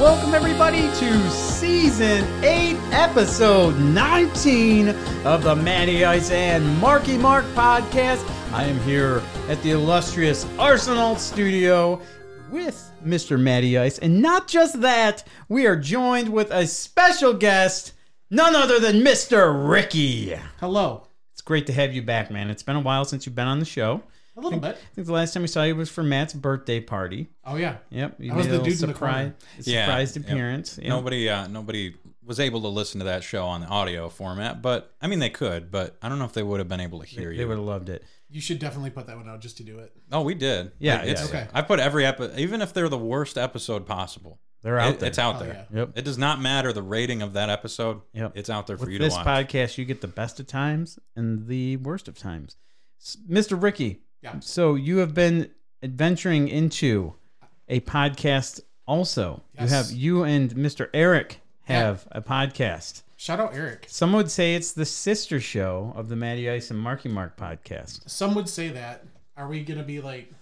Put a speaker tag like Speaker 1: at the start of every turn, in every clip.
Speaker 1: Welcome, everybody, to season 8, episode 19 of the Matty Ice and Marky Mark podcast. I am here at the illustrious Arsenal studio with Mr. Matty Ice. And not just that, we are joined with a special guest, none other than Mr. Ricky.
Speaker 2: Hello.
Speaker 1: It's great to have you back, man. It's been a while since you've been on the show.
Speaker 2: A little bit.
Speaker 1: I think the last time we saw you was for Matt's birthday party.
Speaker 2: Oh yeah.
Speaker 1: Yep, you
Speaker 2: I was
Speaker 1: made a
Speaker 2: the
Speaker 1: little
Speaker 2: dude in the
Speaker 1: surprise,
Speaker 2: corner.
Speaker 3: Yeah,
Speaker 1: surprised
Speaker 3: yep.
Speaker 1: appearance. Yep.
Speaker 3: Nobody, uh, nobody was able to listen to that show on the audio format, but I mean they could, but I don't know if they would have been able to hear
Speaker 1: they
Speaker 3: you.
Speaker 1: would have loved it.
Speaker 2: You should definitely put that one out just to do it.
Speaker 3: Oh, we did.
Speaker 1: Yeah,
Speaker 3: Like, it's,
Speaker 1: yeah,
Speaker 2: yeah.
Speaker 3: I put every episode, even if they're the worst episode possible.
Speaker 1: They're out
Speaker 3: it-
Speaker 1: there.
Speaker 3: It's out
Speaker 2: Oh,
Speaker 3: there.
Speaker 1: yeah. Yep.
Speaker 3: It does not matter the rating of that episode.
Speaker 1: Yep.
Speaker 3: It's out there for
Speaker 1: With
Speaker 3: you to
Speaker 1: this
Speaker 3: watch.
Speaker 1: podcast, you get the best of times and the worst of times. S- Mr. Ricky,
Speaker 2: Yeah.
Speaker 1: so you have been adventuring into a podcast also.
Speaker 2: Yes.
Speaker 1: You have you and Mr. Eric have a podcast.
Speaker 2: Shout out Eric.
Speaker 1: Some would say it's the sister show of the Matty Ice and Marky Mark podcast.
Speaker 2: Some would say that. Are we gonna be like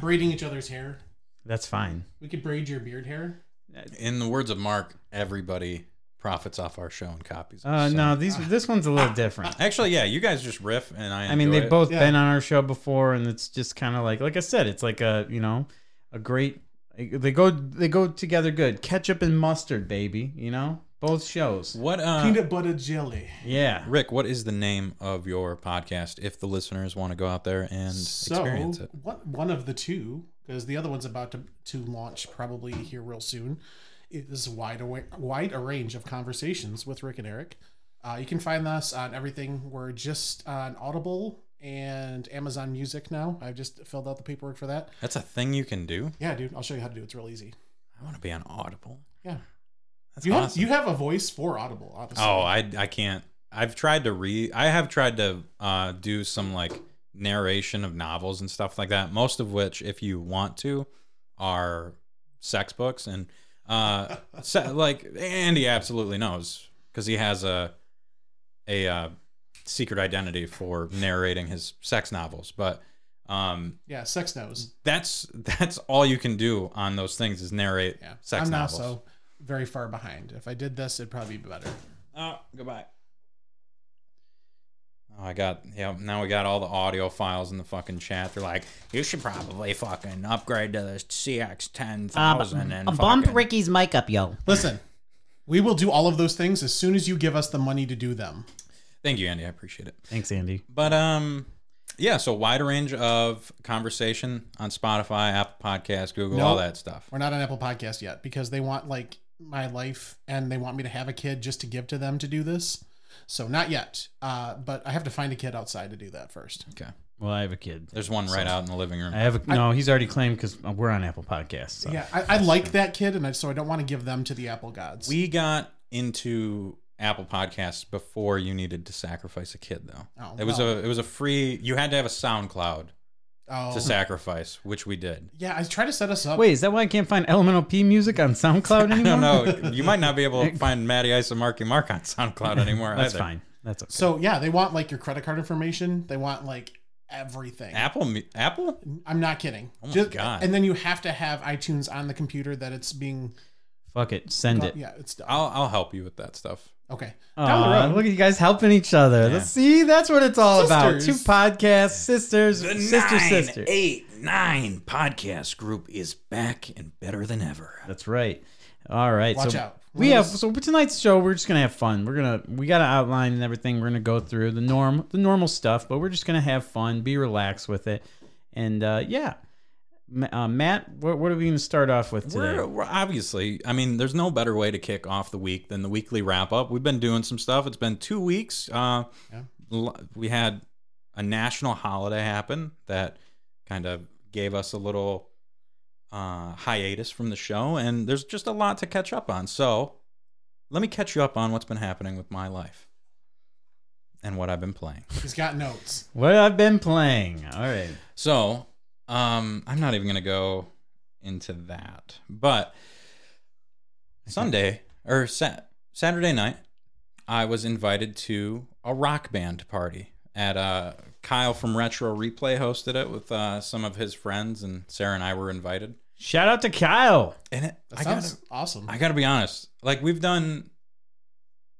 Speaker 2: braiding each other's hair?
Speaker 1: That's fine.
Speaker 2: We could braid your beard hair.
Speaker 3: In the words of Mark, everybody profits off our show and copies. it,
Speaker 1: Uh,
Speaker 3: so-
Speaker 1: no, these this one's a little different.
Speaker 3: Actually, yeah, you guys just riff, and I.
Speaker 1: I mean,
Speaker 3: enjoy
Speaker 1: they've
Speaker 3: it.
Speaker 1: both
Speaker 2: Yeah.
Speaker 1: been on our show before, and it's just kind of like, like I said, it's like a you know, a great. They go they go together good. Ketchup and mustard, baby. You know, both shows.
Speaker 3: What uh,
Speaker 2: Peanut butter jelly.
Speaker 1: Yeah,
Speaker 3: Rick? What is the name of your podcast? If the listeners want to go out there and
Speaker 2: So
Speaker 3: experience it,
Speaker 2: what one of the two, because the other one's about to, to launch probably here real soon, is wide away, wide a range of conversations with Rick and Eric. Uh, you can find us on everything. We're just on Audible and Amazon Music now. I've just filled out the paperwork for that.
Speaker 3: that's a thing you can do.
Speaker 2: Yeah, dude, I'll show you how to do it. It's real easy.
Speaker 3: I want to be on Audible.
Speaker 2: Yeah.
Speaker 3: That's
Speaker 2: you
Speaker 3: awesome.
Speaker 2: have you have a voice for Audible, obviously.
Speaker 3: oh, I I can't. I've tried to read. I have tried to uh, do some like narration of novels and stuff like that. Most of which, if you want to, are sex books and uh, se- like Andy absolutely knows because he has a a uh, secret identity for narrating his sex novels. But um,
Speaker 2: yeah, sex knows.
Speaker 3: that's that's all you can do on those things is narrate
Speaker 2: Yeah,
Speaker 3: sex
Speaker 2: I'm
Speaker 3: novels.
Speaker 2: not so very far behind. If I did this, it'd probably be better.
Speaker 3: Oh, goodbye. Oh, I got yeah. Now we got all the audio files in the fucking chat. They're like, you should probably fucking upgrade to the CX ten
Speaker 1: Um,
Speaker 3: thousand and fucking-"
Speaker 4: Ricky's mic up, yo.
Speaker 2: Listen, we will do all of those things as soon as you give us the money to do them.
Speaker 3: Thank you, Andy. I appreciate it.
Speaker 1: thanks, Andy.
Speaker 3: But um, yeah. So wide range of conversation on Spotify, Apple Podcasts, Google, all
Speaker 2: Nope.
Speaker 3: that stuff.
Speaker 2: We're not on Apple Podcast yet because they want like my life and they want me to have a kid just to give to them to do this. So not yet. Uh, but I have to find a kid outside to do that first.
Speaker 3: Okay.
Speaker 1: Well, I have a kid.
Speaker 3: There's one right out in the living room.
Speaker 1: I have a, no. He's already claimed because we're on Apple Podcasts. So.
Speaker 2: Yeah, I, I like that kid, and I, so I don't want to give them to the Apple gods.
Speaker 3: We got into Apple Podcasts before you needed to sacrifice a kid, though.
Speaker 2: Oh,
Speaker 3: it was
Speaker 2: well.
Speaker 3: a it was a free. You had to have a SoundCloud
Speaker 2: oh,
Speaker 3: to sacrifice, which we did.
Speaker 2: yeah, I try to set us up.
Speaker 1: Wait, is that why I can't find Elemental P music on SoundCloud
Speaker 3: I
Speaker 1: anymore?
Speaker 3: don't know. You might not be able to find Matty Ice and Marky Mark on SoundCloud anymore.
Speaker 1: That's
Speaker 3: either.
Speaker 1: fine. That's okay.
Speaker 2: So yeah, they want like your credit card information. They want like everything.
Speaker 3: Apple, Mu- Apple.
Speaker 2: I'm not kidding.
Speaker 3: Oh my God.
Speaker 2: And then you have to have iTunes on the computer that it's being.
Speaker 1: Fuck it. Send it.
Speaker 2: Yeah, it's
Speaker 3: I'll I'll help you with that stuff.
Speaker 2: okay.
Speaker 1: Aw, look at you guys helping each other. Let's See, that's what it's all about. Two
Speaker 2: Sisters.
Speaker 1: podcasts, sisters, sister, sister.
Speaker 3: eight nine podcast group is back and better than ever.
Speaker 1: That's right. All right.
Speaker 2: Watch
Speaker 1: so
Speaker 2: out.
Speaker 1: We have so for tonight's show. We're just gonna have fun. We're gonna we got an outline and everything. We're gonna go through the norm, the normal stuff, but we're just gonna have fun, be relaxed with it, and uh, yeah. Ma- Uh, Matt, what, what are we gonna start off with today?
Speaker 3: We're, we're obviously, I mean, there's no better way to kick off the week than the weekly wrap up. We've been doing some stuff. It's been two weeks. Uh,
Speaker 2: Yeah.
Speaker 3: l- we had a national holiday happen that kind of gave us a little uh, hiatus from the show, and there's just a lot to catch up on. So let me catch you up on what's been happening with my life and what I've been playing.
Speaker 2: He's got notes.
Speaker 1: What I've been playing. All right.
Speaker 3: So, um, I'm not even gonna go into that. But Sunday or sa- Saturday night, I was invited to a rock band party at uh, Kyle from Retro Replay hosted it with uh, some of his friends, and Sarah and I were invited.
Speaker 1: Shout out to Kyle.
Speaker 3: And it,
Speaker 2: That
Speaker 3: I got
Speaker 2: sounds awesome.
Speaker 3: I gotta be honest. Like we've done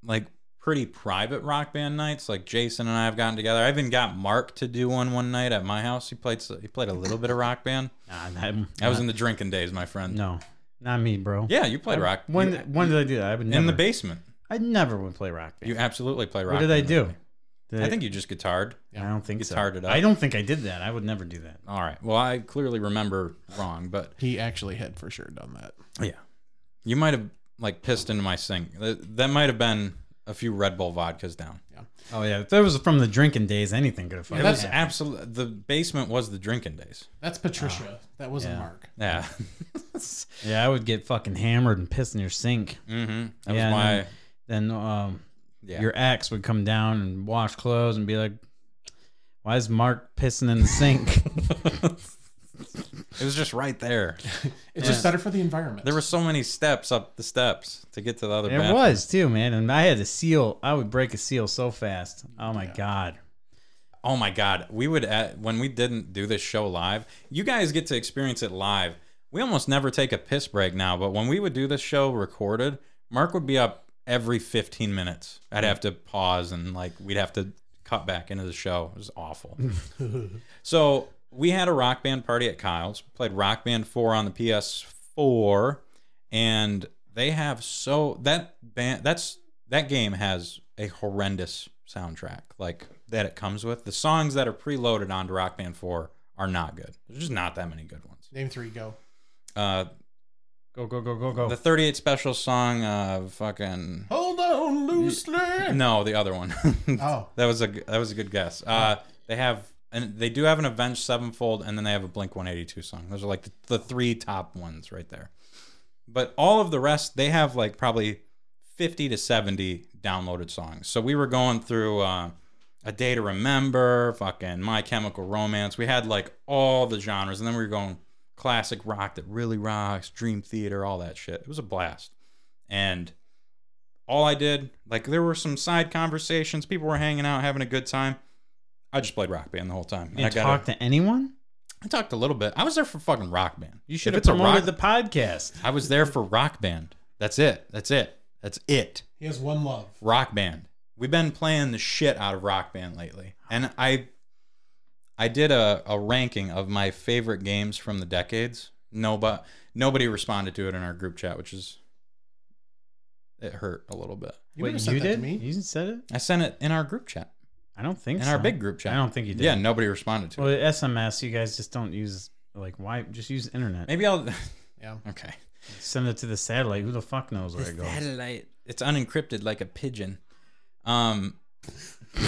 Speaker 3: like pretty private rock band nights. Like Jason and I have gotten together. I even got Mark to do one one night at my house. He played s- he played a little bit of rock band. I was in the drinking days, my friend.
Speaker 1: uh, no, not me, bro.
Speaker 3: Yeah, you played rock.
Speaker 1: When
Speaker 3: you-
Speaker 1: when did I do that? I would never.
Speaker 3: in the basement.
Speaker 1: I never would play rock band.
Speaker 3: You absolutely play rock.
Speaker 1: what did I
Speaker 3: band.
Speaker 1: do? Did
Speaker 3: I think you just guitarred.
Speaker 1: I don't think so.
Speaker 3: guitared it up.
Speaker 1: I don't think I did that. I would never do that.
Speaker 3: All right. Well, I clearly remember wrong, but
Speaker 2: he actually had for sure done that.
Speaker 3: yeah, you might have like pissed into my sink. That, that might have been a few Red Bull vodkas down.
Speaker 1: Oh yeah, if that was from the drinking days, anything could have
Speaker 3: It
Speaker 1: fucking
Speaker 3: was
Speaker 1: happened.
Speaker 3: absolutely the basement was the drinking days.
Speaker 2: That's Patricia. that wasn't
Speaker 1: yeah.
Speaker 2: Mark.
Speaker 3: Ah. Yeah.
Speaker 1: Yeah, I would get fucking hammered and piss in your sink.
Speaker 3: Mm-hmm. That
Speaker 1: Yeah,
Speaker 3: was why.
Speaker 1: and Then um,
Speaker 3: yeah.
Speaker 1: your ex would come down and wash clothes and be like, "Why is Mark pissing in the sink?"
Speaker 3: it was just right there.
Speaker 2: It's just better for the environment.
Speaker 3: There were so many steps up the steps to get to the other.
Speaker 1: And It
Speaker 3: bathroom.
Speaker 1: was too, man. And I had to seal. I would break a seal so fast. Oh my god.
Speaker 3: Oh my god, we would uh, when we didn't do this show live. You guys get to experience it live. We almost never take a piss break now, but when we would do this show recorded, Mark would be up every 15 minutes. I'd have to pause and like we'd have to cut back into the show. It was awful. so, we had a rock band party at Kyle's. Played Rock Band 4 on the PS4 and they have so that band that's that game has a horrendous soundtrack like that it comes with the songs that are preloaded onto rock band 4 are not good there's just not that many good ones
Speaker 2: Name three, go.
Speaker 3: uh
Speaker 1: Go go go go go.
Speaker 3: the 38 special song uh fucking
Speaker 2: Hold on loosely.
Speaker 3: no the other one
Speaker 2: Oh,
Speaker 3: that was a g- that was a good guess uh they have and they do have an avenged sevenfold and then they have a blink 182 song those are like the, the three top ones right there but all of the rest they have like probably 50 to 70 downloaded songs so we were going through uh, a day to remember fucking my chemical romance we had like all the genres and then we were going classic rock that really rocks dream theater all that shit it was a blast and all i did like there were some side conversations people were hanging out having a good time i just played rock band the whole time And
Speaker 1: you
Speaker 3: I,
Speaker 1: didn't talk
Speaker 3: got
Speaker 1: to anyone.
Speaker 3: I talked a little bit i was there for fucking rock band you should
Speaker 1: Should
Speaker 3: have
Speaker 1: have
Speaker 3: rock
Speaker 1: promoted the podcast.
Speaker 3: I was there for Rock Band. That's it. That's it. That's it.
Speaker 2: he has one love.
Speaker 3: Rock Band. We've been playing the shit out of Rock Band lately. And I I did a, a ranking of my favorite games from the decades. Nobody nobody responded to it in our group chat, which is it hurt a little bit.
Speaker 2: You
Speaker 1: Wait,
Speaker 2: never said
Speaker 1: you
Speaker 2: that
Speaker 1: did?
Speaker 2: to me.
Speaker 1: You said it?
Speaker 3: I sent it in our group chat.
Speaker 1: I don't think
Speaker 3: In
Speaker 1: so.
Speaker 3: our big group chat.
Speaker 1: I don't think you did.
Speaker 3: Yeah, nobody responded to
Speaker 1: Well,
Speaker 3: it.
Speaker 1: SMS, you guys just don't use like why? Just use internet.
Speaker 3: Maybe I'll
Speaker 2: Yeah.
Speaker 3: Okay.
Speaker 1: Send it to the satellite. Who the fuck knows where it goes?
Speaker 3: Satellite. It's unencrypted like a pigeon. Um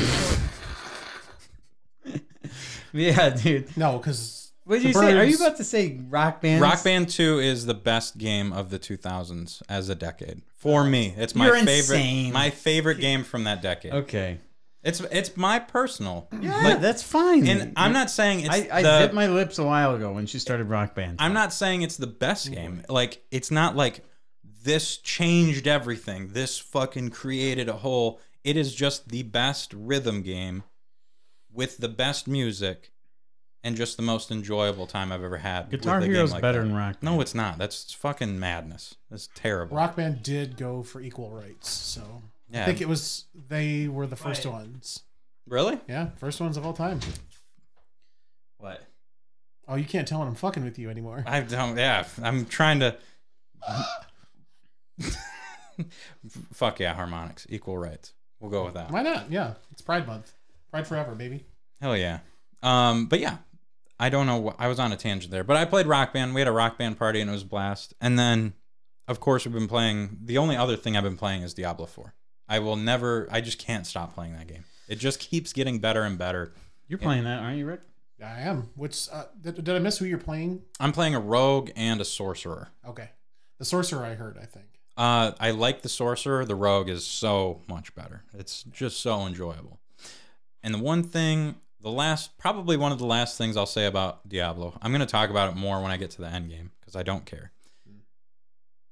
Speaker 1: Yeah, dude.
Speaker 2: No, because
Speaker 1: What did
Speaker 2: The
Speaker 1: you say? Are you
Speaker 2: birds-
Speaker 1: about to say rock band?
Speaker 3: Rock Band 2 is the best game of the 2000s as a decade. For me, it's my
Speaker 1: You're
Speaker 3: favorite
Speaker 1: insane.
Speaker 3: my favorite game from that decade.
Speaker 1: Okay.
Speaker 3: It's it's my personal.
Speaker 1: Yeah, that's fine.
Speaker 3: And I'm not saying it's
Speaker 1: I, I
Speaker 3: the,
Speaker 1: zipped my lips a while ago when she started rock band.
Speaker 3: I'm not saying it's the best game. Like it's not like this changed everything. This fucking created a whole. It is just the best rhythm game with the best music and just the most enjoyable time I've ever had. with
Speaker 1: Guitar
Speaker 3: a game
Speaker 1: Hero's
Speaker 3: like
Speaker 1: better
Speaker 3: that.
Speaker 1: than Rock
Speaker 3: No, it's not. That's fucking madness. That's terrible.
Speaker 2: Rock Band did go for equal rights, so
Speaker 3: Yeah.
Speaker 2: I think it was they were the first ones.
Speaker 3: Really?
Speaker 2: Yeah, first ones of all time.
Speaker 1: What?
Speaker 2: Oh, you can't tell when I'm fucking with you anymore.
Speaker 3: I don't. Yeah, I'm trying to. Fuck yeah, harmonics, equal rights. We'll go with that.
Speaker 2: Why not? Yeah, it's Pride Month. Pride forever, baby.
Speaker 3: Hell yeah. Um, but yeah, I don't know. What, I was on a tangent there, but I played Rock Band. We had a Rock Band party and it was a blast. And then, of course, we've been playing. The only other thing I've been playing is Diablo Four. I will never. I just can't stop playing that game. It just keeps getting better and better.
Speaker 1: You're playing that, aren't you, Rick?
Speaker 2: I am. Which uh, did, did I miss who you're playing?
Speaker 3: I'm playing a rogue and a sorcerer.
Speaker 2: Okay, the sorcerer. I heard. I think.
Speaker 3: Uh, I like the sorcerer. The rogue is so much better. It's just so enjoyable. And the one thing, the last, probably one of the last things I'll say about Diablo, I'm going to talk about it more when I get to the end game because I don't care.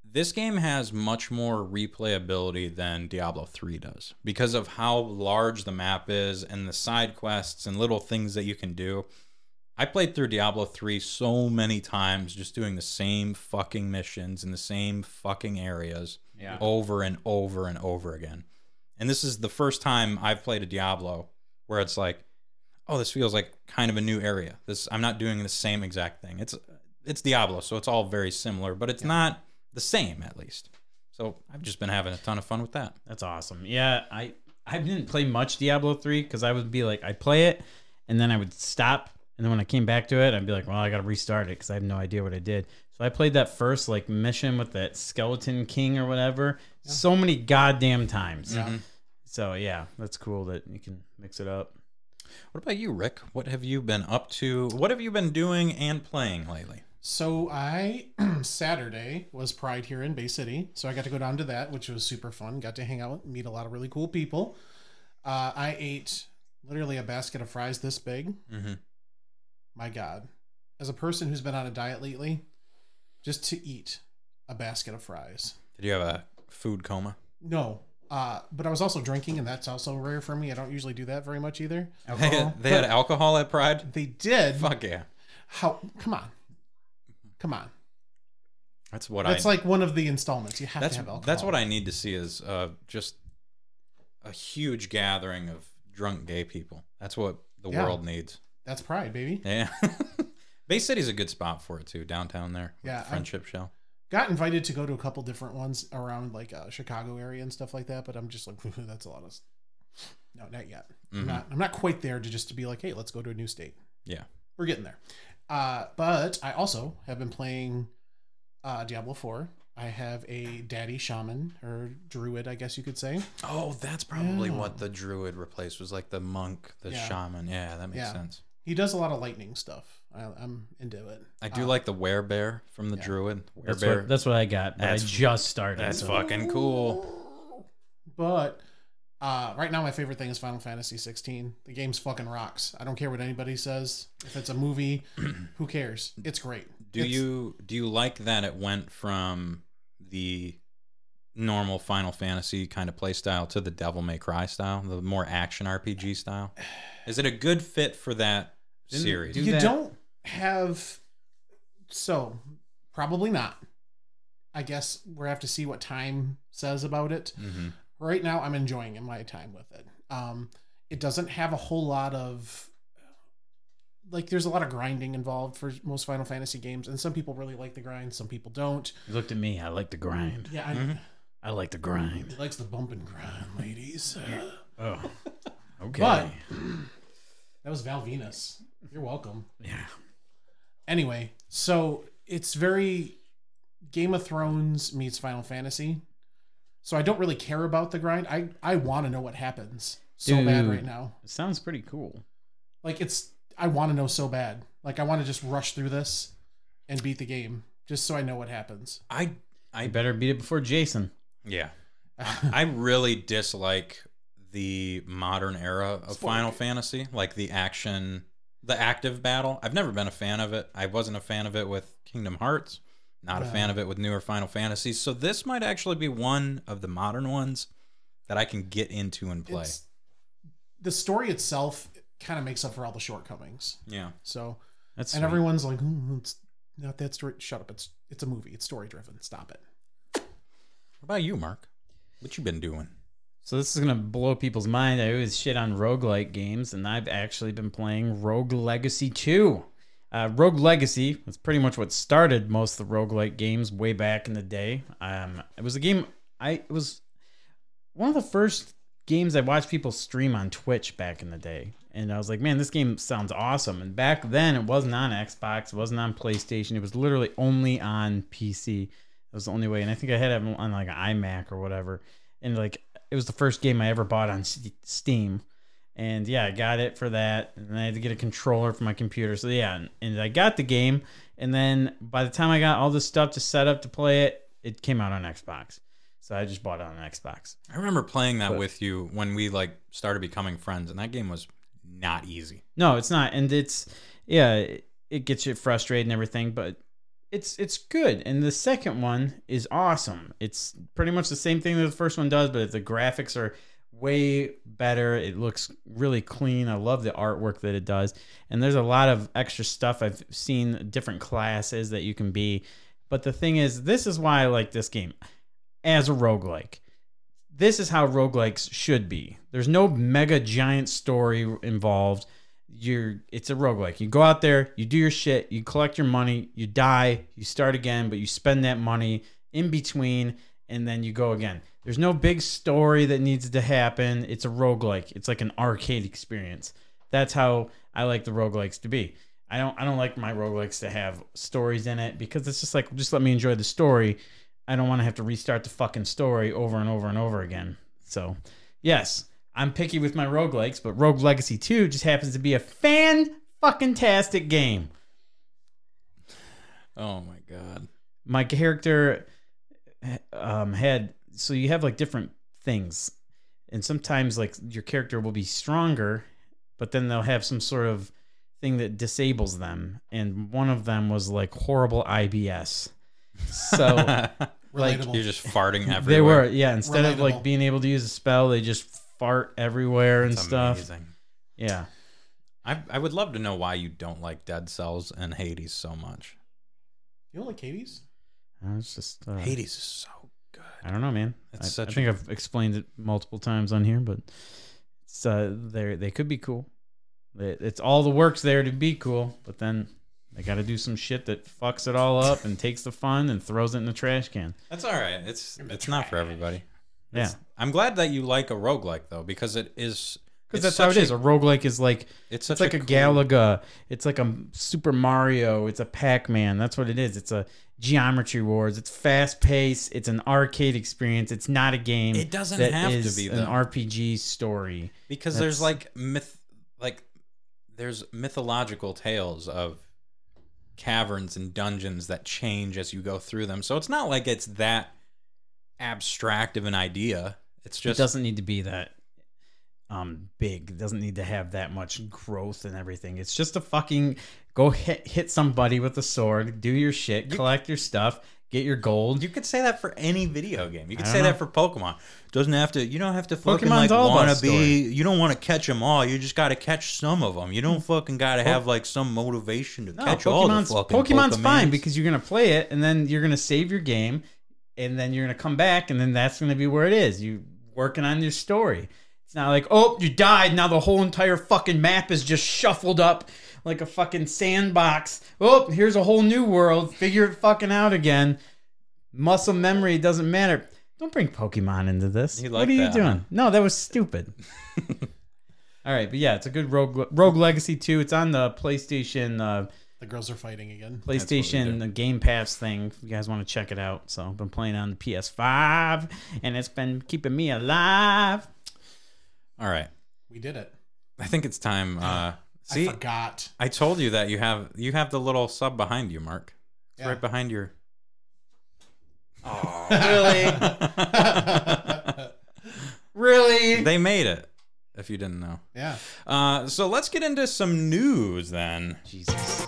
Speaker 3: This game has much more replayability than Diablo 3 does because of how large the map is and the side quests and little things that you can do. I played through Diablo 3 so many times just doing the same fucking missions in the same fucking areas
Speaker 1: Yeah.
Speaker 3: over and over and over again. And this is the first time I've played a Diablo where it's like, oh, this feels like kind of a new area. This I'm not doing the same exact thing. It's it's Diablo, so it's all very similar, but it's not the same at least. So I've just been having a ton of fun with that.
Speaker 1: That's awesome. Yeah, I I didn't play much Diablo three because I would be like I play it, and then I would stop, and then when I came back to it, I'd be like, well, I got to restart it because I have no idea what I did. So I played that first like mission with that skeleton king or whatever so many goddamn times.
Speaker 2: Yeah.
Speaker 1: So yeah, that's cool that you can mix it up.
Speaker 3: What about you, Rick? What have you been up to? What have you been doing and playing lately?
Speaker 2: So I Saturday was Pride here in Bay City, so I got to go down to that, which was super fun. Got to hang out, meet a lot of really cool people. Uh, I ate literally a basket of fries this big.
Speaker 3: Mm-hmm.
Speaker 2: My God, as a person who's been on a diet lately, just to eat a basket of fries.
Speaker 3: Did you have a food coma?
Speaker 2: No, uh, but I was also drinking, and that's also rare for me. I don't usually do that very much either.
Speaker 3: They had, they had alcohol at Pride.
Speaker 2: They did.
Speaker 3: Fuck yeah,
Speaker 2: How? Come on, come on.
Speaker 3: that's what
Speaker 2: That's
Speaker 3: I.
Speaker 2: like one of the installments. You have
Speaker 3: that's
Speaker 2: to have alcohol.
Speaker 3: that's what I need to see is uh, just a huge gathering of drunk gay people. That's what the
Speaker 2: Yeah.
Speaker 3: world needs.
Speaker 2: That's Pride, baby.
Speaker 3: Yeah. Bay City's a good spot for it too. Downtown there, with
Speaker 2: Yeah,
Speaker 3: the
Speaker 2: I-
Speaker 3: Friendship Shell.
Speaker 2: got invited to go to a couple different ones around like uh, Chicago area and stuff like that, but I'm just like, that's a lot of. s- No, not yet.
Speaker 3: Mhm.
Speaker 2: I'm, not, I'm not quite there to just to be like, hey, let's go to a new state.
Speaker 3: Yeah.
Speaker 2: we're getting there. Uh, but I also have been playing uh, Diablo Four. I have a daddy shaman or druid, I guess you could say.
Speaker 3: Oh, that's probably
Speaker 2: Yeah.
Speaker 3: what the druid replaced was like the monk, the
Speaker 2: Yeah.
Speaker 3: shaman. Yeah, that makes
Speaker 2: Yeah.
Speaker 3: sense.
Speaker 2: He does a lot of lightning stuff. I, I'm into it.
Speaker 3: I do
Speaker 2: Uh,
Speaker 3: like the werebear from the
Speaker 2: yeah.
Speaker 3: druid.
Speaker 1: That's
Speaker 3: Werebear.
Speaker 1: what, that's what I got. But I
Speaker 3: That's-
Speaker 1: just started.
Speaker 3: that's
Speaker 1: so-
Speaker 3: fucking cool.
Speaker 2: But uh, right now, my favorite thing is Final Fantasy 16. The game's fucking rocks. I don't care what anybody says. If it's a movie, who cares? It's great.
Speaker 3: Do
Speaker 2: It's-
Speaker 3: you do you like that it went from the normal Final Fantasy kind of play style to the Devil May Cry style, the more action RPG style? Is it a good fit for that
Speaker 1: Didn't it
Speaker 3: series?
Speaker 1: do
Speaker 2: you
Speaker 1: that?
Speaker 2: don't have so probably not. I guess we're have to see what time says about it.
Speaker 3: hmm
Speaker 2: right now i'm enjoying my time with it um it doesn't have a whole lot of like there's a lot of grinding involved for most final fantasy games and some people really like the grind some people don't
Speaker 1: You looked at me. I like the grind.
Speaker 2: yeah I,
Speaker 3: Mhm.
Speaker 1: I like the
Speaker 2: he
Speaker 1: grind.
Speaker 2: likes the bump and grind ladies Uh,
Speaker 1: Oh, okay.
Speaker 2: but that was val venus you're welcome
Speaker 1: yeah.
Speaker 2: anyway so it's very game of thrones meets final fantasy so i don't really care about the grind i i want to know what happens so bad
Speaker 1: Dude.
Speaker 2: right now
Speaker 1: It sounds pretty cool.
Speaker 2: Like it's I want to know so bad. Like I want to just rush through this and beat the game just so I know what happens.
Speaker 3: I
Speaker 1: I
Speaker 3: I
Speaker 1: better beat it before Jason.
Speaker 3: yeah. I really dislike the modern era of
Speaker 2: Spoiler.
Speaker 3: Final Fantasy, like the action, the active battle. I've never been a fan of it. I wasn't a fan of it with Kingdom Hearts, not a
Speaker 2: Yeah.
Speaker 3: fan of it with newer Final Fantasies. So this might actually be one of the modern ones that I can get into and play.
Speaker 2: It's- the story itself kind of makes up for all the shortcomings.
Speaker 3: yeah.
Speaker 2: So
Speaker 1: That's
Speaker 2: and
Speaker 1: sweet.
Speaker 2: everyone's like, "Mm, it's not that story. Shut up! It's it's a movie. It's story driven. Stop it.
Speaker 3: What about you, Mark? What you been doing?
Speaker 1: So this is gonna blow people's mind. I always shit on roguelike games, and I've actually been playing Rogue Legacy 2. Uh, Rogue Legacy was pretty much what started most of the roguelike games way back in the day. Um, it was a game I it was one of the first games I watched people stream on Twitch back in the day. And I was like, man, this game sounds awesome. And back then, it wasn't on Xbox, it wasn't on PlayStation, it was literally only on PC. It was the only way. And I think I had it on like an iMac or whatever. And like, it was the first game I ever bought on S- Steam. And yeah, I got it for that. And I had to get a controller for my computer. So yeah, and, and I got the game. And then by the time I got all this stuff to set up to play it, it came out on Xbox. So I just bought it on Xbox.
Speaker 3: I remember playing that
Speaker 1: But-
Speaker 3: with you when we like started becoming friends, and that game was not easy.
Speaker 1: No, it's not, and it's yeah, it, it gets you frustrated and everything, but it's it's good. And the second one is awesome. It's pretty much the same thing that the first one does, but the graphics are way better. It looks really clean. I love the artwork that it does. And there's a lot of extra stuff I've seen different classes that you can be. But the thing is, this is why I like this game as a roguelike. This is how roguelikes should be. There's no mega giant story involved. You're it's a roguelike. You go out there, you do your shit, you collect your money, you die, you start again, but you spend that money in between and then you go again. There's no big story that needs to happen. It's a roguelike. It's like an arcade experience. That's how I like the roguelikes to be. I don't I don't like my roguelikes to have stories in it because it's just like just let me enjoy the story. I don't want to have to restart the fucking story over and over and over again. So, yes, I'm picky with my roguelikes, but Rogue Legacy 2 just happens to be a fan fucking tastic game.
Speaker 3: Oh my god.
Speaker 1: my character um, had so you have like different things and sometimes like your character will be stronger but then they'll have some sort of thing that disables them and one of them was like horrible ibs so Like,
Speaker 2: Relatable.
Speaker 3: You're just farting everywhere.
Speaker 1: they were yeah instead of like
Speaker 2: Relatable.
Speaker 1: being able to use a spell they just fart everywhere and
Speaker 3: It's
Speaker 1: stuff
Speaker 3: amazing.
Speaker 1: yeah
Speaker 3: I, I would love to know why you don't like Dead Cells and Hades so much.
Speaker 2: you don't like Hades?
Speaker 1: I was just uh,
Speaker 3: Hades is so good.
Speaker 1: I don't know, man.
Speaker 3: It's
Speaker 1: I,
Speaker 3: such
Speaker 1: I
Speaker 3: a-
Speaker 1: think i I've explained it multiple times on here, but it's uh, they they could be cool. It- It's all the works there to be cool, but then they got to do some shit that fucks it all up and takes the fun and throws it in the trash can.
Speaker 3: That's all right. It's it's not for everybody.
Speaker 1: Yeah,
Speaker 3: I'm glad that you like a roguelike though because it is
Speaker 1: because that's
Speaker 3: it's
Speaker 1: how it
Speaker 3: such
Speaker 1: is.
Speaker 3: a-
Speaker 1: A roguelike is like
Speaker 3: It's
Speaker 1: it's
Speaker 3: such
Speaker 1: like a,
Speaker 3: cool-
Speaker 1: Galaga. It's like a Super Mario. It's a Pac Man. That's what it is. It's a Geometry Wars. It's fast paced. It's an arcade experience. It's not a game.
Speaker 3: It doesn't
Speaker 1: that
Speaker 3: have to
Speaker 1: is
Speaker 3: be,
Speaker 1: an
Speaker 3: though.
Speaker 1: RPG story.
Speaker 3: because
Speaker 1: That's-
Speaker 3: there's like myth like there's mythological tales of caverns and dungeons that change as you go through them. So it's not like it's that abstract of an idea. It's just
Speaker 1: it doesn't need to be that um big. It doesn't need to have that much growth and everything. It's just a fucking go hit hit somebody with a sword, do your shit, collect your stuff, get your gold.
Speaker 3: You could say that for any video game. You could
Speaker 1: I
Speaker 3: say
Speaker 1: don't know.
Speaker 3: that for Pokemon. Doesn't have to. You don't have to fucking
Speaker 1: Pokemon's
Speaker 3: like
Speaker 1: all about
Speaker 3: want to
Speaker 1: story. Hmm.
Speaker 3: be. You don't want to catch them all. You just got to catch some of them. You don't fucking got to have like some motivation to
Speaker 1: No,
Speaker 3: catch all the
Speaker 1: Pokemon's
Speaker 3: fucking
Speaker 1: Pokemon's fine
Speaker 3: Pokemans.
Speaker 1: because you're gonna play it and then you're gonna save your game and then you're gonna come back and then that's gonna be where it is. You working on your story. It's not like, oh, you died. Now the whole entire fucking map is just shuffled up like a fucking sandbox. Oh, here's a whole new world. Figure it fucking out again. Muscle memory doesn't matter. Don't bring Pokemon into this.
Speaker 3: He
Speaker 1: What
Speaker 3: liked
Speaker 1: are you
Speaker 3: that,
Speaker 1: doing? No, that was stupid. All right, but yeah, it's a good Rogue Rogue Legacy 2. It's on the PlayStation uh,
Speaker 2: The girls are fighting again.
Speaker 1: PlayStation Game Pass thing. If you guys want to check it out. So I've been playing on the PS5, and it's been keeping me alive.
Speaker 3: All right,
Speaker 2: We did it.
Speaker 3: I think it's time. Uh, see,
Speaker 2: I
Speaker 3: I,
Speaker 2: forgot.
Speaker 3: told you that you have you have the little sub behind you, Mark. It's
Speaker 2: Yeah.
Speaker 3: right behind your.
Speaker 1: Really, really.
Speaker 3: They made it. If you didn't know.
Speaker 2: yeah.
Speaker 3: Uh, so let's get into some news then.
Speaker 1: Jesus.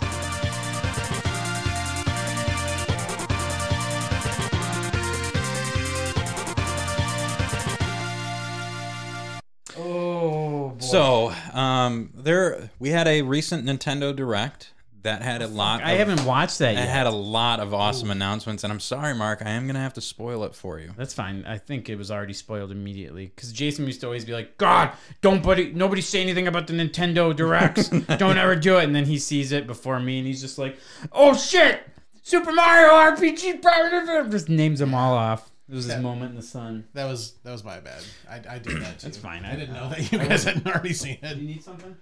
Speaker 1: Oh boy.
Speaker 3: So, um, there we had a recent Nintendo Direct that had a lot.
Speaker 1: Oh, I
Speaker 3: of-
Speaker 1: haven't watched that
Speaker 3: It
Speaker 1: yet.
Speaker 3: had a lot of awesome announcements, and I'm sorry, Mark. I am gonna have to spoil it for you.
Speaker 1: That's fine. I think it was already spoiled immediately because Jason used to always be like, "God, don't buddy, nobody say anything about the Nintendo Directs. don't ever do it." And then he sees it before me, and he's just like, "Oh shit, Super Mario RPG!" Private Div-" Just names them all off. It was his
Speaker 2: Yeah.
Speaker 1: moment in the sun.
Speaker 2: That was that was my bad. I, I did that too.
Speaker 1: That's fine.
Speaker 2: I,
Speaker 1: I-
Speaker 2: didn't know that you guys hadn't already seen it.
Speaker 1: need something?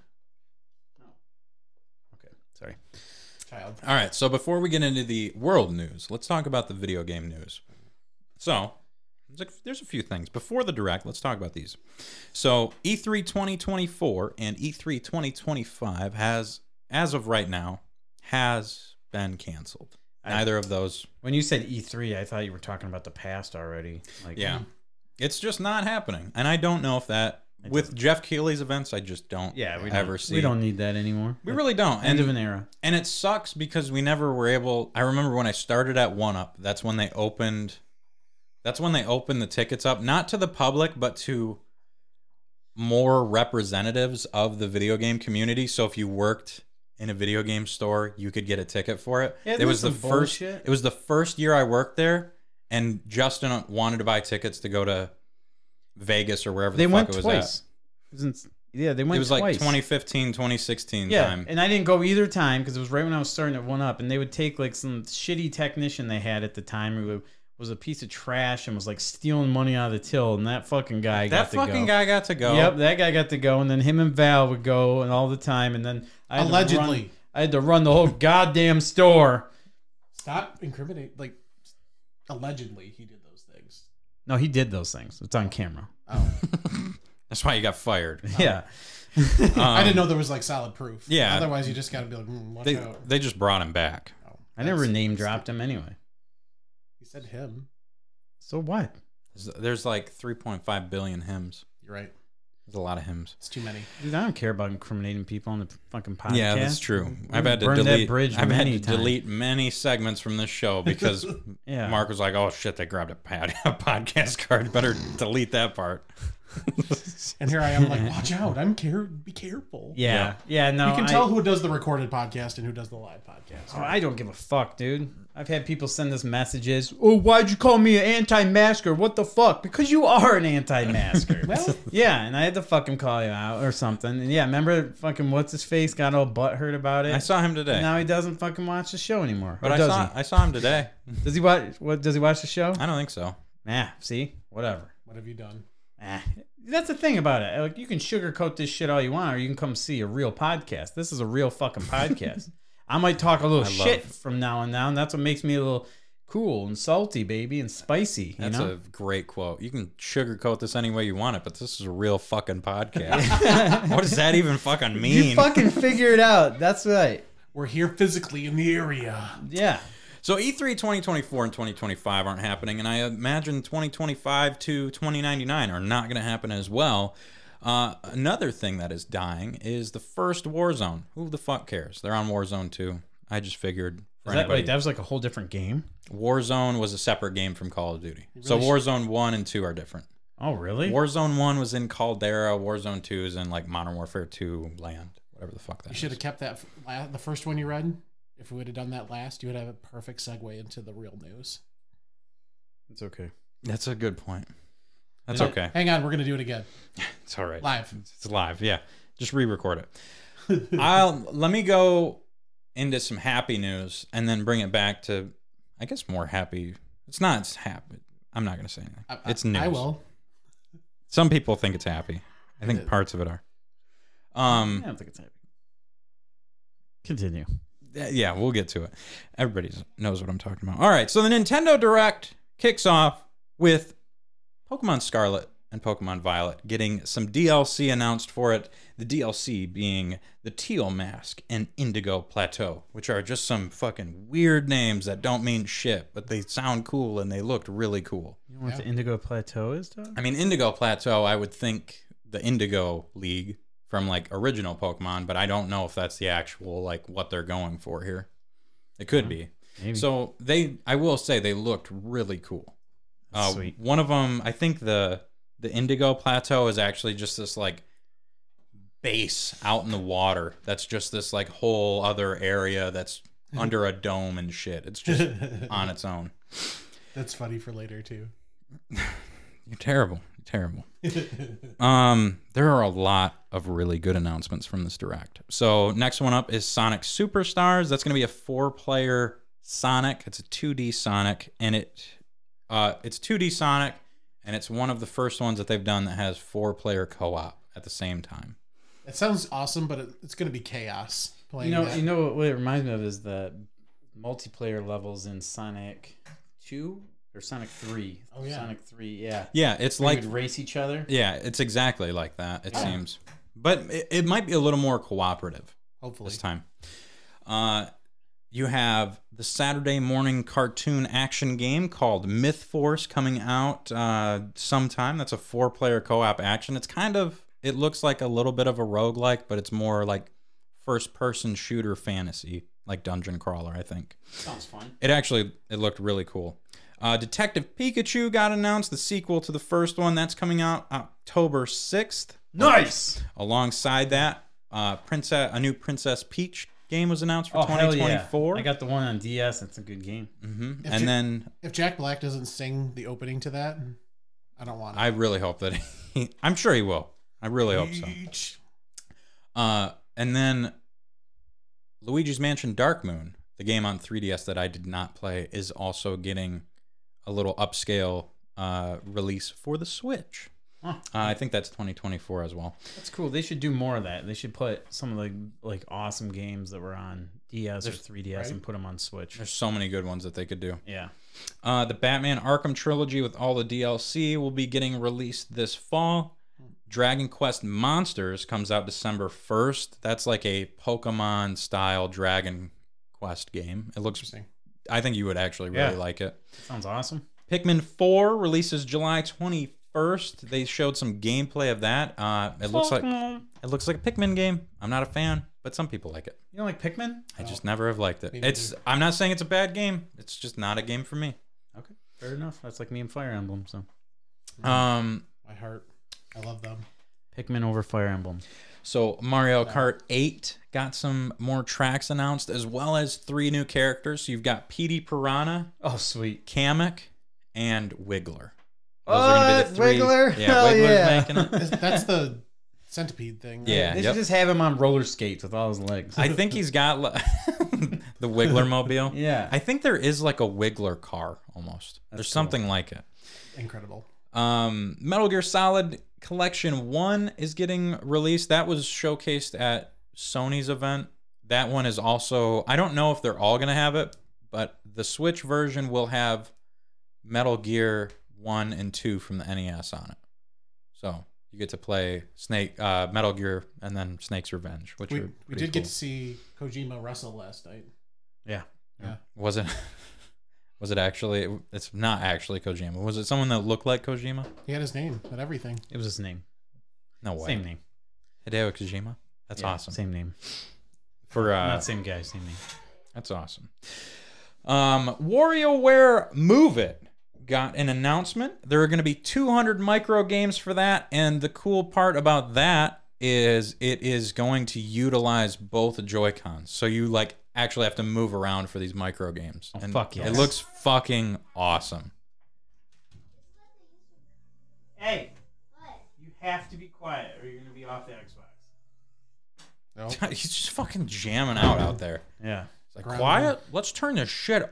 Speaker 1: No. Okay. Sorry.
Speaker 2: Child.
Speaker 3: All right. So before we get into the world news, let's talk about the video game news. So there's a, there's a few things before the Direct. Let's talk about these. So E E3 2024 and E E3 2025 has, as of right now, has been canceled.
Speaker 1: I-
Speaker 3: Neither of those.
Speaker 1: When you said E3, I thought you were talking about the past already. Like,
Speaker 3: Yeah. It's just not happening, and I don't know if that with Jeff Keighley's events. I just don't.
Speaker 1: Yeah. We don't,
Speaker 3: ever see.
Speaker 1: We don't need that anymore.
Speaker 3: We really don't.
Speaker 1: End
Speaker 3: And
Speaker 1: of an era.
Speaker 3: and it sucks because we never were able i remember when i started at one up that's when they opened that's when they opened the tickets up not to the public but to more representatives of the video game community. So if you worked in a video game store, you could get a ticket for it.
Speaker 1: Isn't
Speaker 3: it was
Speaker 1: that
Speaker 3: the
Speaker 1: some
Speaker 3: first.
Speaker 1: bullshit?
Speaker 3: It was the first year I worked there, and Justin wanted to buy tickets to go to Vegas or wherever
Speaker 1: They
Speaker 3: the fuck
Speaker 1: went
Speaker 3: it was
Speaker 1: twice. It was ins- yeah, they
Speaker 3: at.
Speaker 1: went.
Speaker 3: It was like
Speaker 1: twice.
Speaker 3: 2015, 2016
Speaker 1: Yeah,
Speaker 3: time.
Speaker 1: and I didn't go either time because it was right when I was starting at One Up, and they would take like some shitty technician they had at the time who wa- was a piece of trash and was like stealing money out of the till, and that fucking guy
Speaker 3: that
Speaker 1: got to
Speaker 3: fucking
Speaker 1: go.
Speaker 3: guy got to go.
Speaker 1: Yep, that guy got to go, and then him and Val would go, and all the time, and then I had to run-
Speaker 2: Allegedly.
Speaker 1: I had to run the whole goddamn store.
Speaker 2: Stop incriminating. Like, allegedly, he did those things.
Speaker 1: No, he did those things. It's on camera.
Speaker 2: Oh,
Speaker 3: That's why you got fired.
Speaker 1: Yeah,
Speaker 2: I
Speaker 3: Um,
Speaker 2: didn't know there was like solid proof.
Speaker 3: yeah.
Speaker 2: Otherwise, you just got to be like, mm, watch
Speaker 3: They
Speaker 2: out.
Speaker 3: they just brought him back.
Speaker 2: Oh,
Speaker 1: I never
Speaker 2: that's-
Speaker 1: name dropped him anyway.
Speaker 2: He said him.
Speaker 1: So what?
Speaker 3: There's- There's like 3.5 billion hymns.
Speaker 2: You're right.
Speaker 3: There's a lot of hymns.
Speaker 2: It's too many.
Speaker 1: Dude, I don't care about incriminating people on the fucking podcast.
Speaker 3: Yeah, that's true.
Speaker 1: We
Speaker 3: I've had to
Speaker 1: burned that
Speaker 3: delete.
Speaker 1: bridge
Speaker 3: I've had
Speaker 1: many
Speaker 3: to
Speaker 1: times.
Speaker 3: delete many segments from this show because
Speaker 1: Yeah.
Speaker 3: Mark was like, "Oh shit, they grabbed a, pad- a podcast card. Better delete that part."
Speaker 2: And here I am, like, watch out. I'm care. Be careful.
Speaker 1: Yeah, yeah. no,
Speaker 2: you can
Speaker 1: I-
Speaker 2: tell who does the recorded podcast and who does the live podcast.
Speaker 1: Oh, I don't give a fuck, dude. I've had people send us messages. Oh, why'd you call me an anti-masker? What the fuck? Because you are an anti-masker.
Speaker 2: Well,
Speaker 1: yeah, and I had to fucking call you out or something. And yeah, remember fucking what's his face got all butthurt about it.
Speaker 3: I saw him today,
Speaker 1: Now he doesn't fucking watch the show anymore.
Speaker 3: but
Speaker 1: Or
Speaker 3: I
Speaker 1: does
Speaker 3: saw I saw him today.
Speaker 1: he? Does he watch? What does he watch the show?
Speaker 3: I don't think so.
Speaker 1: Nah. See, whatever.
Speaker 2: what have you done?
Speaker 1: Eh. That's the thing about it. Like, you can sugarcoat this shit all you want, or you can come see a real podcast. This is a real fucking podcast. I might talk a little
Speaker 3: I
Speaker 1: shit
Speaker 3: love-
Speaker 1: from now and now, and that's what makes me a little cool and salty, baby, and spicy. You
Speaker 3: That's
Speaker 1: know,
Speaker 3: a great quote. You can sugarcoat this any way you want it, but this is a real fucking podcast. what does that even fucking mean?
Speaker 1: you fucking figure it out. That's right.
Speaker 2: We're here physically in the area.
Speaker 1: Yeah.
Speaker 3: So E E3 2024 and 2025 aren't happening, and I imagine 2025 to 2099 are not going to happen as well. Uh, another thing that is dying is the first Warzone. Who the fuck cares? They're on Warzone 2. I just figured for
Speaker 1: Is that,
Speaker 3: anybody.
Speaker 1: wait, that was like a whole different game.
Speaker 3: Warzone was a separate game from Call of Duty. so Warzone 1 and 2 are different.
Speaker 1: Oh, really?
Speaker 3: Warzone 1 was in Caldera, Warzone 2 is in like Modern Warfare 2 land, whatever the fuck that
Speaker 2: You
Speaker 3: is.
Speaker 2: should have kept that f- la- the first one you read. If we would have done that last, you would have a perfect segue into the real news.
Speaker 1: it's okay.
Speaker 3: That's a good point. That's
Speaker 1: Did it-
Speaker 3: okay.
Speaker 2: Hang on, we're gonna do it again
Speaker 3: It's all right.
Speaker 2: live.
Speaker 3: It's live. Yeah. Just re-record it. I'll let me go into some happy news and then bring it back to I guess more happy. It's not it's happy. I'm not going to say anything.
Speaker 2: I- I-
Speaker 3: it's news.
Speaker 2: I will.
Speaker 3: Some people think it's happy. I think
Speaker 2: is.
Speaker 3: parts of it are.
Speaker 1: I
Speaker 3: Um
Speaker 1: don't think it's happening. Continue.
Speaker 3: yeah, we'll get to it. Everybody knows what I'm talking about. All right, so the Nintendo Direct kicks off with Pokemon Scarlet and Pokemon Violet getting some DLC announced for it. The DLC being the Teal Mask and Indigo Plateau, which are just some fucking weird names that don't mean shit, but they sound cool and they looked really cool.
Speaker 1: You know what the Indigo Plateau is, Doug?
Speaker 3: I mean, Indigo Plateau, I would think the Indigo League from like original Pokemon, but I don't know if that's the actual like what they're going for here. It could be.
Speaker 1: Maybe.
Speaker 3: So they, I will say, they looked really cool. Uh,
Speaker 1: Sweet.
Speaker 3: One of them, I think the the Indigo Plateau is actually just this like base out in the water. That's just this like whole other area that's under a dome and shit. It's just on its own.
Speaker 2: That's funny for later too.
Speaker 3: You're terrible. You're terrible. um, there are a lot of really good announcements from this direct. So next one up is Sonic Superstars. That's going to be a four-player Sonic. It's a 2D Sonic, and it uh, it's 2D Sonic, and it's one of the first ones that they've done that has four-player co-op at the same time.
Speaker 2: It sounds awesome, but it, it's gonna be chaos
Speaker 1: You
Speaker 2: playing.
Speaker 1: know,
Speaker 2: that.
Speaker 1: you know what, what it reminds me of is the multiplayer levels in Sonic Two or Sonic Three.
Speaker 2: Oh, yeah.
Speaker 1: Sonic Three. Yeah,
Speaker 3: Yeah, it's
Speaker 1: like
Speaker 3: like
Speaker 1: would race each other.
Speaker 3: yeah, it's exactly like that. It seems, but it, it might be a little more cooperative.
Speaker 2: Hopefully,
Speaker 3: this time. Uh, you have the Saturday morning cartoon action game called Myth Force coming out uh, sometime. That's a four player co op action. It's kind of, it looks like a little bit of a roguelike, but it's more like first person shooter fantasy, like Dungeon Crawler, I think.
Speaker 1: Sounds fun.
Speaker 3: It actually it looked really cool. Uh, Detective Pikachu got announced, the sequel to the first one. That's coming out October sixth.
Speaker 1: Nice.
Speaker 3: Alongside that, uh, princess a new Princess Peach game was announced for
Speaker 1: Oh, hell yeah.
Speaker 3: 2024.
Speaker 1: I got the one on DS. That's a good game.
Speaker 3: hmm
Speaker 2: If
Speaker 3: And
Speaker 2: you-
Speaker 3: then
Speaker 2: If Jack Black doesn't sing the opening to that, I don't want it.
Speaker 3: I really hope that he, I'm sure he will. I really hope so.
Speaker 2: Peach.
Speaker 3: Uh, and then Luigi's Mansion Dark Moon, the game on 3DS that I did not play, is also getting a little upscale uh, release for the Switch.
Speaker 1: Huh.
Speaker 3: Uh, I think that's 2024 as well.
Speaker 1: That's cool. They should do more of that. They should put some of the like awesome games that were on DS
Speaker 2: There's-
Speaker 1: or 3DS and
Speaker 2: right?
Speaker 1: put them on Switch.
Speaker 3: There's so many good ones that they could do.
Speaker 1: yeah.
Speaker 3: Uh, the Batman Arkham trilogy with all the DLC will be getting released this fall. Dragon Quest Monsters comes out December 1st. That's like a Pokemon style Dragon Quest game. It looks,
Speaker 2: Interesting.
Speaker 3: I think you would actually really
Speaker 1: Yeah.
Speaker 3: like it.
Speaker 1: Sounds awesome.
Speaker 3: Pikmin 4 releases July 21st. They showed some gameplay of that. Uh, it looks like it
Speaker 1: Pokemon.
Speaker 3: looks like a Pikmin game. I'm not a fan, but some people like it.
Speaker 1: You don't like Pikmin?
Speaker 3: I just never have liked it.
Speaker 2: Oh. Me neither.
Speaker 3: It's I'm not saying it's a bad game. It's just not a game for me.
Speaker 1: Okay. Fair enough. That's like me and Fire Emblem. So
Speaker 2: Mm-hmm.
Speaker 3: Um
Speaker 2: My heart. I love them.
Speaker 1: Pikmin over Fire Emblem.
Speaker 3: so Mario Kart 8 got some more tracks announced as well as three new characters. So you've got Petey Piranha,
Speaker 1: Oh, sweet.
Speaker 3: Kamek, and Wiggler.
Speaker 1: What? Wiggler?
Speaker 3: Yeah,
Speaker 1: Hell
Speaker 3: Wiggler's
Speaker 1: yeah.
Speaker 3: making it.
Speaker 2: That's- That's the centipede thing. right?
Speaker 3: Yeah.
Speaker 1: They
Speaker 3: yep.
Speaker 1: should just have him on roller skates with all his legs.
Speaker 3: I think he's got li- the Wiggler mobile.
Speaker 1: Yeah.
Speaker 3: I think there is like a Wiggler car almost. There's
Speaker 1: cool.
Speaker 3: something like it.
Speaker 2: Incredible.
Speaker 3: Um, Metal Gear Solid Collection 1 is getting released. That was showcased at Sony's event. That one is also, I don't know if they're all going to have it, but the Switch version will have Metal Gear 1 and 2 from the NES on it. So you get to play Snake, uh, Metal Gear, and then Snake's Revenge, which
Speaker 2: We,
Speaker 3: are
Speaker 2: we
Speaker 3: pretty
Speaker 2: did get
Speaker 3: cool.
Speaker 2: to see Kojima wrestle last night.
Speaker 1: yeah.
Speaker 3: Was it? Was it actually? It's not actually Kojima. Was it someone that looked like Kojima?
Speaker 2: He had his name and everything.
Speaker 1: It was his name.
Speaker 3: No way.
Speaker 1: Same name.
Speaker 3: Hideo Kojima. That's
Speaker 1: Yeah,
Speaker 3: awesome.
Speaker 1: Same name.
Speaker 3: For uh,
Speaker 1: Not same guy, same name.
Speaker 3: that's awesome. Um, WarioWare Move It got an announcement. There are going to be 200 micro games for that, and the cool part about that is it is going to utilize both Joy Cons, so you like actually have to move around for these micro games.
Speaker 1: Oh, fuck yes.
Speaker 3: It looks fucking awesome.
Speaker 1: Hey. You have to be quiet or you're going to be off the Xbox.
Speaker 2: No.
Speaker 1: Oh.
Speaker 3: He's just fucking jamming out out there.
Speaker 1: Yeah.
Speaker 3: It's like,
Speaker 2: Ground.
Speaker 3: quiet? Let's turn this shit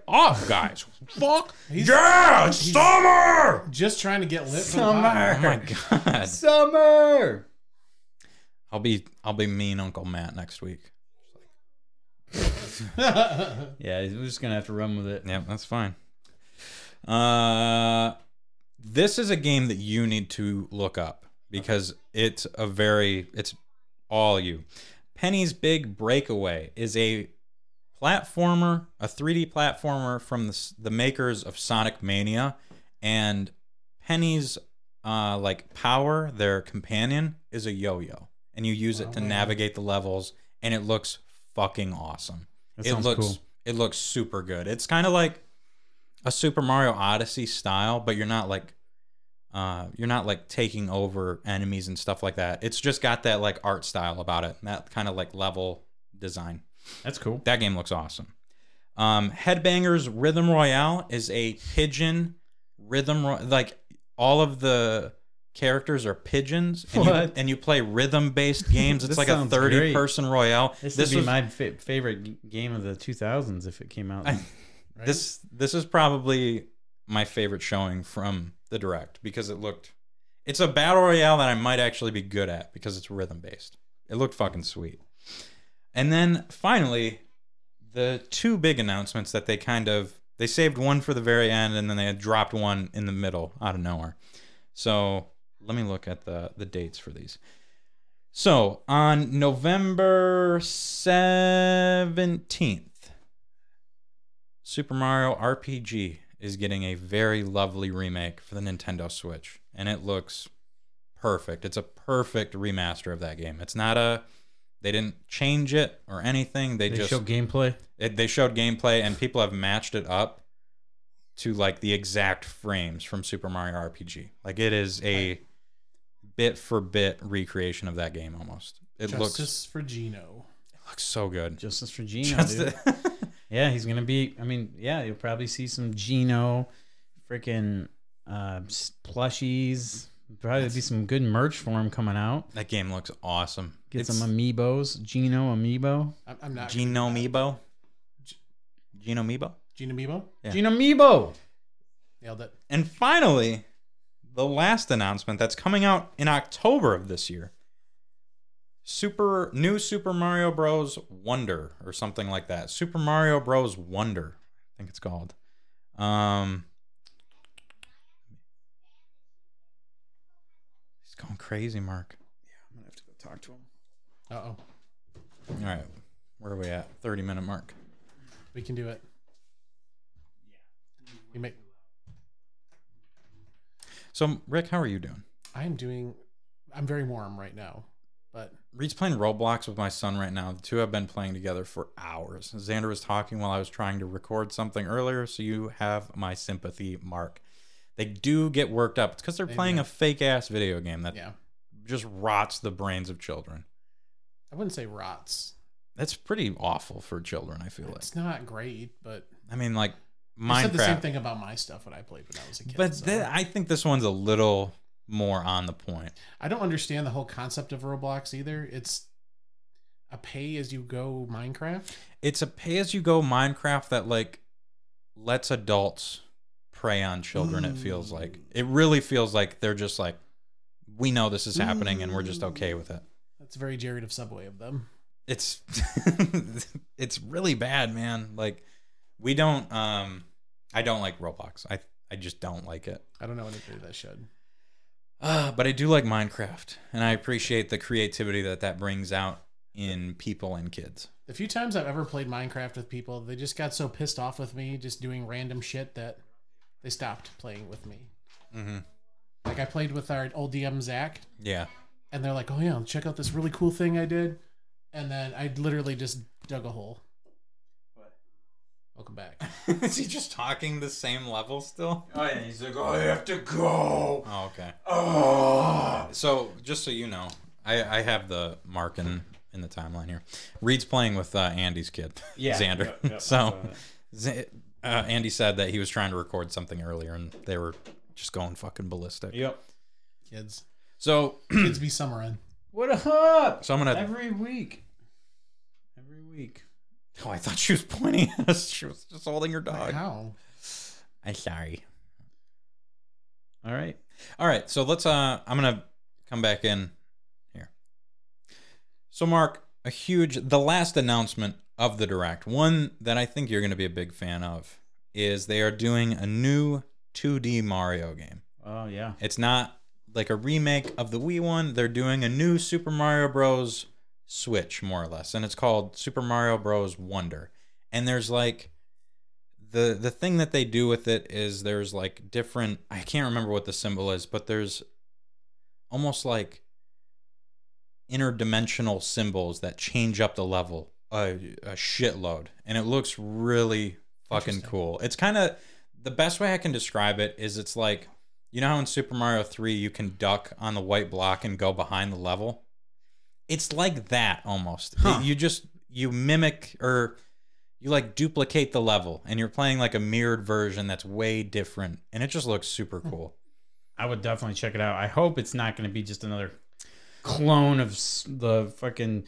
Speaker 3: off, guys. Fuck.
Speaker 2: He's-
Speaker 3: yeah,
Speaker 1: Oh,
Speaker 3: it's summer.
Speaker 2: Just trying to get lit. For the
Speaker 1: Summer.
Speaker 2: pod.
Speaker 3: Oh my god.
Speaker 1: Summer.
Speaker 3: I'll be I'll be mean Uncle Matt next week.
Speaker 1: Yeah, we're just going to have to run with it.
Speaker 3: Yeah, that's fine. Uh this is a game that you need to look up because it's a very it's all you. Penny's Big Breakaway is a platformer, a 3D platformer from the, s- the makers of Sonic Mania, and Penny's uh, like power, their companion, is a yo-yo, and you use it to
Speaker 2: Wow.
Speaker 3: navigate the levels, and it looks fucking awesome.
Speaker 1: That
Speaker 3: it
Speaker 1: sounds
Speaker 3: looks
Speaker 1: cool.
Speaker 3: it looks super good. It's kind of like a Super Mario Odyssey style, but you're not like uh, you're not like taking over enemies and stuff like that. It's just got that like art style about it, that kind of like level design.
Speaker 1: That's cool.
Speaker 3: That game looks awesome. Um, Headbangers Rhythm Royale is a pigeon rhythm ro- like all of the characters are pigeons and you,
Speaker 1: What?
Speaker 3: and you play rhythm based games. It's
Speaker 1: This
Speaker 3: like a
Speaker 1: sounds
Speaker 3: 30
Speaker 1: great.
Speaker 3: person royale.
Speaker 1: This,
Speaker 3: this
Speaker 1: would be
Speaker 3: was
Speaker 1: my fa- favorite g- game of the 2000s if it came out.
Speaker 3: I-
Speaker 2: Right?
Speaker 3: this this is probably my favorite showing from the direct because it looked it's a battle royale that I might actually be good at because it's rhythm based. It looked fucking sweet. And then finally, the two big announcements that they kind of they saved one for the very end and then they had dropped one in the middle out of nowhere. So let me look at the the dates for these. So on November seventeenth, Super Mario RPG is getting a very lovely remake for the Nintendo Switch, and it looks perfect. It's a perfect remaster of that game. It's not a they didn't change it or anything. They,
Speaker 1: they
Speaker 3: just
Speaker 1: show gameplay.
Speaker 3: it, they showed gameplay and people have matched it up to like the exact frames from Super Mario RPG. Like it is a bit for bit recreation of that game almost. It
Speaker 2: Justice
Speaker 3: looks
Speaker 2: for Gino.
Speaker 3: looks so good.
Speaker 1: Justice for Gino, dude.
Speaker 3: Just-
Speaker 1: Yeah, he's gonna be. I mean, yeah, you'll probably see some Gino, freaking uh, s- plushies. Probably be some good merch for him coming out.
Speaker 3: that game looks awesome.
Speaker 1: Get
Speaker 3: It's-
Speaker 1: some amiibos, Gino amiibo,
Speaker 2: I'm, I'm not
Speaker 3: Gino Amiibo. Gino Amiibo.
Speaker 2: Gino Mebo.
Speaker 3: Yeah.
Speaker 1: Gino amiibo.
Speaker 2: Nailed it.
Speaker 3: And finally, the last announcement that's coming out in October of this year. Super new Super Mario Bros. Wonder or something like that. Super Mario Bros. Wonder, I think it's called. Um, he's going crazy, Mark.
Speaker 1: I'm gonna have to go talk to him.
Speaker 2: Uh oh.
Speaker 3: All right, where are we at? Thirty minute mark.
Speaker 2: We can do it. You may.
Speaker 3: So, Rick, how are you doing?
Speaker 2: I'm doing. I'm very warm right now, but
Speaker 3: Reed's playing Roblox with my son right now. The two have been playing together for hours. Xander was talking while I was trying to record something earlier, so you have my sympathy, Mark. They do get worked up. It's because they're
Speaker 2: They
Speaker 3: playing
Speaker 2: do.
Speaker 3: a fake ass video game that
Speaker 2: yeah,
Speaker 3: just rots the brains of children.
Speaker 2: I wouldn't say rots.
Speaker 3: That's pretty awful for children, I feel like.
Speaker 2: It's not great, but
Speaker 3: I mean, like
Speaker 2: I said the same
Speaker 3: Minecraft.
Speaker 2: thing about my stuff when I played when I was a kid.
Speaker 3: But
Speaker 2: so-
Speaker 3: th- I think this one's a little more on the point.
Speaker 2: I don't understand the whole concept of Roblox either. It's a pay as you go Minecraft.
Speaker 3: It's a pay as you go Minecraft that, like, lets adults prey on children it feels like it really feels like they're just like we know this is happening and we're just okay with it
Speaker 2: That's very Jared of Subway of them.
Speaker 3: it's it's really bad man like we don't um i don't like roblox i i just don't like it
Speaker 2: I don't know anybody that should.
Speaker 3: uh, but i do like minecraft and i appreciate the creativity that that brings out in people and kids
Speaker 2: The few times I've ever played Minecraft with people, they just got so pissed off with me just doing random shit that they stopped playing with me.
Speaker 3: mm-hmm.
Speaker 2: Like I played with our old DM Zach,
Speaker 3: yeah
Speaker 2: and they're like, "Oh yeah, check out this really cool thing I did," and then I literally just dug a hole. Welcome back.
Speaker 3: is he just talking the same level still
Speaker 1: Oh yeah, he's like, I have to go.
Speaker 3: oh okay
Speaker 1: Oh.
Speaker 3: So, just so you know, I, I have the mark in, in the timeline here. Reed's playing with uh, Andy's kid,
Speaker 1: Yeah,
Speaker 3: Xander.
Speaker 1: yep, yep, I saw
Speaker 3: so, Z- uh, Andy said that he was trying to record something earlier, and they were just going fucking ballistic.
Speaker 1: Yep.
Speaker 2: Kids,
Speaker 3: So,
Speaker 2: kids be summering.
Speaker 1: What up?
Speaker 3: so I'm gonna.
Speaker 1: Every week. Every week.
Speaker 3: Oh, I thought she was pointing at us. She was just holding her dog.
Speaker 2: How?
Speaker 3: I'm sorry.
Speaker 1: All right.
Speaker 3: All right, so let's. Uh, I'm gonna come back in here. So, Mark, a huge, the last announcement of the direct, one that I think you're gonna be a big fan of, is they are doing a new 2D Mario game.
Speaker 1: Oh yeah.
Speaker 3: It's not like a remake of the Wii one. They're doing a new Super Mario Bros. Switch, more or less, and it's called Super Mario Bros. Wonder. And there's like the the thing that they do with it is there's like different. I can't remember what the symbol is, but there's almost like interdimensional symbols that change up the level a, a shitload, and it looks really fucking
Speaker 2: Interesting.
Speaker 3: cool. It's kind of the best way I can describe it is it's like you know how in Super Mario 3 you can duck on the white block and go behind the level? It's like that almost.
Speaker 1: Huh.
Speaker 3: It- you just you mimic or you like duplicate the level and you're playing like a mirrored version that's way different and it just looks super
Speaker 1: Hmm.
Speaker 3: cool.
Speaker 1: I would definitely check it out. I hope it's not going to be just another clone of s- the fucking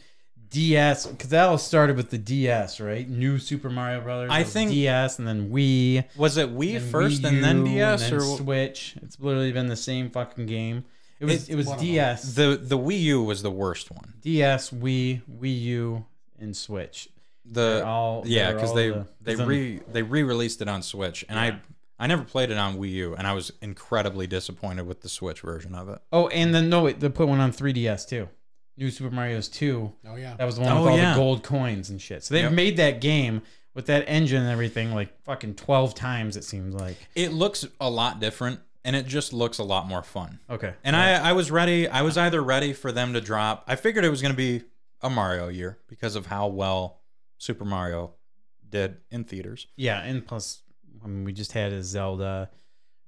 Speaker 1: DS because that all started with the DS, right? New Super Mario Brothers.
Speaker 3: I
Speaker 1: it was
Speaker 3: think-
Speaker 1: DS and then Wii.
Speaker 3: Was it Wii first
Speaker 1: Wii
Speaker 3: and
Speaker 1: U,
Speaker 3: then DS
Speaker 1: and then
Speaker 3: or w-
Speaker 1: Switch? It's literally been the same fucking game. It was
Speaker 3: It's
Speaker 1: it was
Speaker 2: one of them.
Speaker 1: DS,
Speaker 3: the the Wii U was the worst one.
Speaker 1: DS, Wii, Wii U, and Switch.
Speaker 3: The
Speaker 1: They're all-
Speaker 3: yeah,
Speaker 1: they're
Speaker 3: because
Speaker 1: all
Speaker 3: they
Speaker 1: the-
Speaker 3: they
Speaker 1: then-
Speaker 3: re they re released it on Switch and
Speaker 1: Yeah.
Speaker 3: I I never played it on Wii U and I was incredibly disappointed with the Switch version of it.
Speaker 1: Oh, and then no, wait, they put one on 3DS too. New Super Mario's two.
Speaker 2: Oh yeah.
Speaker 1: That was the one
Speaker 3: Oh,
Speaker 1: with all
Speaker 3: yeah.
Speaker 1: the gold coins and shit. So they've
Speaker 3: Yep.
Speaker 1: made that game with that engine and everything like fucking 12 times, it seems like.
Speaker 3: It looks a lot different, and it just looks a lot more fun.
Speaker 1: Okay.
Speaker 3: And I, I was ready. I was either ready for them to drop. I figured it was going to be a Mario year because of how well Super Mario did in theaters.
Speaker 1: Yeah, and plus, I mean, we just had a Zelda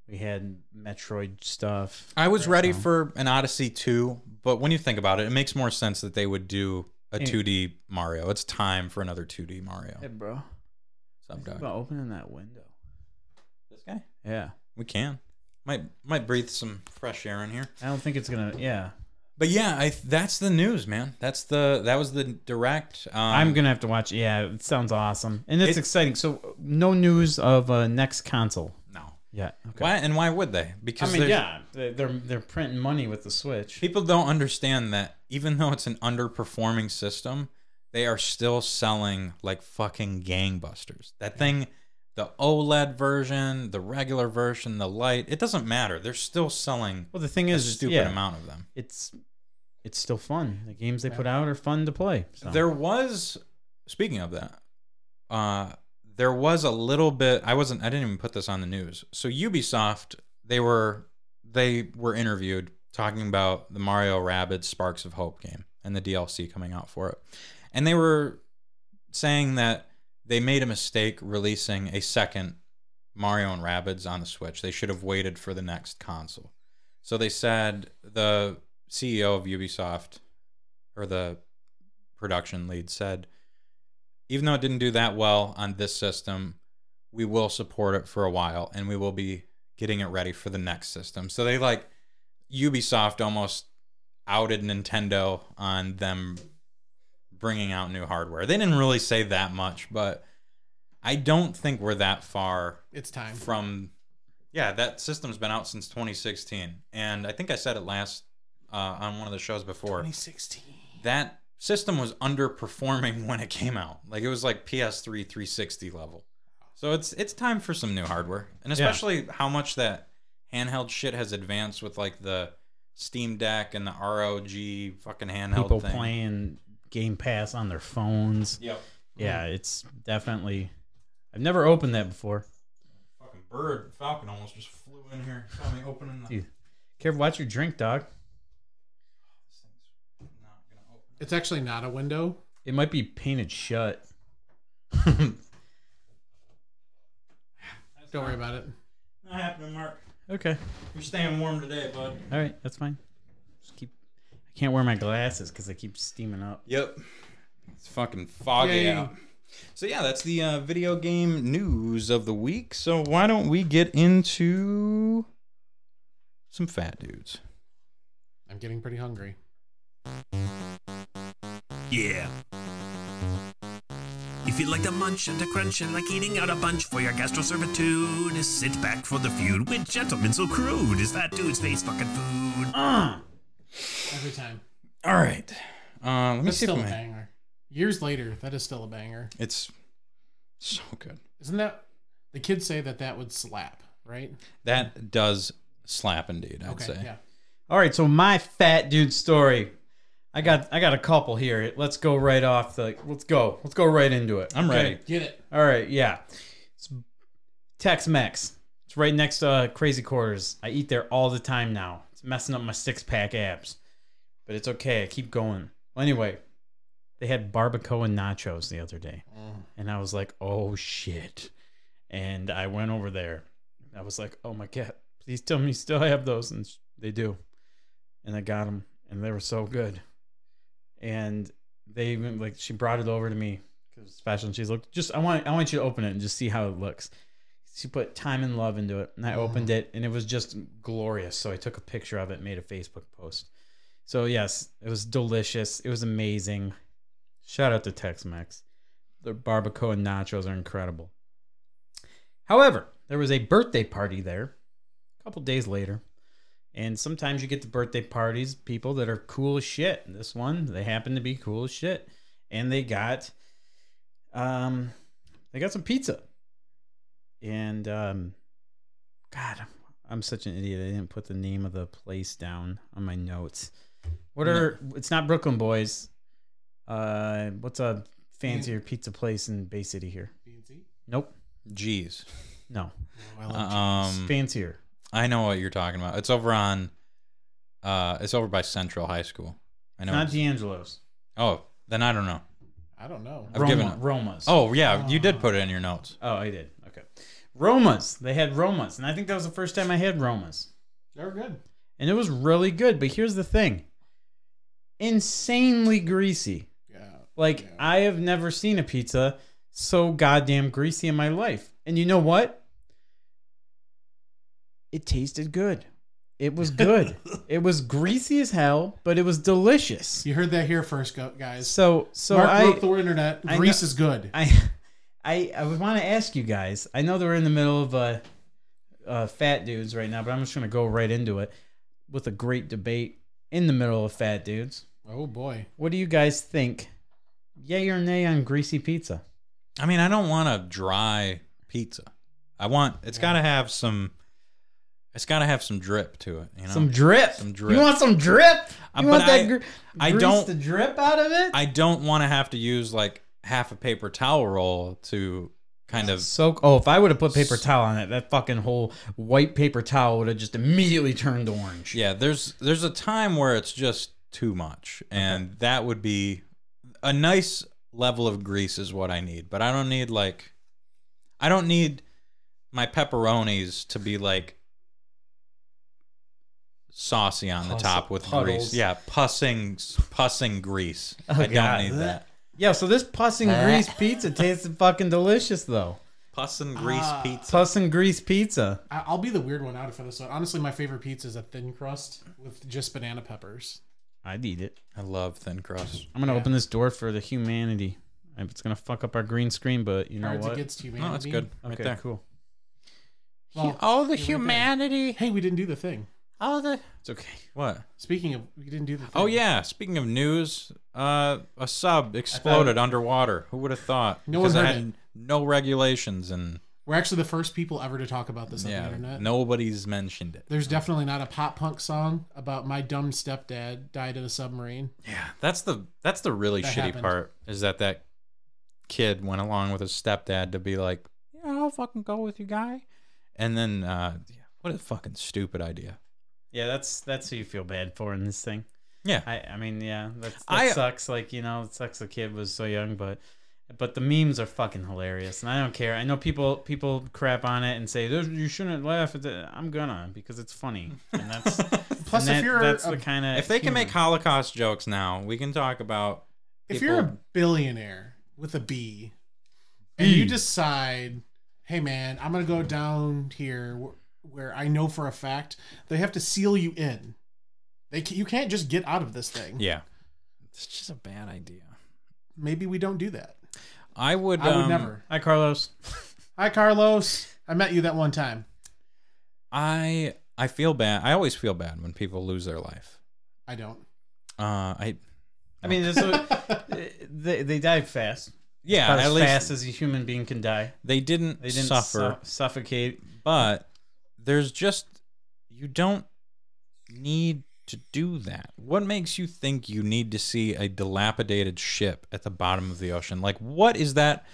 Speaker 1: We had Metroid stuff.
Speaker 3: I was ready
Speaker 1: So-
Speaker 3: for an Odyssey 2, but when you think about it, it makes more sense that they would do a
Speaker 1: Yeah.
Speaker 3: 2D Mario. It's time for another 2D Mario.
Speaker 1: Hey, bro.
Speaker 3: Sup,
Speaker 1: Think
Speaker 3: dog?
Speaker 1: about opening that window.
Speaker 3: This guy?
Speaker 1: Yeah.
Speaker 3: We can. Might might breathe some fresh air in here.
Speaker 1: I don't think it's gonna. Yeah.
Speaker 3: But yeah, I that's the news, man. That's the that was the direct. Um,
Speaker 1: I'm gonna have to watch. Yeah, it sounds awesome and it's
Speaker 3: It-
Speaker 1: exciting. So uh, no news of uh, next console.
Speaker 3: no.
Speaker 1: Yeah.
Speaker 3: Why and why would they?
Speaker 1: I
Speaker 3: Because
Speaker 1: mean,
Speaker 3: there's-
Speaker 1: yeah, they- they're they're printing money with the Switch.
Speaker 3: people don't understand that even though it's an underperforming system, they are still selling like fucking gangbusters. That thing, the OLED version, the regular version, the light, it doesn't matter. They're still selling
Speaker 1: Well, the thing
Speaker 3: a
Speaker 1: is, is,
Speaker 3: stupid
Speaker 1: yeah,
Speaker 3: amount of them.
Speaker 1: it's it's still fun. The games they put out are fun to play. So.
Speaker 3: There was speaking of that, uh there was a little bit I wasn't I didn't even put this on the news. So Ubisoft, they were they were interviewed talking about the Mario Rabbids Sparks of Hope game and the DLC coming out for it. And they were saying that they made a mistake releasing a second Mario and Rabbids on the Switch. They should have waited for the next console. So they said the CEO of Ubisoft or the production lead said, even though it didn't do that well on this system, we will support it for a while and we will be getting it ready for the next system. So they like Ubisoft almost outed Nintendo on them bringing out new hardware. They didn't really say that much, but I don't think we're that far
Speaker 2: It's time.
Speaker 3: from yeah that system's been out since 2016 and i think i said it last uh, on one of the shows before
Speaker 2: 2016.
Speaker 3: that system was underperforming when it came out like it was like ps3 360 level so it's it's time for some new hardware and especially how much that handheld shit has advanced with like the steam deck and the rog fucking handheld
Speaker 1: people
Speaker 3: thing
Speaker 1: playing Game Pass on their phones.
Speaker 3: yep
Speaker 1: Yeah, it's definitely. I've never opened that before.
Speaker 3: fucking bird falcon almost just flew in here saw me opening the
Speaker 1: Dude. Careful, watch your drink, dog.
Speaker 3: this thing's not gonna open
Speaker 2: It's actually not a window.
Speaker 1: It might be painted shut.
Speaker 2: Don't worry about it.
Speaker 3: not happening mark
Speaker 1: okay.
Speaker 3: You're staying warm today, bud.
Speaker 1: All right, that's fine. Just keep. I can't wear my glasses because I keep steaming up.
Speaker 3: Yep. It's fucking foggy
Speaker 2: Yay.
Speaker 3: out. So yeah, that's the uh, video game news of the week. So why don't we get into some fat dudes?
Speaker 2: I'm getting pretty hungry.
Speaker 4: Yeah. If you'd like to munch and to crunch and like eating out a bunch for your gastro servitude, sit back for the feud with gentlemen so crude. Is that dude's face fucking food?
Speaker 1: Ah!
Speaker 2: Every time.
Speaker 3: All right. Uh, let me
Speaker 2: That's
Speaker 3: see if
Speaker 2: still a
Speaker 3: I'm.
Speaker 2: banger. Years later, that is still a banger.
Speaker 3: It's so good.
Speaker 2: Isn't that? The kids say that that would slap, right?
Speaker 3: That does slap indeed. I'd
Speaker 2: Okay,
Speaker 3: say.
Speaker 2: yeah.
Speaker 1: All right, so my fat dude story. I got I got a couple here. Let's go right off the. Let's go. Let's go right into it.
Speaker 3: I'm
Speaker 1: Okay?
Speaker 3: ready.
Speaker 2: Get it.
Speaker 1: All right, yeah. It's Tex-Mex. It's right next to uh, Crazy Quarters. I eat there all the time now. It's messing up my six-pack abs, but it's okay. I keep going. Well, anyway, they had barbacoa nachos the other day,
Speaker 2: Uh,
Speaker 1: and I was like, "Oh shit!" And I went over there. I was like, "Oh my god, please tell me you still have those." And sh- they do, and I got them, and they were so good. And they even like she brought it over to me because it's special. And she's like, just I want I want you to open it and just see how it looks. She put time and love into it, and I opened it, and it was just glorious. So I took a picture of it, made a Facebook post. So yes, it was delicious. It was amazing. Shout out to Tex-Mex. Their barbacoa nachos are incredible. However, there was a birthday party there a couple days later. And sometimes you get the birthday parties, people that are cool as shit. This one, they happen to be cool as shit. And they got um they got some pizza. And um God, I'm, I'm such an idiot. I didn't put the name of the place down on my notes. What are it's not Brooklyn Boys. Uh what's a fancier pizza place in Bay City here?
Speaker 2: BNC.
Speaker 1: Nope.
Speaker 3: Jeez.
Speaker 1: No.
Speaker 2: Oh, I love
Speaker 1: Uh-uh.
Speaker 3: Um,
Speaker 1: fancier.
Speaker 3: I know what you're talking about. It's over on. Uh, it's over by Central High School. I know.
Speaker 1: Not
Speaker 3: it's-
Speaker 1: D'Angelo's.
Speaker 3: oh, then I don't know.
Speaker 2: I don't know.
Speaker 3: I've given up.
Speaker 1: Roma's.
Speaker 2: Ah.
Speaker 3: Oh yeah, you did put it in your notes.
Speaker 1: Oh, I did. Okay. Romas. They had Romas, and I think that was the first time I had Romas,
Speaker 2: They're good.
Speaker 1: and it was really good. But here's the thing: insanely greasy.
Speaker 2: Yeah.
Speaker 1: Like
Speaker 2: Yeah.
Speaker 1: I have never seen a pizza so goddamn greasy in my life. And you know what? It tasted good. It was good. it was greasy as hell, but it was delicious.
Speaker 2: You heard that here first, gu- guys.
Speaker 1: So so
Speaker 2: Mark
Speaker 1: I
Speaker 2: broke the internet.
Speaker 1: I
Speaker 2: Grease is good.
Speaker 1: I I I would want to ask you guys. I know they're in the middle of uh, uh, fat dudes right now, but I'm just gonna go right into it with a great debate in the middle of fat dudes.
Speaker 2: oh boy.
Speaker 1: What do you guys think? Yay or nay on greasy pizza?
Speaker 3: I mean, I don't want a dry pizza. I want it's got to have some. It's got to have some drip to it. You know,
Speaker 1: Some drip.
Speaker 3: Some drip.
Speaker 1: You want some drip?
Speaker 3: Uh,
Speaker 1: You want
Speaker 3: but
Speaker 1: that?
Speaker 3: I-
Speaker 1: gr-
Speaker 3: I
Speaker 1: grease
Speaker 3: don't-
Speaker 1: the drip out of it.
Speaker 3: I don't want to have to use like half a paper towel roll to kind of.
Speaker 1: Soak. Oh, if I would have put paper towel on it, that fucking whole white paper towel would have just immediately turned orange.
Speaker 3: Yeah, there's there's a time where it's just too much, and that would be a nice level of grease is what I need. But I don't need like, I don't need my pepperonis to be like saucy on the
Speaker 1: Pus-
Speaker 3: top with
Speaker 1: puddles.
Speaker 3: grease. Yeah, pussing pussing grease.
Speaker 1: Oh,
Speaker 3: I
Speaker 1: God.
Speaker 3: don't need that.
Speaker 1: Yeah. So this pussing grease pizza tasted fucking delicious though.
Speaker 3: Pussing grease
Speaker 2: Ah.
Speaker 3: pizza.
Speaker 1: Pussing grease pizza.
Speaker 2: I- I'll be the weird one out for this one. Honestly, my favorite pizza is a thin crust with just banana peppers.
Speaker 1: I'd eat it.
Speaker 3: I love thin crust.
Speaker 1: I'm gonna
Speaker 2: Yeah.
Speaker 1: open this door for the humanity. If It's gonna fuck up our green screen, but you know
Speaker 2: Cards
Speaker 1: what?
Speaker 2: against humanity.
Speaker 3: No, that's good. Right
Speaker 1: okay,
Speaker 3: there.
Speaker 1: cool.
Speaker 2: Well,
Speaker 3: Oh, the
Speaker 2: humanity. hey, we didn't do the thing.
Speaker 3: Oh, the
Speaker 1: It's okay.
Speaker 3: what?
Speaker 2: Speaking of, we didn't do the. Thing.
Speaker 3: Oh yeah. Speaking of news, uh, a sub exploded underwater. Who would have thought?
Speaker 2: No one
Speaker 3: 'Cause
Speaker 2: heard
Speaker 3: it had
Speaker 2: it.
Speaker 3: no regulations and
Speaker 2: we're actually the first people ever to talk about this on the
Speaker 3: yeah,
Speaker 2: internet.
Speaker 3: nobody's mentioned it.
Speaker 2: There's definitely not a pop punk song about my dumb stepdad died in a submarine.
Speaker 3: Yeah, that's the that's the really
Speaker 2: That
Speaker 3: shitty
Speaker 2: happened.
Speaker 3: part is that that kid went along with his stepdad to be like, yeah, I'll fucking go with you, guy, and then uh, yeah, what a fucking stupid idea.
Speaker 1: Yeah, that's that's who you feel bad for in this thing.
Speaker 3: Yeah.
Speaker 1: I, I mean, yeah, that's, that
Speaker 3: I- uh,
Speaker 1: sucks. Like you know, it sucks the kid was so young, but but the memes are fucking hilarious, and I don't care. I know people people crap on it and say "Those- you shouldn't laugh at that. I'm gonna because it's funny, and that's
Speaker 2: Plus,
Speaker 1: and
Speaker 2: if
Speaker 1: that-
Speaker 2: you're
Speaker 1: that's
Speaker 2: a-
Speaker 1: the kind of
Speaker 3: If they can make Holocaust jokes now, we can talk about
Speaker 2: if you're a
Speaker 3: people-
Speaker 2: billionaire with a B, and you decide, hey man, I'm gonna go down here wh- where I know for a fact they have to seal you in. They ca you can't just get out of this thing.
Speaker 3: yeah, it's just a bad idea.
Speaker 2: Maybe we don't do that.
Speaker 3: I would.
Speaker 2: I would
Speaker 3: um,
Speaker 2: never.
Speaker 1: Hi, Carlos.
Speaker 2: Hi Carlos, I met you that one time.
Speaker 3: I I feel bad. I always feel bad when people lose their life.
Speaker 2: I don't.
Speaker 3: Uh, I
Speaker 1: I mean, this is- they they die fast.
Speaker 3: yeah,
Speaker 1: About
Speaker 3: at
Speaker 1: as
Speaker 3: least
Speaker 1: fast as a human being can die.
Speaker 3: they didn't
Speaker 1: They didn't
Speaker 3: suffer,
Speaker 1: suffer, suffocate.
Speaker 3: but there's just you don't need to do that. What makes you think you need to see a dilapidated ship at the bottom of the ocean? Like what is that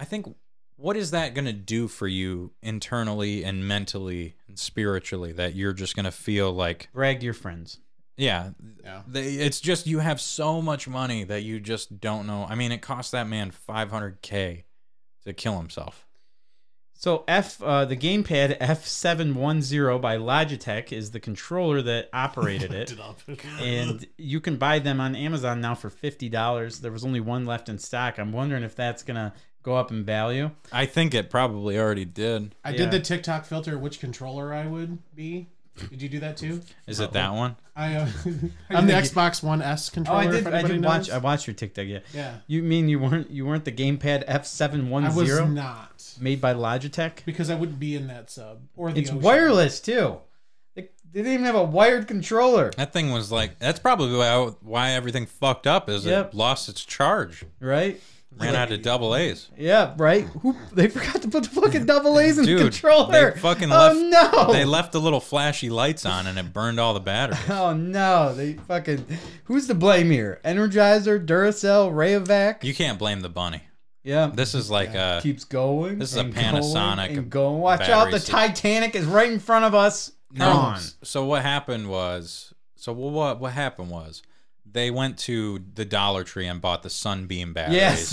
Speaker 3: I think what is that going to do for you internally and mentally and spiritually that you're just going to feel like
Speaker 1: Brag to your friends.
Speaker 3: yeah,
Speaker 2: Yeah.
Speaker 3: They, it's just you have so much money that you just don't know. I mean, it cost that man 500k to kill himself.
Speaker 1: So F, uh, the gamepad F710 by Logitech is the controller that operated it,
Speaker 2: up.
Speaker 1: and you can buy them on Amazon now for fifty dollars. There was only one left in stock. I'm wondering if that's gonna go up in value.
Speaker 3: I think it probably already did.
Speaker 2: I
Speaker 1: Yeah.
Speaker 2: did the TikTok filter which controller I would be. Did you do that too?
Speaker 3: Is it that one?
Speaker 2: I uh, I'm the Xbox One S
Speaker 1: Oh,
Speaker 2: controller.
Speaker 1: I
Speaker 2: if
Speaker 1: did. I
Speaker 2: anybody
Speaker 1: did watch.
Speaker 2: knows.
Speaker 1: I watched your TikTok. Yeah.
Speaker 2: yeah.
Speaker 1: You mean you weren't you weren't the gamepad
Speaker 2: I was
Speaker 1: F710
Speaker 2: not.
Speaker 1: made by Logitech?
Speaker 2: because I wouldn't be in that sub or the
Speaker 1: It's
Speaker 2: ocean.
Speaker 1: wireless too. They they didn't even have a wired controller.
Speaker 3: That thing was like that's probably why, why everything fucked up is
Speaker 1: Yep.
Speaker 3: it lost its charge,
Speaker 1: Right?
Speaker 3: ran out of double A's.
Speaker 1: Yeah, right. Who they forgot to put the fucking double A's in
Speaker 3: Dude,
Speaker 1: the controller.
Speaker 3: they fucking
Speaker 1: oh no.
Speaker 3: They left the little flashy lights on and it burned all the batteries.
Speaker 1: oh no. They fucking Who's to blame here? Energizer, Duracell, Rayovac.
Speaker 3: You can't blame the bunny.
Speaker 1: yeah.
Speaker 3: This is like uh
Speaker 1: keeps going.
Speaker 3: this is a
Speaker 1: and going
Speaker 3: Panasonic
Speaker 1: and going. Watch out, the
Speaker 3: battery system.
Speaker 1: Titanic is right in front of us. Come
Speaker 3: No.
Speaker 1: on.
Speaker 3: So what happened was, so wh- what what happened was, they went to the Dollar Tree and bought the Sunbeam batteries.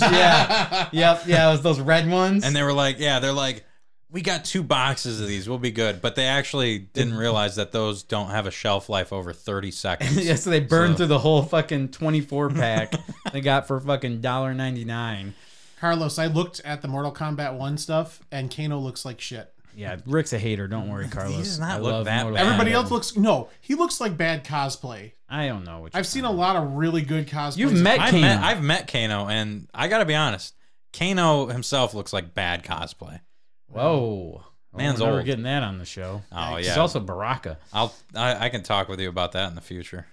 Speaker 1: Yes, yeah. yep, yeah, it was those red ones.
Speaker 3: And they were like, yeah, they're like, we got two boxes of these. We'll be good. But they actually didn't realize that those don't have a shelf life over 30 seconds.
Speaker 1: yeah, so they burned
Speaker 3: So-
Speaker 1: through the whole fucking 24 pack they got for fucking $1.99.
Speaker 2: Carlos, I looked at the Mortal Kombat 1 stuff, and Kano looks like shit.
Speaker 1: Yeah, Rick's a hater. Don't worry, Carlos.
Speaker 3: does not
Speaker 1: I
Speaker 3: look
Speaker 1: love
Speaker 3: that
Speaker 1: Mortal
Speaker 3: bad.
Speaker 2: Everybody
Speaker 1: Kombat.
Speaker 2: else looks. No, he looks like bad cosplay.
Speaker 1: I don't know. What
Speaker 2: I've seen a lot of really good cosplays.
Speaker 1: You've met
Speaker 3: I've,
Speaker 1: Kano.
Speaker 3: Met, I've met Kano, and I got to be honest, Kano himself looks like bad cosplay.
Speaker 1: Whoa.
Speaker 3: Man's
Speaker 1: Oh, we're never
Speaker 3: old.
Speaker 1: getting that on the show.
Speaker 3: Oh,
Speaker 1: He's
Speaker 3: yeah.
Speaker 1: also Baraka.
Speaker 3: I'll, I, I can talk with you about that in the future.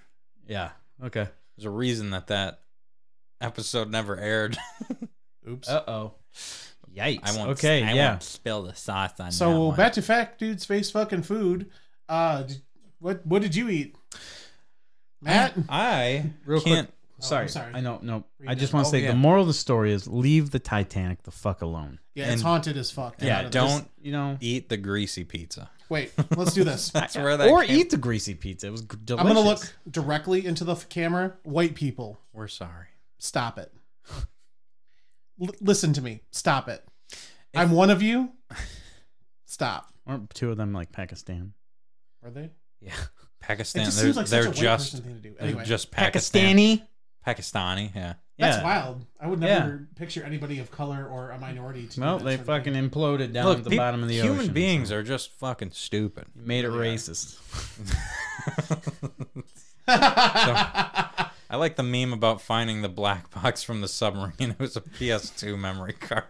Speaker 1: Yeah. Okay.
Speaker 3: There's a reason that that episode never aired.
Speaker 2: Oops.
Speaker 1: Uh oh. Yikes.
Speaker 3: I won't,
Speaker 1: okay.
Speaker 3: I
Speaker 1: yeah.
Speaker 3: won't spill the sauce on that
Speaker 2: so
Speaker 3: one.
Speaker 2: back to fact, dude's face fucking food. Uh, d- what what did you eat, Matt?
Speaker 3: I
Speaker 1: Real
Speaker 3: can't.
Speaker 1: quick. Oh, Sorry.
Speaker 2: I'm sorry.
Speaker 1: I know. No.
Speaker 2: Read
Speaker 1: I just
Speaker 2: it.
Speaker 1: want
Speaker 2: Oh,
Speaker 1: to say
Speaker 3: yeah.
Speaker 1: the moral of the story is leave the Titanic the fuck alone.
Speaker 2: yeah, it's
Speaker 3: and-
Speaker 2: haunted as fuck. Get out
Speaker 3: Yeah,
Speaker 2: of this.
Speaker 3: don't
Speaker 1: You know.
Speaker 3: eat the greasy pizza.
Speaker 2: Wait, let's do this.
Speaker 3: That's where that
Speaker 1: Or
Speaker 3: came-
Speaker 1: eat the greasy pizza. It was g-
Speaker 2: I'm
Speaker 1: delicious.
Speaker 2: gonna look directly into the f- camera. White people,
Speaker 3: We're sorry.
Speaker 2: stop it. L- listen to me. Stop it. I'm one of you. Stop.
Speaker 1: Aren't two of them like Pakistan?
Speaker 2: Are they?
Speaker 3: Yeah,
Speaker 2: It
Speaker 3: Pakistan.
Speaker 2: just
Speaker 3: they're
Speaker 2: seems like
Speaker 3: they're
Speaker 2: such a white
Speaker 3: just
Speaker 2: person thing to do.
Speaker 3: they're
Speaker 2: Anyway,
Speaker 3: just Pakistan.
Speaker 1: Pakistani.
Speaker 3: Pakistani. Yeah.
Speaker 2: that's
Speaker 1: yeah.
Speaker 2: wild. I would
Speaker 1: Yeah.
Speaker 2: never picture anybody of color or a minority. To do
Speaker 1: Well,
Speaker 2: that
Speaker 1: they
Speaker 2: sort of thing.
Speaker 1: fucking imploded down at the
Speaker 3: peop-
Speaker 1: bottom of the
Speaker 3: human
Speaker 1: ocean.
Speaker 3: beings are just fucking stupid.
Speaker 1: You made it racist.
Speaker 3: I like the meme about finding the black box from the submarine. It was a PS2 memory card.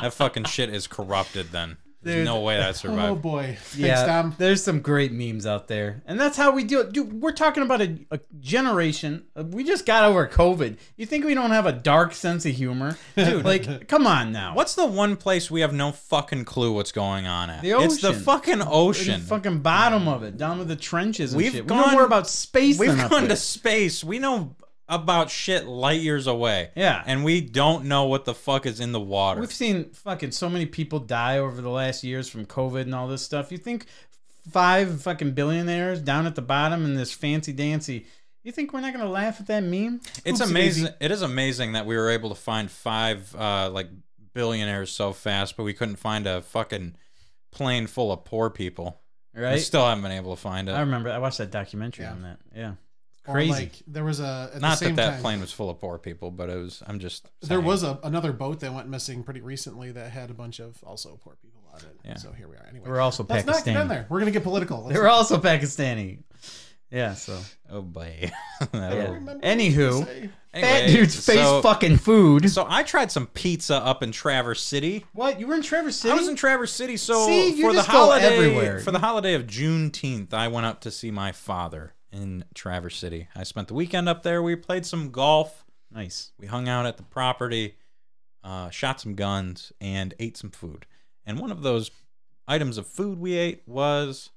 Speaker 3: that fucking shit is corrupted. Then there's
Speaker 1: Dude.
Speaker 3: no way that
Speaker 2: Oh
Speaker 3: survived.
Speaker 2: boy. Thanks,
Speaker 1: Yeah,
Speaker 2: Dom.
Speaker 1: there's some great memes out there, and that's how we do it. Dude, we're talking about a, a generation. uh, We just got over COVID. You think we don't have a dark sense of humor, dude? Like, come on now.
Speaker 3: What's the one place we have no fucking clue what's going on at?
Speaker 1: The
Speaker 3: It's the
Speaker 1: ocean.
Speaker 3: fucking
Speaker 1: the
Speaker 3: ocean.
Speaker 1: fucking bottom of it, down with the trenches and
Speaker 3: We've
Speaker 1: shit. we know
Speaker 3: gone-
Speaker 1: more about space
Speaker 3: We've
Speaker 1: than up
Speaker 3: gone
Speaker 1: there.
Speaker 3: to space. We know about shit light years away.
Speaker 1: Yeah.
Speaker 3: And we don't know what the fuck is in the water.
Speaker 1: We've seen fucking so many people die over the last years from COVID and all this stuff. You think five fucking billionaires down at the bottom in this fancy dancy? You think we're not gonna laugh at that meme?
Speaker 3: it's
Speaker 2: Oopsie
Speaker 3: amazing.
Speaker 2: daisy.
Speaker 3: It is amazing that we were able to find five uh, like billionaires so fast, but we couldn't find a fucking plane full of poor people. I
Speaker 1: Right?
Speaker 3: still haven't been able to find it.
Speaker 1: I remember. I watched that documentary
Speaker 2: Yeah.
Speaker 1: on that. Yeah. Oh,
Speaker 2: Or,
Speaker 1: Crazy.
Speaker 2: like, there was a at the
Speaker 3: Not
Speaker 2: same
Speaker 3: that that
Speaker 2: time,
Speaker 3: plane was full of poor people, but it was. I'm just.
Speaker 2: There
Speaker 3: saying.
Speaker 2: was a, another boat that went missing pretty recently that had a bunch of also poor people on it.
Speaker 3: Yeah.
Speaker 2: So here we are. Anyway,
Speaker 1: They were also
Speaker 2: let's not get in
Speaker 1: Pakistani.
Speaker 2: there. We're gonna get political. Let's
Speaker 1: They were also Pakistani. Yeah. So.
Speaker 3: Oh boy.
Speaker 1: Yeah.
Speaker 3: That'll-
Speaker 2: remember
Speaker 1: Anywho,
Speaker 2: not say.
Speaker 1: fat
Speaker 3: Anyway,
Speaker 1: dude's face
Speaker 3: so-
Speaker 1: fucking food.
Speaker 3: So I tried some pizza up in Traverse City.
Speaker 1: what? You were in Traverse City?
Speaker 3: I was in Traverse City, so
Speaker 1: See, you
Speaker 3: for the
Speaker 1: just go
Speaker 3: holiday
Speaker 1: everywhere.
Speaker 3: for the holiday of Juneteenth, I went up to see my father in Traverse City. I spent the weekend up there. We played some golf.
Speaker 1: nice.
Speaker 3: We hung out at the property, uh, shot some guns, and ate some food. And one of those items of food we ate was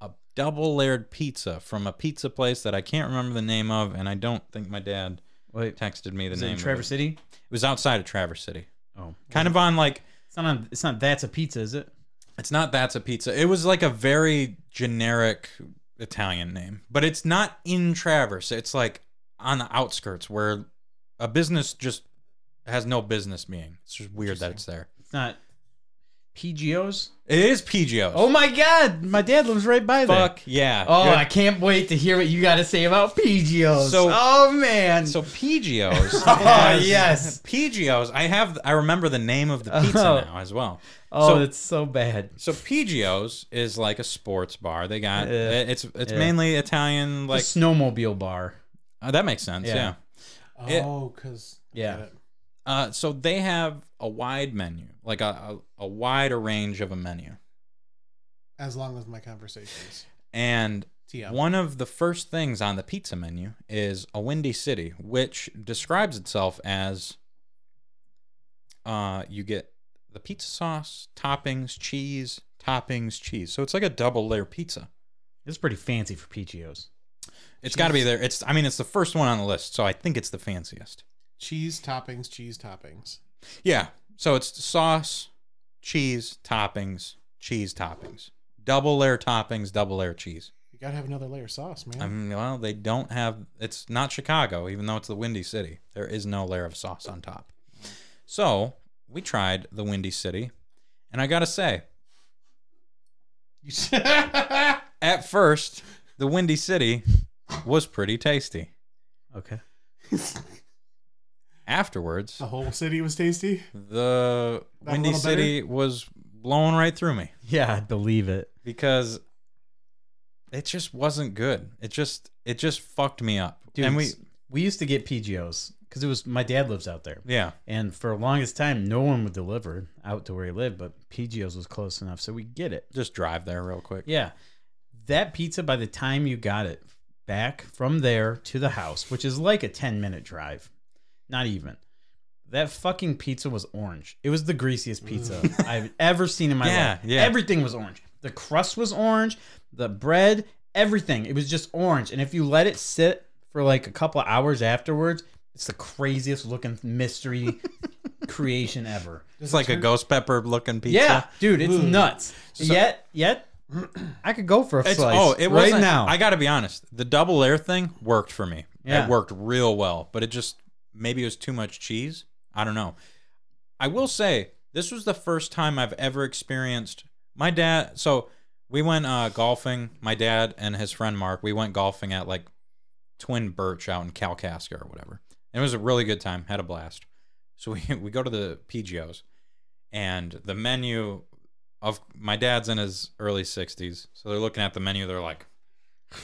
Speaker 3: a double layered pizza from a pizza place that I can't remember the name of, and I don't think my dad
Speaker 1: Wait.
Speaker 3: texted me the
Speaker 1: Is it
Speaker 3: name.
Speaker 1: in
Speaker 3: of
Speaker 1: Traverse
Speaker 3: it.
Speaker 1: City?
Speaker 3: It was outside of Traverse City,
Speaker 1: Oh.
Speaker 3: kind of on like
Speaker 1: It's not. On, it's not. That's a pizza, is it?
Speaker 3: It's not that's a pizza. It was like a very generic Italian name, but it's not in Traverse. It's like on the outskirts where a business just has no business being. It's just weird that it's there.
Speaker 1: It's not. PGOs.
Speaker 3: It is PGO's.
Speaker 1: Oh my God! My dad lives right by there.
Speaker 3: fuck yeah!
Speaker 1: Oh,
Speaker 3: Good.
Speaker 1: I can't wait to hear what you got to say about PGOs.
Speaker 3: So-
Speaker 1: oh man.
Speaker 3: so PGO's.
Speaker 1: oh
Speaker 3: has-
Speaker 1: yes.
Speaker 3: PGO's. I have. I remember the name of the pizza
Speaker 1: Oh.
Speaker 3: now as well.
Speaker 1: Oh,
Speaker 3: So-
Speaker 1: it's so bad.
Speaker 3: So PGO's is like a sports bar. They got
Speaker 1: Yeah.
Speaker 3: it's it's
Speaker 1: Yeah.
Speaker 3: mainly Italian. Like
Speaker 1: Like snowmobile bar.
Speaker 3: Oh, that makes sense.
Speaker 1: Yeah.
Speaker 3: yeah. It-
Speaker 2: Oh, because
Speaker 1: Yeah.
Speaker 3: Uh, so they have a wide menu, like a, a, a wider range of a menu.
Speaker 2: As long as my conversations.
Speaker 3: And
Speaker 2: TM.
Speaker 3: one of the first things on the pizza menu is a windy city, which describes itself as uh, you get the pizza sauce, toppings, cheese, toppings, cheese. So it's like a double layer pizza.
Speaker 1: It's pretty fancy for PGOs.
Speaker 3: It's got to be there. It's I mean it's the first one on the list, so I think it's the fanciest.
Speaker 2: Cheese toppings. Cheese toppings.
Speaker 3: Yeah. So it's sauce, cheese, toppings, cheese toppings. Double layer toppings, double layer cheese.
Speaker 2: You gotta have another layer of sauce, man.
Speaker 3: I mean, well, they don't have it's not Chicago, even though it's the windy city. There is no layer of sauce on top. So we tried the windy city, And I gotta say,
Speaker 2: You-
Speaker 3: at first, the Windy City was pretty tasty.
Speaker 1: Okay.
Speaker 3: Afterwards,
Speaker 2: the whole city was tasty.
Speaker 3: the
Speaker 2: Oh. That
Speaker 3: Windy
Speaker 2: little bitter?
Speaker 3: City was blowing right through me
Speaker 1: Yeah, I believe it.
Speaker 3: because it just wasn't good. It just it just fucked me up.
Speaker 1: Dude,
Speaker 3: and we
Speaker 1: s- we used to get PGOs because it was my dad lives out there,
Speaker 3: yeah,
Speaker 1: and for the longest time, no one would deliver out to where he lived, but PGOs was close enough, so we get it.
Speaker 3: just drive there real quick.
Speaker 1: Yeah, that pizza by the time you got it back from there to the house, which is like a ten minute drive, not even. That fucking pizza was orange. It was the greasiest pizza I've ever seen in my
Speaker 3: Mm. Yeah,
Speaker 1: life.
Speaker 3: yeah.
Speaker 1: Everything was orange. The crust was orange, the bread, everything. It was just orange. And if you let it sit for like a couple of hours afterwards, it's the craziest looking mystery creation ever.
Speaker 3: It's like a ghost pepper looking pizza.
Speaker 1: Yeah, dude, it's
Speaker 2: Ooh.
Speaker 1: nuts. yet, yet, I could go for a
Speaker 3: It's,
Speaker 1: slice.
Speaker 3: oh, it
Speaker 1: right
Speaker 3: wasn't-
Speaker 1: now.
Speaker 3: I got to be honest. The double layer thing worked for me.
Speaker 1: Yeah.
Speaker 3: It worked real well, but it just maybe it was too much cheese. I don't know. I will say this was the first time I've ever experienced my dad. So we went uh, golfing. My dad and his friend Mark. We went golfing at like Twin Birch out in Kalkaska or whatever. And it was a really good time. Had a blast. So we we go to the PGOs, and the menu of my dad's in his early 60s so they're looking at the menu they're like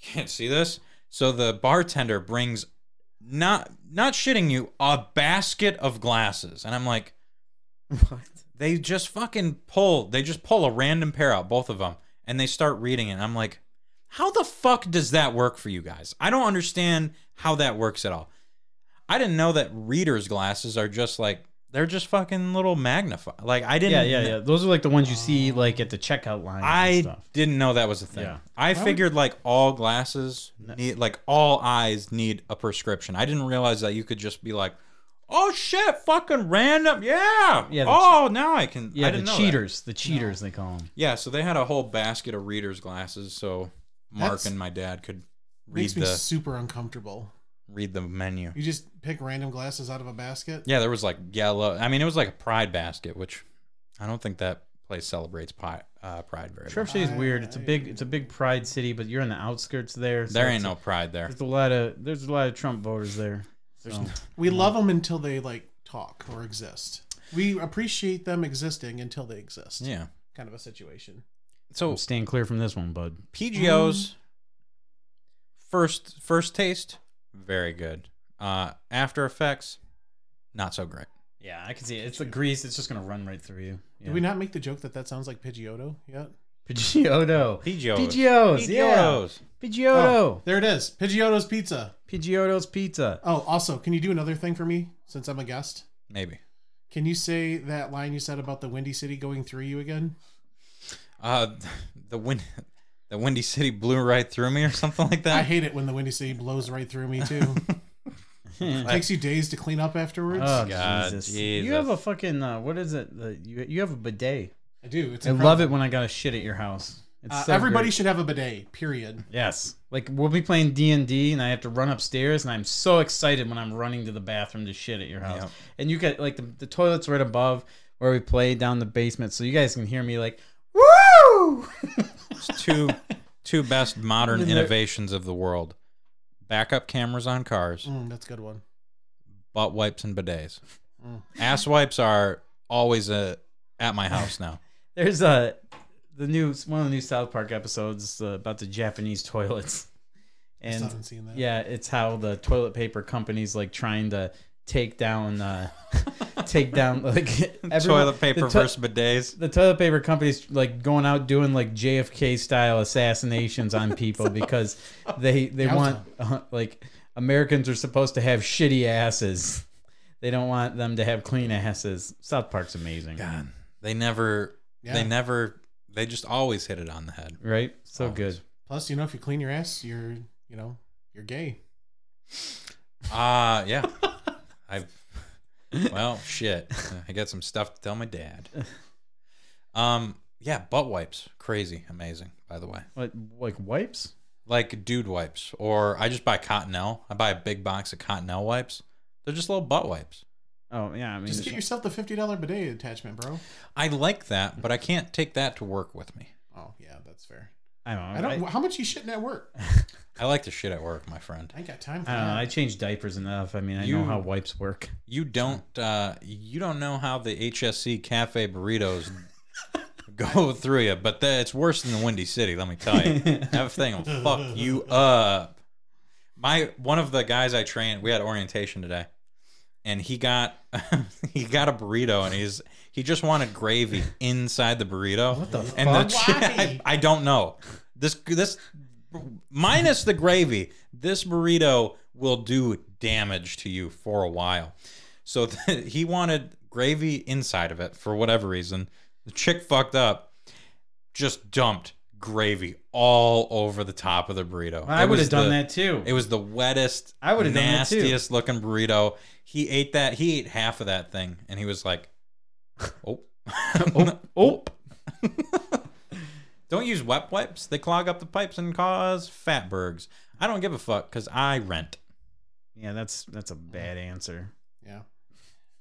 Speaker 3: can't see this so the bartender brings not not shitting you a basket of glasses and i'm like
Speaker 1: what?
Speaker 3: they just fucking pull they just pull a random pair out both of them and they start reading it and i'm like how the fuck does that work for you guys i don't understand how that works at all i didn't know that readers glasses are just like they're just fucking little magnify like i didn't
Speaker 1: Yeah, yeah, yeah. Those are like the ones you see like at the checkout line. and
Speaker 3: I
Speaker 1: stuff.
Speaker 3: didn't know that was a thing.
Speaker 1: Yeah.
Speaker 3: I figured like all glasses need like all eyes need a prescription. I didn't realize that you could just be like, "Oh shit, fucking random." Yeah.
Speaker 1: Yeah, the-
Speaker 3: oh, now I can
Speaker 1: yeah,
Speaker 3: I
Speaker 1: the
Speaker 3: didn't know that.
Speaker 1: cheaters, the cheaters they call them.
Speaker 3: Yeah, so they had a whole basket of readers glasses so Mark
Speaker 2: That's-
Speaker 3: and my dad could read
Speaker 2: Makes me
Speaker 3: the
Speaker 2: super uncomfortable.
Speaker 3: read the menu.
Speaker 2: You just pick random glasses out of a basket.
Speaker 3: Yeah, there was like yellow. I mean, it was like a pride basket, which I don't think that place celebrates pi- uh, pride very
Speaker 1: Sheriff
Speaker 3: much.
Speaker 1: City is weird. It's a big, it's a big pride city, but you're on the outskirts there. so
Speaker 3: There
Speaker 1: it's
Speaker 3: ain't
Speaker 1: a-
Speaker 3: no pride there.
Speaker 1: There's a lot of there's a lot of Trump voters there. So.
Speaker 2: We love them until they like talk or exist. We appreciate them existing until they exist.
Speaker 3: Yeah.
Speaker 2: Kind of a situation.
Speaker 3: So
Speaker 1: I'm staying clear from this one, bud.
Speaker 3: PGOs first first taste very good. Uh after effects not so great.
Speaker 1: Yeah, I can see it. It's the grease. It's just gonna run right through you.
Speaker 2: Did we not make the joke that that sounds like Pidgeotto yet?
Speaker 1: Pidgeotto.
Speaker 3: PGOs.
Speaker 1: PGOs. Oh, Yeah.
Speaker 3: PGOs.
Speaker 1: Pidgeotto.
Speaker 2: Oh, there it is. Pidgeotto's pizza.
Speaker 1: Pidgeotto's pizza.
Speaker 2: Oh, also, can you do another thing for me since I'm a guest?
Speaker 3: Maybe.
Speaker 2: Can you say that line you said about the Windy City going through you again?
Speaker 3: Uh the wind the windy city blew right through me or something like
Speaker 2: I
Speaker 3: that.
Speaker 2: hate it when the Windy City blows right through me too. it takes you days to clean up afterwards.
Speaker 1: Oh
Speaker 3: God,
Speaker 1: Jesus. You
Speaker 3: Jesus.
Speaker 1: have a fucking uh, what is it? The, you you have a bidet.
Speaker 2: I do. It's
Speaker 1: I
Speaker 2: incredible.
Speaker 1: love it when I got a shit at your house. It's
Speaker 2: Uh,
Speaker 1: so
Speaker 2: everybody
Speaker 1: great.
Speaker 2: should have a bidet. Period.
Speaker 1: yes. Like we'll be playing D and D, and I have to run upstairs, and I'm so excited when I'm running to the bathroom to shit at your house.
Speaker 3: Yep.
Speaker 1: And you got like the, the toilet's right above where we play down the basement, so you guys can hear me like woo.
Speaker 3: It's two two best modern
Speaker 1: And then there-
Speaker 3: innovations of the world. Backup cameras on cars,
Speaker 2: Mm, that's a good one.
Speaker 3: butt wipes and bidets.
Speaker 2: Mm.
Speaker 3: Ass wipes are always uh, at my house now.
Speaker 1: There's a the new one of the new South Park episodes uh, about the Japanese toilets,
Speaker 2: I still
Speaker 1: and
Speaker 2: haven't seen that.
Speaker 1: Yeah, it's how the toilet paper companies like trying to take down, uh, take down like everyone-
Speaker 3: Toilet paper
Speaker 1: the to-
Speaker 3: versus bidets.
Speaker 1: The toilet paper companies like going out doing like JFK style assassinations on people because they they want uh, like Americans are supposed to have shitty asses. They don't want them to have clean asses. South Park's amazing,
Speaker 3: God, they never,
Speaker 2: Yeah.
Speaker 3: they never, they just always hit it on the head.
Speaker 1: right? So good.
Speaker 2: Plus, you know, if you clean your ass, you're, you know, you're gay.
Speaker 3: Ah, yeah. I, well, shit. I got some stuff to tell my dad. Um, yeah, butt wipes, crazy, amazing. By the way,
Speaker 1: What like wipes?
Speaker 3: like dude wipes, or I just buy Cottonelle. I buy a big box of Cottonelle wipes. They're just little butt wipes.
Speaker 1: Oh yeah, I mean,
Speaker 2: Just
Speaker 1: it's-
Speaker 2: get yourself the fifty dollar bidet attachment, bro.
Speaker 3: I like that, but I can't take that to work with me.
Speaker 2: Oh yeah, that's fair.
Speaker 1: I don't know.
Speaker 2: I don't. how much you shitting at work?
Speaker 3: I like the shit at work, my friend.
Speaker 2: I ain't got time for
Speaker 3: Uh,
Speaker 1: I don't know. I
Speaker 2: that.
Speaker 1: change diapers enough. I mean, I know
Speaker 3: You-
Speaker 1: how wipes work.
Speaker 3: You don't uh, you don't know how the HSC cafe burritos go through you, but the, it's worse than the Windy City. Let me tell you, that thing will fuck you up. My one of the guys I trained, we had orientation today, and he got he got a burrito, and he's he just wanted gravy inside the burrito. What the
Speaker 1: fuck?
Speaker 3: and The, I, I don't know this this minus the gravy. This burrito will do damage to you for a while. So th- he wanted gravy inside of it for whatever reason. The chick fucked up, just dumped gravy all over the top of the burrito.
Speaker 1: I
Speaker 3: It
Speaker 1: would
Speaker 3: was
Speaker 1: have done
Speaker 3: the-
Speaker 1: that too.
Speaker 3: It was the wettest,
Speaker 1: I would've done that too.
Speaker 3: nastiest looking burrito. He ate that. He ate half of that thing, and he was like, "Oh, oh,
Speaker 1: oh,
Speaker 3: Don't use wet wipes. They clog up the pipes and cause fatbergs. I don't give a fuck because I rent.
Speaker 1: yeah, that's that's a bad answer.
Speaker 2: yeah.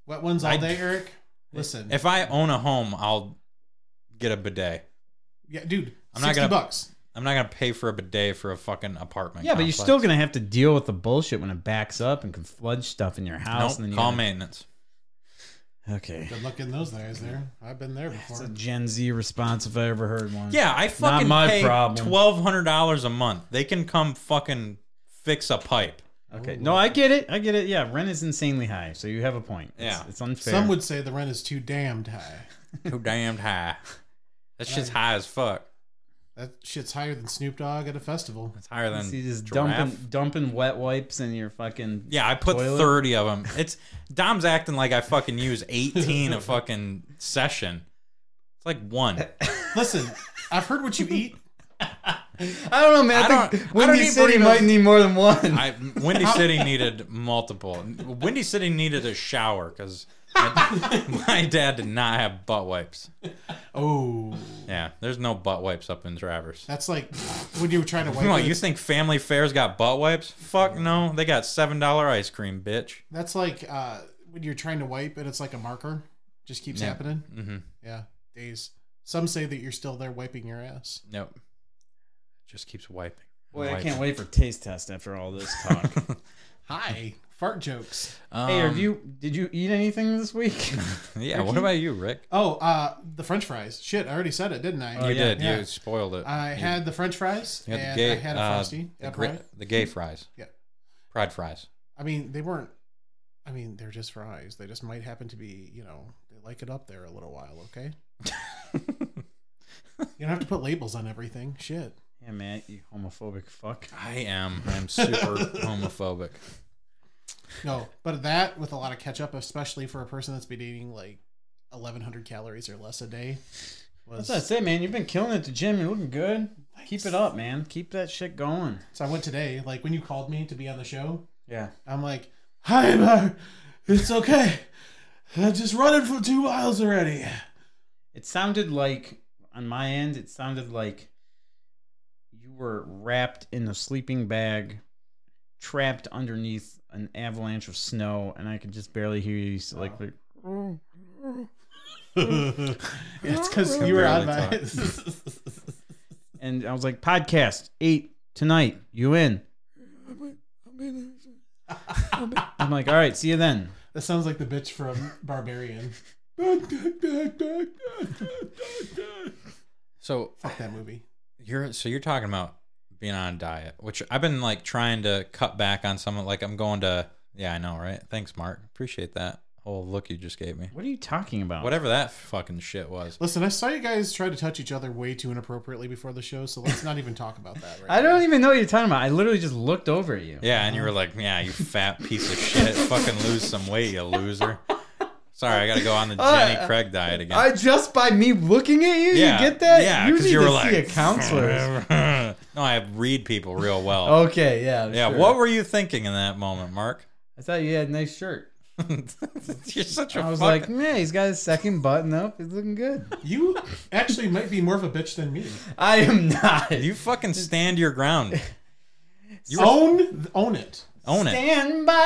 Speaker 2: Wet ones all
Speaker 3: I-
Speaker 2: day, Eric. Listen,
Speaker 3: If I own a home, I'll get a bidet.
Speaker 2: yeah, dude.
Speaker 3: I'm
Speaker 2: 60
Speaker 3: not gonna-
Speaker 2: bucks.
Speaker 3: I'm not gonna pay for a bidet for a fucking apartment.
Speaker 1: Yeah, but you're
Speaker 3: complex.
Speaker 1: still gonna have to deal with the bullshit when it backs up and can flood stuff in your house.
Speaker 3: Nope,
Speaker 1: and then you
Speaker 3: call
Speaker 1: gotta-
Speaker 3: maintenance.
Speaker 1: Okay,
Speaker 2: Good luck in those guys there. I've been there before.
Speaker 1: that's a Gen Z response if I ever heard one.
Speaker 3: Yeah, I fucking
Speaker 1: my
Speaker 3: pay
Speaker 1: problem.
Speaker 3: twelve hundred dollars a month. They can come fucking fix a pipe.
Speaker 1: Okay. No, I get it. I get it. Yeah, rent is insanely high, so you have a point. It's-
Speaker 3: Yeah.
Speaker 1: it's unfair.
Speaker 2: Some would say the rent is too damned high.
Speaker 3: Too damned high. That shit's high as fuck.
Speaker 2: That shit's higher than Snoop Dogg at a festival.
Speaker 3: It's higher than
Speaker 1: See, just
Speaker 3: giraffe.
Speaker 1: dumping dumping wet wipes in your fucking
Speaker 3: Yeah, I put
Speaker 1: Toilet?
Speaker 3: thirty of them. It's Dom's acting like I fucking use eighteen a fucking session. It's like one.
Speaker 2: Listen, I've heard what you eat.
Speaker 1: I don't know, man. I,
Speaker 3: I
Speaker 1: think
Speaker 3: don't- I don't
Speaker 1: Windy
Speaker 3: need
Speaker 1: City
Speaker 3: burritos.
Speaker 1: might need more than one.
Speaker 3: I Windy City needed multiple. Windy City needed a shower because my, my dad did not have butt wipes.
Speaker 2: Oh,
Speaker 3: Yeah, there's no butt wipes up in Traverse.
Speaker 2: that's like when you were trying to wipe.
Speaker 3: Come on,
Speaker 2: it.
Speaker 3: you think Family Fair's got butt wipes? Fuck no, they got seven dollar ice cream, bitch.
Speaker 2: That's like uh, when you're trying to wipe and it's like a marker, just keeps
Speaker 3: Yeah.
Speaker 2: happening.
Speaker 3: Mm-hmm.
Speaker 2: Yeah, days. Some say that you're still there wiping your ass.
Speaker 3: Nope. Just keeps wiping.
Speaker 1: Boy, I can't wait for taste test after all this talk.
Speaker 2: Hi, fart jokes.
Speaker 3: Um,
Speaker 1: hey, have you did you eat anything this week?
Speaker 3: Yeah. What about you, Rick?
Speaker 2: Oh, uh, the French fries. Shit, I already said it, didn't I?
Speaker 1: Oh,
Speaker 3: You
Speaker 1: yeah.
Speaker 3: did.
Speaker 2: Yeah.
Speaker 3: You spoiled it.
Speaker 2: I
Speaker 3: You-
Speaker 2: had the French fries
Speaker 3: you
Speaker 2: and
Speaker 3: had the gay.
Speaker 2: I had a
Speaker 3: uh,
Speaker 2: frosty.
Speaker 3: the,
Speaker 2: at
Speaker 3: gri-
Speaker 2: Pride.
Speaker 3: the gay fries.
Speaker 2: Yeah.
Speaker 3: Pride fries.
Speaker 2: I mean, they weren't. I mean, they're just fries. They just might happen to be, you know, they like it up there a little while. Okay. you don't have to put labels on everything. Shit.
Speaker 1: yeah, man, you homophobic fuck.
Speaker 3: I am. I'm super homophobic.
Speaker 2: No, but that with a lot of ketchup, especially for a person that's been eating like 1,100 calories or less a day, was.
Speaker 1: That's what I say, man. You've been killing it at the gym. You're looking good. Keep it up, man. Keep that shit going.
Speaker 2: So I went today. Like when you called me to be on the show,
Speaker 1: Yeah.
Speaker 2: I'm like, "Hi, Mar. It's okay. I just running for two miles already."
Speaker 1: It sounded like on my end, it sounded like you were wrapped in a sleeping bag, trapped underneath an avalanche of snow, and I could just barely hear you. So like, like
Speaker 2: it's because you were on my.
Speaker 1: and I was like, podcast eight tonight. You in? I'm like, all right, see you then.
Speaker 2: that sounds like the bitch from Barbarian.
Speaker 3: So
Speaker 2: Fuck that movie.
Speaker 3: you're so you're talking about being on a diet, which I've been like trying to cut back on some. Like I'm going to. Yeah, I know, right? Thanks, Mark. Appreciate that whole look you just gave me.
Speaker 1: What are you talking about?
Speaker 3: Whatever that fucking shit was.
Speaker 2: Listen, I saw you guys try to touch each other way too inappropriately before the show, so let's not even talk about that. Right
Speaker 1: I don't even know what you're talking about. I literally just looked over at you.
Speaker 3: Yeah, and you were like, "Yeah, you fat piece of shit. Fucking lose some weight, you loser." Sorry, I got to go on the Jenny Craig diet again.
Speaker 1: I just by me looking at you,
Speaker 3: yeah,
Speaker 1: you get that?
Speaker 3: Yeah,
Speaker 1: you
Speaker 3: because
Speaker 1: need
Speaker 3: you
Speaker 1: to
Speaker 3: were
Speaker 1: see
Speaker 3: like
Speaker 1: a counselor.
Speaker 3: no, I read people real well.
Speaker 1: okay, yeah.
Speaker 3: yeah,
Speaker 1: sure.
Speaker 3: what were you thinking in that moment, Mark?
Speaker 1: I thought you had a nice shirt.
Speaker 3: You're such a
Speaker 1: I was
Speaker 3: fuck-
Speaker 1: like, man, he's got his second button up. He's looking good.
Speaker 2: You actually might be more of a bitch than me.
Speaker 1: I am not.
Speaker 3: you fucking stand your ground.
Speaker 2: own own it.
Speaker 3: Own it.
Speaker 1: Stand by,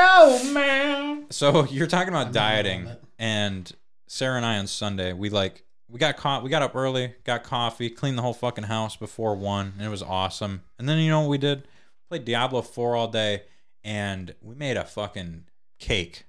Speaker 1: oh man.
Speaker 3: So you're talking about
Speaker 2: I'm not gonna
Speaker 3: dieting,
Speaker 2: own it.
Speaker 3: and Sarah and I on Sunday we like we got caught. We got up early, got coffee, cleaned the whole fucking house before one, and it was awesome. And then you know what we did? Played Diablo Four all day, and we made a fucking cake.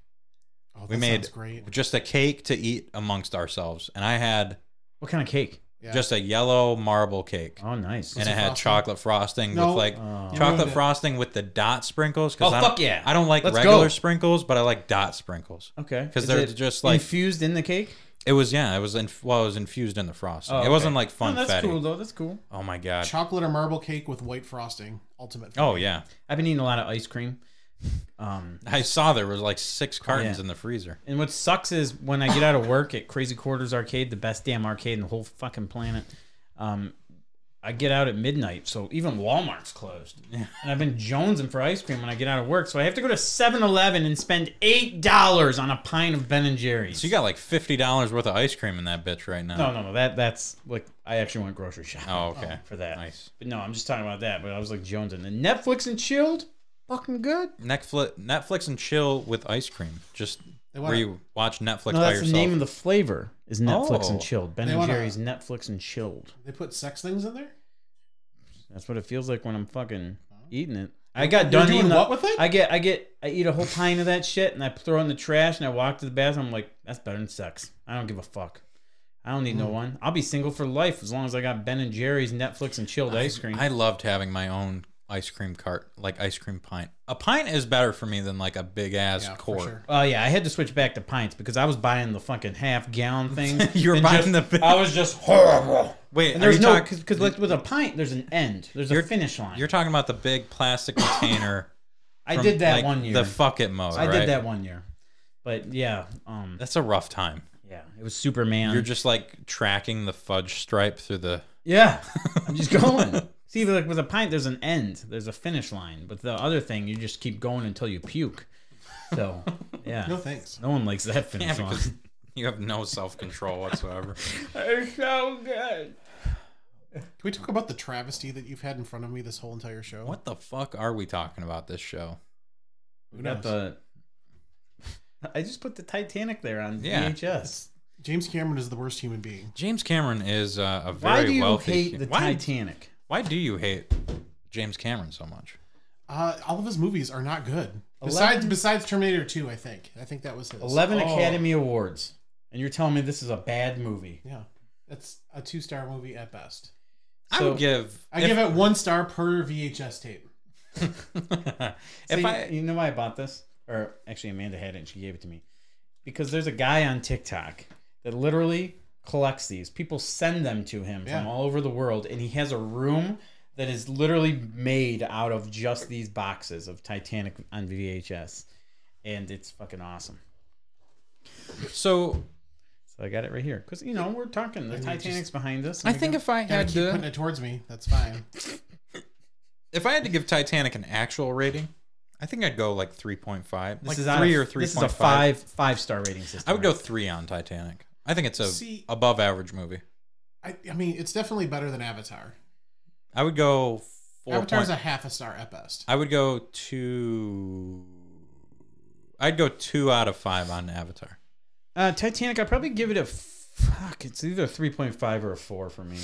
Speaker 2: Oh,
Speaker 3: We
Speaker 2: that
Speaker 3: made-
Speaker 2: sounds great.
Speaker 3: Just a cake to eat amongst ourselves, and I had
Speaker 1: What kind of cake?
Speaker 2: Yeah.
Speaker 3: just a yellow marble cake,
Speaker 1: Oh, nice.
Speaker 3: and
Speaker 2: it
Speaker 3: it had
Speaker 2: frosting?
Speaker 3: chocolate frosting
Speaker 2: No.
Speaker 3: with like
Speaker 1: Oh.
Speaker 2: You ruined
Speaker 3: chocolate
Speaker 2: it.
Speaker 3: frosting with the dot sprinkles. 'cause
Speaker 1: Oh,
Speaker 3: I don't-
Speaker 1: fuck yeah.
Speaker 3: I don't like
Speaker 1: Let's
Speaker 3: regular
Speaker 1: go.
Speaker 3: sprinkles, but I like dot sprinkles.
Speaker 1: Okay.
Speaker 3: 'Cause
Speaker 1: Is
Speaker 3: they're
Speaker 1: it
Speaker 3: just like-
Speaker 1: infused in the cake.
Speaker 3: It was yeah. It was in, well, it was infused in the frosting.
Speaker 1: Oh,
Speaker 3: It
Speaker 1: okay.
Speaker 3: wasn't like
Speaker 1: No,
Speaker 3: fun.
Speaker 1: that's cool though. That's cool.
Speaker 3: Oh my god.
Speaker 2: chocolate or marble cake with white frosting. Ultimate.
Speaker 3: Oh yeah.
Speaker 1: I've been eating a lot of ice cream. Um,
Speaker 3: I saw there was like six cartons
Speaker 1: Yeah.
Speaker 3: in the freezer.
Speaker 1: and what sucks is when I get out of work at Crazy Quarters Arcade, the best damn arcade in the whole fucking planet. Um, I get out at midnight, so even Walmart's closed. And I've been jonesing for ice cream when I get out of work, so I have to go to 7-Eleven and spend eight dollars on a pint of Ben and Jerry's.
Speaker 3: So you got like fifty dollars worth of ice cream in that bitch right now.
Speaker 1: no, no, no. That that's like I actually went grocery shopping
Speaker 3: Oh okay.
Speaker 1: for that.
Speaker 3: Nice.
Speaker 1: But no, I'm just talking about that. But I was like jonesing. And Netflix and chilled, fucking good.
Speaker 3: Netflix, Netflix and chill with ice cream. Just
Speaker 2: wanna-
Speaker 3: where you watch
Speaker 1: No,
Speaker 3: Netflix by
Speaker 1: that's
Speaker 3: yourself.
Speaker 1: the name of the flavor. Is Netflix and
Speaker 3: Oh.
Speaker 1: chilled. Ben
Speaker 2: They
Speaker 1: and
Speaker 2: wanna-
Speaker 1: Jerry's Netflix and chilled.
Speaker 2: They put sex things in there.
Speaker 1: That's what it feels like when I'm fucking eating it. I got done
Speaker 2: doing
Speaker 1: eating
Speaker 2: what
Speaker 1: the-
Speaker 2: with it?
Speaker 1: I get, I get, I eat a whole pint of that shit, and I throw it in the trash, and I walk to the bathroom. I'm like, that's better than sex. I don't give a fuck. I don't
Speaker 3: Mm.
Speaker 1: need no one. I'll be single for life as long as I got Ben and Jerry's, Netflix, and chilled ice cream.
Speaker 3: I loved having my own ice cream cart, like ice cream pint. A pint is better for me than like a big ass
Speaker 2: Yeah,
Speaker 3: quart.
Speaker 2: for sure.
Speaker 1: Oh yeah, I had to switch back to pints because I was buying the fucking half gallon thing.
Speaker 3: You were
Speaker 1: and
Speaker 3: buying
Speaker 1: just-
Speaker 3: the-
Speaker 1: I was just horrible.
Speaker 3: Wait,
Speaker 1: And
Speaker 3: are
Speaker 1: there's
Speaker 3: you
Speaker 1: no
Speaker 3: talk-
Speaker 1: because like with a pint, there's an end. There's a
Speaker 3: You're-
Speaker 1: finish line.
Speaker 3: You're talking about the big plastic container.
Speaker 1: I
Speaker 3: from,
Speaker 1: did that
Speaker 3: like,
Speaker 1: one year.
Speaker 3: The fuck it mode.
Speaker 1: I
Speaker 3: right?
Speaker 1: did that one year. But yeah, um,
Speaker 3: That's a rough time.
Speaker 1: yeah, it was Superman.
Speaker 3: You're just like tracking the fudge stripe through the.
Speaker 1: yeah, I'm just going. See, like with a pint, there's an end. There's a finish line. But the other thing, you just keep going until you puke. So yeah,
Speaker 2: No thanks.
Speaker 1: no one likes that
Speaker 3: Yeah,
Speaker 1: finish line.
Speaker 3: because you have no self control whatsoever.
Speaker 1: It's so good.
Speaker 2: Can we talk about the travesty that you've had in front of me this whole entire show?
Speaker 3: what the fuck are we talking about this show?
Speaker 2: Who
Speaker 1: Got
Speaker 2: knows?
Speaker 1: the. I just put the Titanic there on
Speaker 3: Yeah.
Speaker 1: VHS.
Speaker 2: James Cameron is the worst human being.
Speaker 3: James Cameron is uh, a very
Speaker 1: Why do you
Speaker 3: wealthy.
Speaker 1: hate the
Speaker 3: why,
Speaker 1: Titanic?
Speaker 3: why do you hate James Cameron so much?
Speaker 2: Uh, all of his movies are not good. Besides,
Speaker 1: Eleven-
Speaker 2: besides Terminator Two, I think. I think that was his.
Speaker 1: Eleven
Speaker 3: Oh.
Speaker 1: Academy Awards, and you're telling me this is a bad movie?
Speaker 2: Yeah, that's a two-star movie at best.
Speaker 3: I
Speaker 1: So-
Speaker 3: would give.
Speaker 2: I
Speaker 3: if-
Speaker 2: give it one star per VHS tape.
Speaker 3: if
Speaker 1: See,
Speaker 3: I
Speaker 1: you know why I bought this, or actually Amanda had it and she gave it to me, because there's a guy on TikTok that literally collects these. People send them to him
Speaker 2: Yeah.
Speaker 1: from all over the world, and he has a room that is literally made out of just these boxes of Titanic on VHS, and it's fucking awesome.
Speaker 3: so
Speaker 1: So I got it right here because you know we're talking the
Speaker 2: And you
Speaker 1: Titanic's behind us.
Speaker 3: I think if I
Speaker 2: Gotta
Speaker 3: had
Speaker 2: keep putting
Speaker 3: to
Speaker 2: it towards me. That's fine.
Speaker 3: if I had to give Titanic an actual rating, I think I'd go like three point five,
Speaker 1: this
Speaker 3: like
Speaker 1: is
Speaker 3: three
Speaker 1: out
Speaker 3: or
Speaker 1: of-
Speaker 3: three.
Speaker 1: This is a five five star rating system.
Speaker 3: I would
Speaker 1: right?
Speaker 3: go three on Titanic. I think it's a
Speaker 2: See-
Speaker 3: above average movie.
Speaker 2: I, I mean, it's definitely better than Avatar.
Speaker 3: I would go four.
Speaker 2: Avatar's
Speaker 3: point-
Speaker 2: a half a star at best.
Speaker 3: I would go two. I'd go two out of five on Avatar.
Speaker 1: Uh, Titanic, I'd probably give it a fuck. It's either a 3.5 or a 4 for me.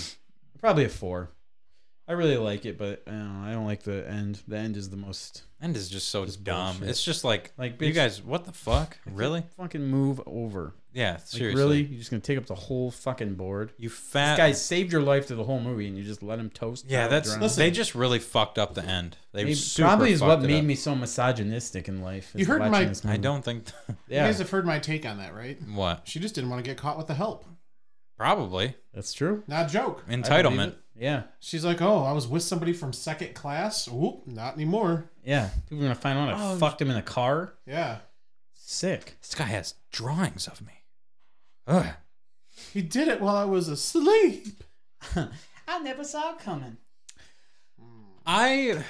Speaker 1: Probably a 4. I really like it, but uh, I don't, know, I don't like the end. The end is the most.
Speaker 3: End is just so
Speaker 1: Just
Speaker 3: dumb.
Speaker 1: bullshit.
Speaker 3: It's just like,
Speaker 1: Like,
Speaker 3: you
Speaker 1: bitch-
Speaker 3: guys, what the fuck? Really?
Speaker 1: Fucking move over.
Speaker 3: Yeah,
Speaker 1: Like,
Speaker 3: seriously.
Speaker 1: really? You're just going to take up the whole fucking board?
Speaker 3: You fat
Speaker 1: This guy saved your life through the whole movie and you just let him toast?
Speaker 3: Yeah,
Speaker 1: out,
Speaker 3: that's
Speaker 1: drown?
Speaker 3: they just really fucked up the end. They
Speaker 1: Maybe-
Speaker 3: super
Speaker 1: probably is what
Speaker 3: fucked it
Speaker 1: made
Speaker 3: up.
Speaker 1: me so misogynistic in life. is
Speaker 2: You heard
Speaker 1: watching
Speaker 2: my-
Speaker 1: this
Speaker 3: I
Speaker 1: movie.
Speaker 3: don't think
Speaker 2: You
Speaker 1: Yeah,
Speaker 2: guys have heard my take on that, right?
Speaker 3: what
Speaker 2: She just didn't want to get caught with the help.
Speaker 3: probably
Speaker 1: that's true.
Speaker 2: Not a joke.
Speaker 1: I believe
Speaker 3: entitlement.
Speaker 1: it. Yeah,
Speaker 2: She's like, "Oh, I was with somebody from second class. Whoop, not anymore."
Speaker 1: yeah. People are gonna find out I
Speaker 3: Oh,
Speaker 1: fucked him in a car.
Speaker 2: Yeah,
Speaker 1: Sick.
Speaker 3: This guy has drawings of me. Ugh.
Speaker 2: he did it while I was asleep.
Speaker 1: I never saw it coming.
Speaker 3: I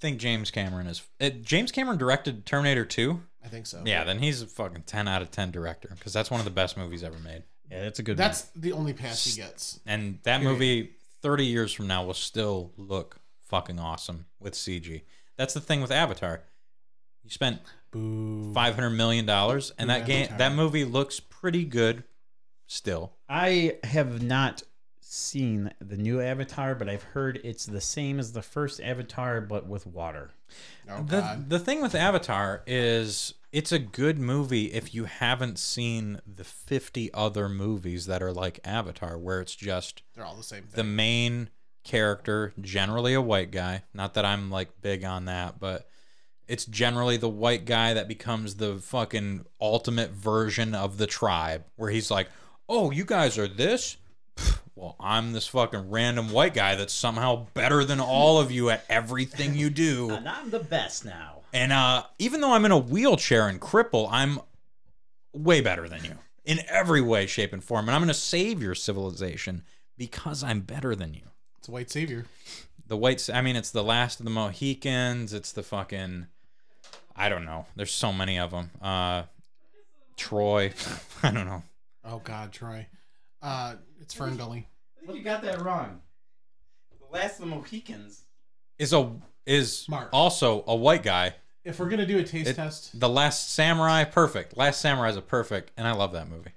Speaker 3: think James Cameron is. Uh, James Cameron directed Terminator Two.
Speaker 2: I think so.
Speaker 3: Yeah, then he's a fucking ten out of ten director because that's one of the best movies ever made.
Speaker 1: Yeah, that's a good. one.
Speaker 2: that's the only pass he gets.
Speaker 3: And that movie, thirty years from now, will still look fucking awesome with CG. That's the thing with Avatar. You spent
Speaker 2: Boo.
Speaker 3: five hundred million dollars, and that game,
Speaker 2: Avatar.
Speaker 3: that movie looks pretty good, still.
Speaker 1: I have not seen the new Avatar, but I've heard it's the same as the first Avatar, but with water.
Speaker 2: Oh
Speaker 3: the
Speaker 2: god.
Speaker 3: the thing with Avatar is it's a good movie if you haven't seen the 50 other movies that are like Avatar where it's just
Speaker 2: They're all the same thing.
Speaker 3: the main character generally a white guy not that I'm like big on that but it's generally the white guy that becomes the fucking ultimate version of the tribe where he's like oh you guys are this Pfft, well I'm this fucking random white guy that's somehow better than all of you at everything you do
Speaker 1: And I'm the best now.
Speaker 3: and uh, even though I'm in a wheelchair and cripple, I'm way better than you in every way, shape, and form. And I'm going to save your civilization because I'm better than you.
Speaker 2: it's a white savior.
Speaker 3: The whites, I mean, it's the last of the Mohicans. It's the fucking, I don't know. There's so many of them. Uh, Troy, I don't know.
Speaker 2: Oh god, Troy. Uh it's Fern Gully.
Speaker 1: I think you got that wrong. The last of the Mohicans.
Speaker 3: Is a is
Speaker 2: Mark.
Speaker 3: also a white guy.
Speaker 2: If we're gonna do a taste
Speaker 3: It-
Speaker 2: test,
Speaker 3: The Last Samurai, perfect. Last Samurai is a perfect, and I love that movie.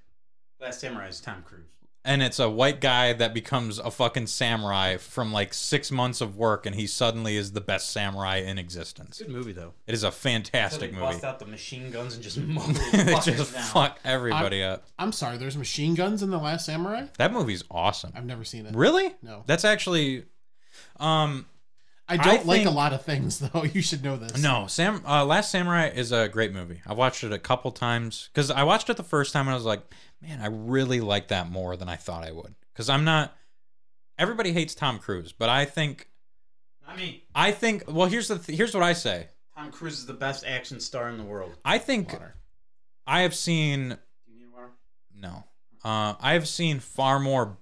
Speaker 1: Last Samurai is Tom Cruise.
Speaker 3: and it's a white guy that becomes a fucking samurai from like six months of work, and he suddenly is the best samurai in existence.
Speaker 1: Good movie though.
Speaker 3: It is a fantastic
Speaker 1: they
Speaker 3: movie.
Speaker 1: Bust out the machine guns and just mow
Speaker 3: they
Speaker 1: fuckers
Speaker 3: just
Speaker 1: down.
Speaker 3: fuck everybody up.
Speaker 2: I'm sorry, there's machine guns in The Last Samurai?
Speaker 3: That movie's awesome.
Speaker 2: I've never seen it.
Speaker 3: Really?
Speaker 2: No.
Speaker 3: That's actually, um,
Speaker 2: I
Speaker 3: I
Speaker 2: don't like
Speaker 3: think-
Speaker 2: a lot of things though. You should know this.
Speaker 3: no. Sam, uh, Last Samurai is a great movie. I watched it a couple times because I watched it the first time and I was like, man, I really like that more than I thought I would. Because I'm not. Everybody hates Tom Cruise, but I think
Speaker 1: I mean,
Speaker 3: I think. Well, here's the th- here's what I say.
Speaker 1: Tom Cruise is the best action star in the world.
Speaker 3: I think
Speaker 2: Water.
Speaker 3: I have seen
Speaker 1: Do you need water?
Speaker 3: no. Uh, I have seen far more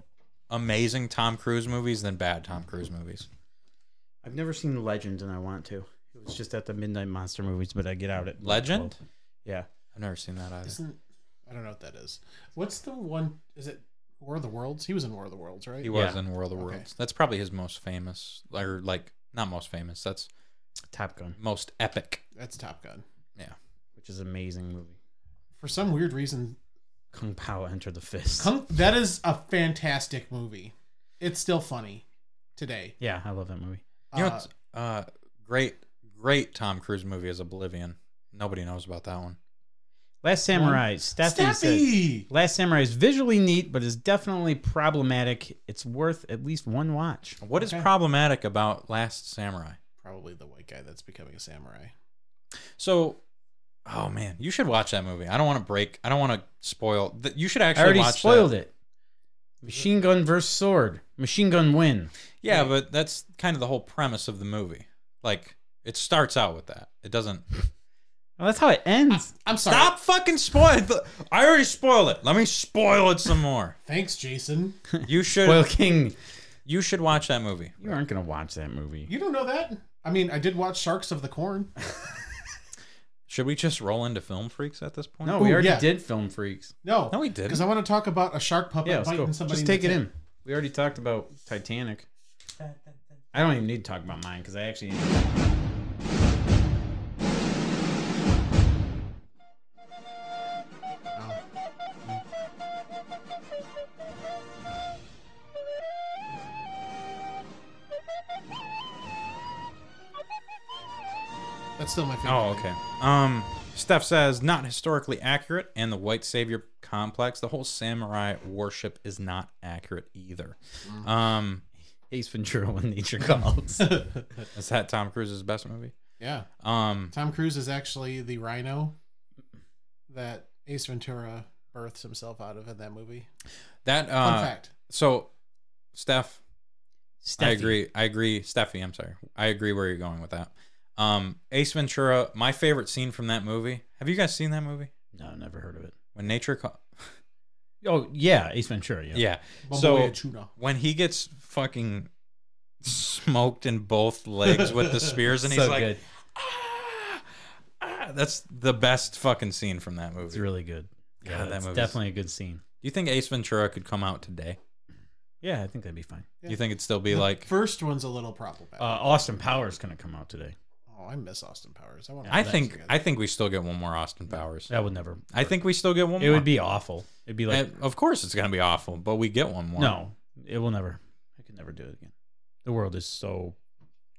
Speaker 3: amazing Tom Cruise movies than bad Tom Cruise movies.
Speaker 1: I've never seen Legend, and I want to. It was just at the Midnight Monster movies, but I get out at
Speaker 3: Legend?
Speaker 1: 12. Yeah,
Speaker 3: I've never seen that either.
Speaker 2: Isn't I don't know what that is. What's the one is it War of the Worlds? He was in War of the Worlds, right?
Speaker 3: He was
Speaker 1: Yeah.
Speaker 3: in World of
Speaker 2: Okay.
Speaker 3: Worlds. That's probably his most famous, or like not most famous. That's
Speaker 1: Top Gun,
Speaker 3: most epic.
Speaker 2: That's Top Gun.
Speaker 3: Yeah.
Speaker 1: which is an amazing movie.
Speaker 2: For some weird reason,
Speaker 1: Kung Pao Enter the Fist.
Speaker 2: Kung, that is a fantastic movie. It's still funny today.
Speaker 1: yeah, I love that movie.
Speaker 3: You know,
Speaker 2: Uh,
Speaker 3: what's, uh, great, great Tom Cruise movie is Oblivion. Nobody knows about that one.
Speaker 1: Last Samurai. Stephanie said,
Speaker 2: Steffi!
Speaker 1: Last Samurai is visually neat, but is definitely problematic. It's worth at least one watch.
Speaker 3: What is
Speaker 2: Okay.
Speaker 3: problematic about Last Samurai?
Speaker 2: Probably the white guy that's becoming a samurai.
Speaker 3: So, oh man, you should watch that movie. I don't want to break. I don't want to spoil. th- You should
Speaker 1: I
Speaker 3: actually
Speaker 1: already
Speaker 3: watch
Speaker 1: spoiled
Speaker 3: that.
Speaker 1: it. Machine gun versus sword. Machine gun win.
Speaker 3: Yeah, but that's kind of the whole premise of the movie. Like, it starts out with that. It doesn't.
Speaker 1: Well, that's how it ends.
Speaker 2: I'm sorry.
Speaker 3: Stop fucking spoil. the- I already spoiled it. Let me spoil it some more.
Speaker 2: Thanks, Jason.
Speaker 3: You should.
Speaker 1: Well, King,
Speaker 3: you should watch that movie.
Speaker 1: you aren't gonna watch that movie.
Speaker 2: You don't know that? I mean, I did watch Sharks of the Corn.
Speaker 3: Should we just roll into film freaks at this point?
Speaker 1: No, we
Speaker 2: Ooh,
Speaker 1: already
Speaker 2: yeah.
Speaker 1: did Film Freaks.
Speaker 2: No.
Speaker 3: No, we didn't.
Speaker 2: Because I want to talk about a shark puppet
Speaker 1: Yeah, let's
Speaker 2: biting
Speaker 1: go.
Speaker 2: somebody.
Speaker 1: Just
Speaker 2: the
Speaker 1: take it
Speaker 2: tip.
Speaker 1: in. We already talked about Titanic. I don't even need to talk about mine because I actually.
Speaker 2: Oh. That's still my favorite.
Speaker 3: Oh, okay. Um, Steph says not historically accurate, and the white savior complex. The whole samurai worship is not accurate either. Um,
Speaker 1: Ace Ventura when nature calls.
Speaker 3: is that Tom Cruise's best movie?
Speaker 2: Yeah.
Speaker 3: Um,
Speaker 2: Tom Cruise is actually the rhino that Ace Ventura births himself out of in that movie.
Speaker 3: that
Speaker 2: Fun
Speaker 3: uh,
Speaker 2: fact.
Speaker 3: so Steph, I
Speaker 1: Steffi.
Speaker 3: agree. I agree, Steffi. I'm sorry. I agree where you're going with that. Um, Ace Ventura. My favorite scene from that movie. Have you guys seen that movie?
Speaker 1: No, never heard of it.
Speaker 3: When nature. Ca-
Speaker 1: Oh yeah, Ace Ventura. Yeah.
Speaker 3: yeah.
Speaker 2: Bumblebee
Speaker 3: So
Speaker 2: Tuna.
Speaker 3: when he gets fucking smoked in both legs with the spears, and he's
Speaker 1: so
Speaker 3: like,
Speaker 1: good.
Speaker 3: "Ah," that's the best fucking scene from that
Speaker 1: It's
Speaker 3: movie.
Speaker 1: really good. Yeah,
Speaker 3: that
Speaker 1: that's
Speaker 3: movie's-
Speaker 1: definitely a good scene.
Speaker 3: Do you think Ace Ventura could come out today?
Speaker 1: Yeah, I think that'd be fine.
Speaker 3: You think it'd still be like
Speaker 2: First one's a little problematic.
Speaker 1: Uh, Austin Powers Uh, gonna come out today.
Speaker 2: oh, I miss Austin Powers. I want.
Speaker 3: I think I think we still get one more Austin Powers.
Speaker 1: That would never.
Speaker 3: I think we still get one.
Speaker 1: It
Speaker 3: more.
Speaker 1: would be awful. It'd be like
Speaker 3: And of course, it's gonna be awful, but we get one more.
Speaker 1: no. It will never. I could never do it again. The world is so.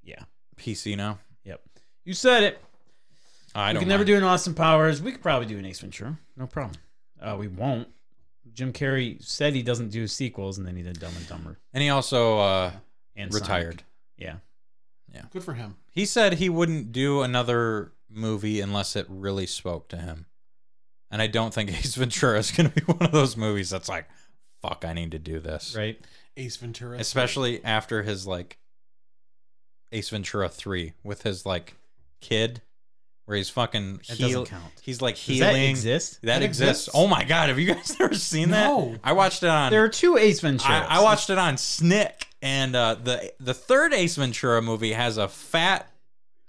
Speaker 1: Yeah.
Speaker 3: PC now.
Speaker 1: Yep. You said it.
Speaker 3: I
Speaker 1: We
Speaker 3: don't.
Speaker 1: can never
Speaker 3: mind.
Speaker 1: do an Austin Powers. We could probably do an Ace Ventura. No problem. Uh, we won't. Jim Carrey said he doesn't do sequels, and then he did Dumb and Dumber
Speaker 3: And he also uh,
Speaker 1: and Sonic.
Speaker 3: retired.
Speaker 1: Yeah.
Speaker 2: Good for him.
Speaker 3: He said he wouldn't do another movie unless it really spoke to him. And I don't think Ace Ventura is going to be one of those movies that's like, fuck, I need to do this.
Speaker 1: Right.
Speaker 2: Ace Ventura.
Speaker 3: Especially after his like Ace Ventura 3 with his like kid where he's fucking
Speaker 1: That
Speaker 3: heal-
Speaker 1: doesn't count.
Speaker 3: He's like
Speaker 1: Does
Speaker 3: healing.
Speaker 1: that exist?
Speaker 3: That
Speaker 2: That
Speaker 3: exists.
Speaker 2: exists.
Speaker 3: Oh my god, have you guys ever seen that?
Speaker 2: No.
Speaker 3: I watched it on
Speaker 1: There are two Ace Venturas.
Speaker 3: I, I watched it on Snick, and uh, the the third Ace Ventura movie has a fat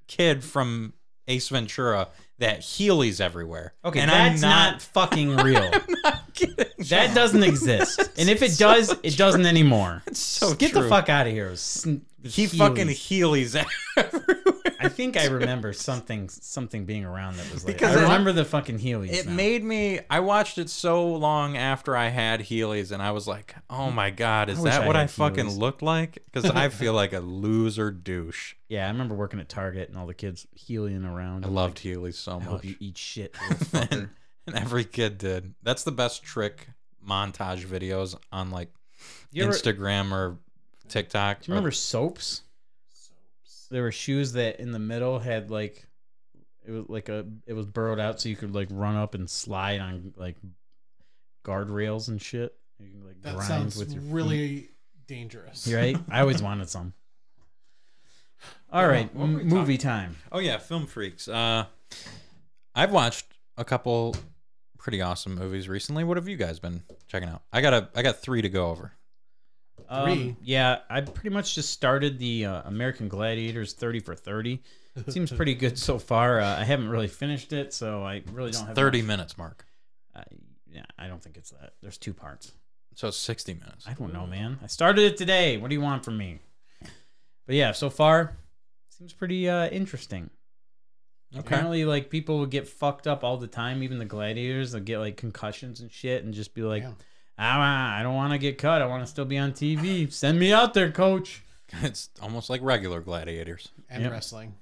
Speaker 3: kid from Ace Ventura that heelys everywhere.
Speaker 1: Okay,
Speaker 3: and
Speaker 1: that's not, fucking real. that doesn't exist. And if it does, it doesn't anymore.
Speaker 3: so
Speaker 1: Get the
Speaker 3: true.
Speaker 1: fuck out of here. Sn-
Speaker 3: He
Speaker 1: Heelys.
Speaker 3: fucking heelys everywhere.
Speaker 1: I think I remember something something being around that was like
Speaker 3: Because
Speaker 1: I
Speaker 3: it-
Speaker 1: remember the fucking Heelys.
Speaker 3: It
Speaker 1: now.
Speaker 3: made me. I watched it so long after I had heelys, and I was like, "Oh my god, is
Speaker 1: wish
Speaker 3: that
Speaker 1: I
Speaker 3: what
Speaker 1: had
Speaker 3: I fucking
Speaker 1: Heelys.
Speaker 3: looked like?" Because I feel like a loser douche.
Speaker 1: Yeah, I remember working at Target and all the kids heeling around.
Speaker 3: I loved heelys so
Speaker 1: I hope
Speaker 3: much.
Speaker 1: you eat shit, little fucker.
Speaker 3: and every kid did. That's the best trick montage videos on like
Speaker 1: You ever-
Speaker 3: Instagram or TikTok.
Speaker 1: Do you remember soaps? There were shoes that in the middle had like it was like a it was burrowed out so you could like run up and slide on like guardrails and shit. You can like
Speaker 2: That
Speaker 1: grind
Speaker 2: sounds
Speaker 1: with your feet.
Speaker 2: really dangerous.
Speaker 1: You're right. I always wanted some. All
Speaker 2: Yeah,
Speaker 1: right,
Speaker 2: what were we
Speaker 1: m- movie time.
Speaker 3: Oh yeah, film freaks. Uh, I've watched a couple pretty awesome movies recently. What have you guys been checking out? I got a I got three to go over.
Speaker 1: Um,
Speaker 2: Three.
Speaker 1: yeah, I pretty much just started the uh, American Gladiators 30 for 30. Seems pretty good so far. Uh, I haven't really finished it, so I really
Speaker 3: It's
Speaker 1: don't have
Speaker 3: thirty
Speaker 1: much-
Speaker 3: minutes, Mark.
Speaker 1: I, yeah, I don't think it's that. There's two parts.
Speaker 3: So it's sixty minutes.
Speaker 1: I don't know, man. I started it today. What do you want from me? But yeah, so far seems pretty uh, interesting. Apparently, like people would get fucked up all the time. Even the gladiators, they'll get like concussions and shit, and just be like,
Speaker 2: Yeah.
Speaker 1: "Ah, "I don't want to get cut. I want to still be on TV. Send me out there, coach."
Speaker 3: It's almost like regular gladiators.
Speaker 2: And
Speaker 1: Yep.
Speaker 2: wrestling.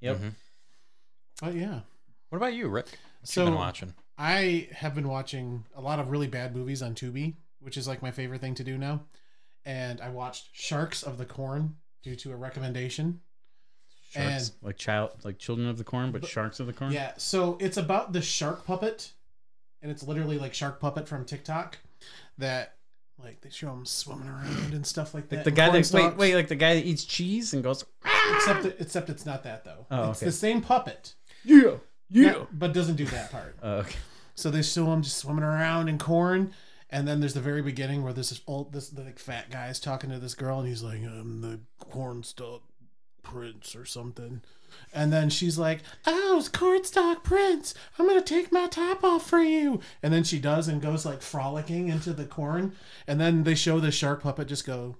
Speaker 1: Yep.
Speaker 3: Mhm.
Speaker 2: But yeah,
Speaker 3: What about you, Rick? What
Speaker 2: So-
Speaker 3: you been watching?
Speaker 2: I have been watching a lot of really bad movies on Tubi, which is like my favorite thing to do now. And I watched Sharks of the Corn due to a recommendation.
Speaker 1: Sharks,
Speaker 2: And-
Speaker 1: like child, like children of the corn, but,
Speaker 2: But-
Speaker 1: sharks of the corn.
Speaker 2: Yeah, so it's about the shark puppet, and it's literally like shark puppet from TikTok that like they show him swimming around and stuff like that.
Speaker 1: Like the
Speaker 2: and
Speaker 1: guy
Speaker 2: corn
Speaker 1: that wait,
Speaker 2: stalks.
Speaker 1: wait, like the guy that eats cheese and goes,
Speaker 2: except except it's not that though.
Speaker 1: Oh,
Speaker 2: it's
Speaker 1: okay.
Speaker 2: the same puppet.
Speaker 1: "Yeah, yeah."
Speaker 2: not- but doesn't do that part.
Speaker 1: Uh, okay.
Speaker 2: So they show him just swimming around in corn, and then there's the very beginning where this is old, this like fat guy is talking to this girl, and he's like, "I'm the cornstalk prince" or something, and then she's like, "Oh, it's cornstalk prince, I'm gonna take my top off for you," and then she does and goes like frolicking into the corn, and then they show the shark puppet just go.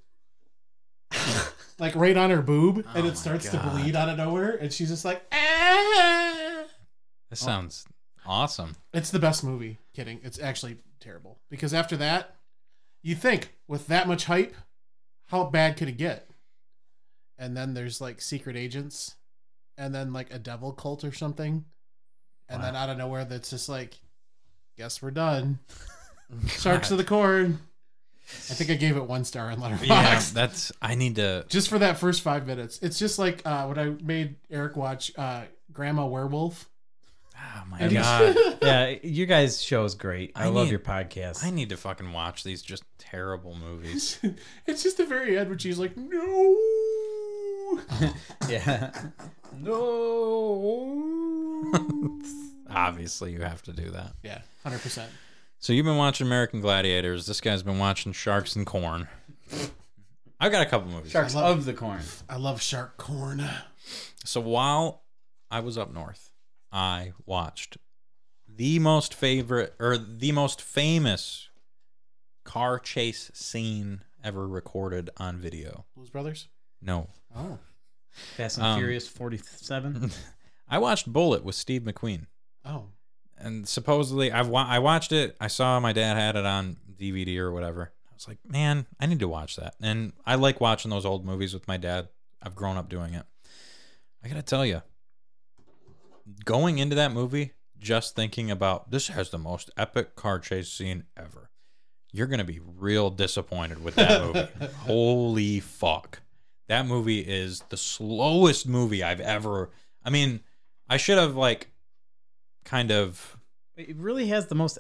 Speaker 2: like right on her boob, and
Speaker 3: Oh my
Speaker 2: it starts to
Speaker 3: God.
Speaker 2: bleed out of nowhere, and she's just like, ah!
Speaker 1: Oh.
Speaker 3: This sounds awesome.
Speaker 2: It's the best movie. Kidding. It's actually terrible. Because after that, you think with that much hype, how bad could it get? And then there's like secret agents, and then like a devil cult or something, and then out of nowhere, that's just like, guess we're done. Sharks of the Corn. I think I gave it one star on Letterboxd.
Speaker 3: Yeah, that's. I need to.
Speaker 2: Just for that first five minutes, it's just like uh, when I made Eric watch uh, Grandma Werewolf.
Speaker 3: Oh my
Speaker 2: And he's-
Speaker 3: god.
Speaker 1: Yeah, you guys' show is great. I,
Speaker 3: I
Speaker 1: love
Speaker 3: need-
Speaker 1: your podcast.
Speaker 3: I need to fucking watch these just terrible movies.
Speaker 2: it's just the very end when she's like, "No."
Speaker 1: yeah. no.
Speaker 3: Obviously, you have to do that.
Speaker 2: Yeah, hundred percent.
Speaker 3: So you've been watching American Gladiators. This guy's been watching Sharks and Corn. I've got a couple movies.
Speaker 1: Sharks
Speaker 2: I love-
Speaker 1: of the corn.
Speaker 2: I love shark corn.
Speaker 3: So while I was up north, I watched the most favorite or the most famous car chase scene ever recorded on video.
Speaker 2: Blues Brothers.
Speaker 3: No,
Speaker 2: Oh,
Speaker 1: Fast and
Speaker 3: Um,
Speaker 1: Furious 47.
Speaker 3: I watched Bullet with Steve McQueen,
Speaker 2: Oh,
Speaker 3: and supposedly I've wa- I watched it. I saw my dad had it on DVD or whatever. I was like, man, I need to watch that. And I like watching those old movies with my dad. I've grown up doing it. I gotta tell you, going into that movie, just thinking about this has the most epic car chase scene ever. You're gonna be real disappointed with that movie. Holy fuck. That movie is the slowest movie I've ever I mean, I should have like kind of
Speaker 1: It really has the most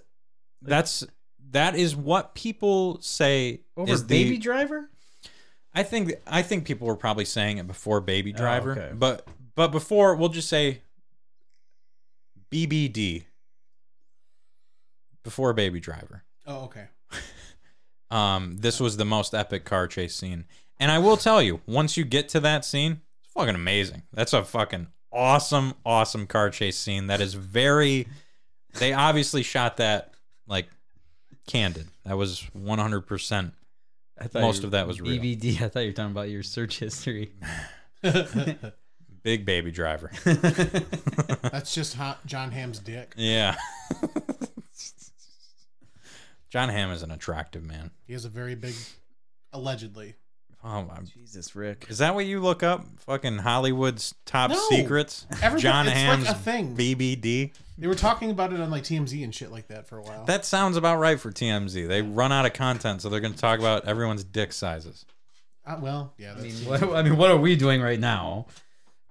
Speaker 3: that's that is what people say
Speaker 1: over
Speaker 3: is
Speaker 1: Baby
Speaker 3: the,
Speaker 1: Driver.
Speaker 3: I think I think people were probably saying it before Baby Driver,
Speaker 1: Oh, okay.
Speaker 3: but but before we'll just say BBD before Baby Driver.
Speaker 2: oh, okay.
Speaker 3: Um, this was the most epic car chase scene, and I will tell you, once you get to that scene, it's fucking amazing. That's a fucking awesome, awesome car chase scene. That is very. They obviously shot that like candid. That was one hundred percent
Speaker 1: I
Speaker 3: thought Most you- of that was real.
Speaker 1: BBD. I thought you were talking about your search history.
Speaker 3: big baby driver.
Speaker 2: That's just hot John Hamm's dick.
Speaker 3: Yeah. John Hamm is an attractive man.
Speaker 2: He has a very big, allegedly.
Speaker 3: Oh my.
Speaker 1: Jesus, Rick.
Speaker 3: Is that what you look up? Fucking Hollywood's top
Speaker 2: No.
Speaker 3: secrets?
Speaker 2: Everybody-
Speaker 3: John
Speaker 2: it's like
Speaker 3: Hamm's
Speaker 2: a thing.
Speaker 3: BBD?
Speaker 2: They were talking about it on like TMZ and shit like that for a while.
Speaker 3: That sounds about right for TMZ. They run out of content, so they're going to talk about everyone's dick sizes.
Speaker 2: Uh, well, yeah,
Speaker 1: I
Speaker 2: that's,
Speaker 1: mean, what, I mean, what are we doing right now?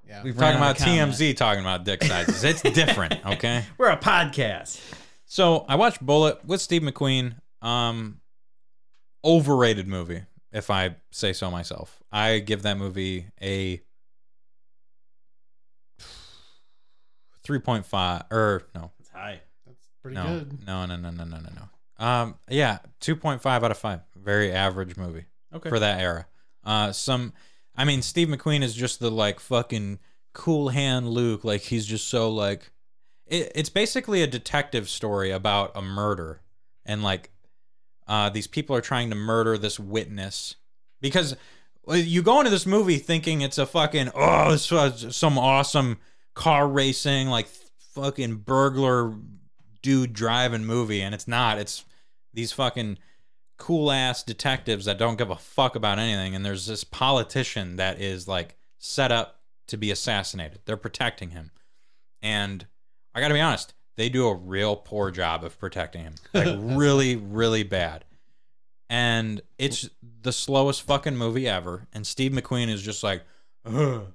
Speaker 2: yeah.
Speaker 1: We've
Speaker 3: Talking
Speaker 1: run out
Speaker 3: about
Speaker 1: of comment.
Speaker 3: TMZ, talking about dick sizes. It's different, okay?
Speaker 1: We're a podcast.
Speaker 3: So I watched Bullet with Steve McQueen. Um, overrated movie, if I say so myself. I give that movie a three point five or no,
Speaker 1: It's high.
Speaker 2: That's pretty
Speaker 3: no,
Speaker 2: good.
Speaker 3: no, no, no, no, no, no, no. Um, yeah, two point five out of five. Very average movie
Speaker 1: Okay.
Speaker 3: for that era. Uh, some, I mean, Steve McQueen is just the like fucking cool hand Luke. Like he's just so like, it, it's basically a detective story about a murder, and like, uh, these people are trying to murder this witness because well, you go into this movie thinking it's a fucking oh this was some awesome car racing like fucking burglar dude driving movie and it's not it's these fucking cool ass detectives that don't give a fuck about anything and there's this politician that is like set up to be assassinated they're protecting him and i gotta be honest they do a real poor job of protecting him like really really bad and it's the slowest fucking movie ever. And Steve McQueen is just like, Ugh,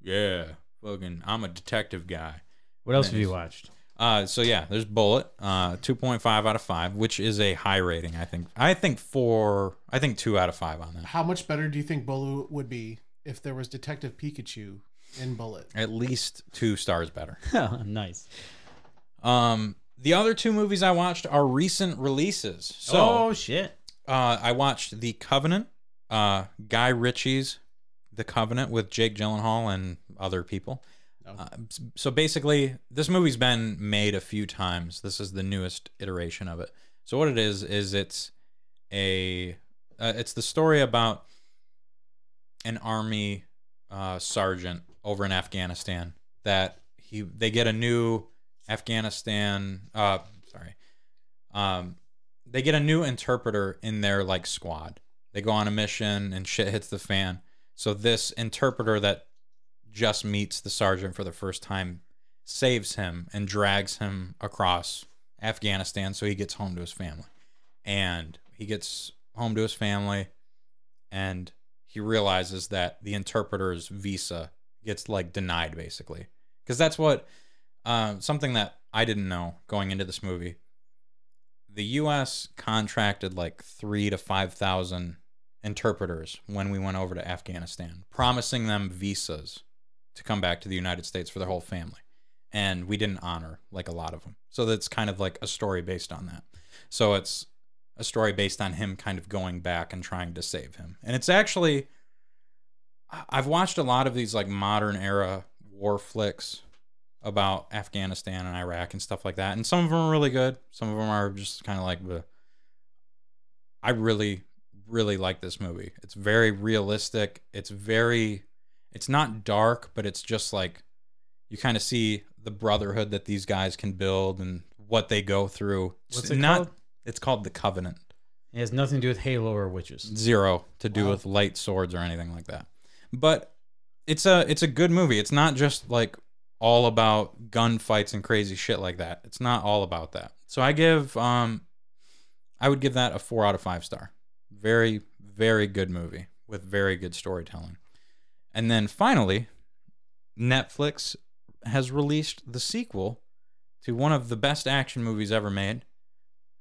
Speaker 3: yeah, fucking, I'm a detective guy.
Speaker 1: What else have
Speaker 3: Nice.
Speaker 1: you watched?
Speaker 3: Uh, so yeah, there's Bullet, uh, two point five out of five, which is a high rating. I think. I think four. I think two out of five on that.
Speaker 2: How much better do you think Bolu would be if there was Detective Pikachu in Bullet?
Speaker 3: At least two stars better.
Speaker 1: nice.
Speaker 3: Um, the other two movies I watched are recent releases. So
Speaker 1: oh shit.
Speaker 3: uh, I watched The Covenant, uh, Guy Ritchie's The Covenant with Jake Gyllenhaal and other people.
Speaker 2: No.
Speaker 3: Uh, s- so basically, this movie's been made a few times. This is the newest iteration of it. So what it is is it's a uh, it's the story about an army uh, sergeant over in Afghanistan that he they get a new Afghanistan uh, sorry um, they get a new interpreter in their like squad. They go on a mission and shit hits the fan. So this interpreter that just meets the sergeant for the first time saves him and drags him across Afghanistan so he gets home to his family. And he gets home to his family and he realizes that the interpreter's visa gets like denied basically. Cuz that's what uh, something that I didn't know going into this movie the U.S. contracted like three to five thousand interpreters when we went over to Afghanistan, promising them visas to come back to the United States for their whole family, and we didn't honor like a lot of them. So that's kind of like a story based on that. So it's a story based on him kind of going back and trying to save him, and it's actually I- I've watched a lot of these like modern era war flicks about Afghanistan and Iraq and stuff like that. And some of them are really good. Some of them are just kind of like, bleh. I really, really like this movie. It's very realistic. It's very, It's not dark, but it's just like you kind of see the brotherhood that these guys can build and what they go through. It's
Speaker 1: What's it called?
Speaker 3: It's called the Covenant.
Speaker 1: It has nothing to do with Halo or witches.
Speaker 3: Zero to do
Speaker 2: Wow.
Speaker 3: with light swords or anything like that. But it's a it's a good movie. It's not just like all about gunfights and crazy shit like that. It's not all about that. So I give um I would give that a 4 out of 5 star. Very very good movie with very good storytelling. And then finally, Netflix has released the sequel to one of the best action movies ever made.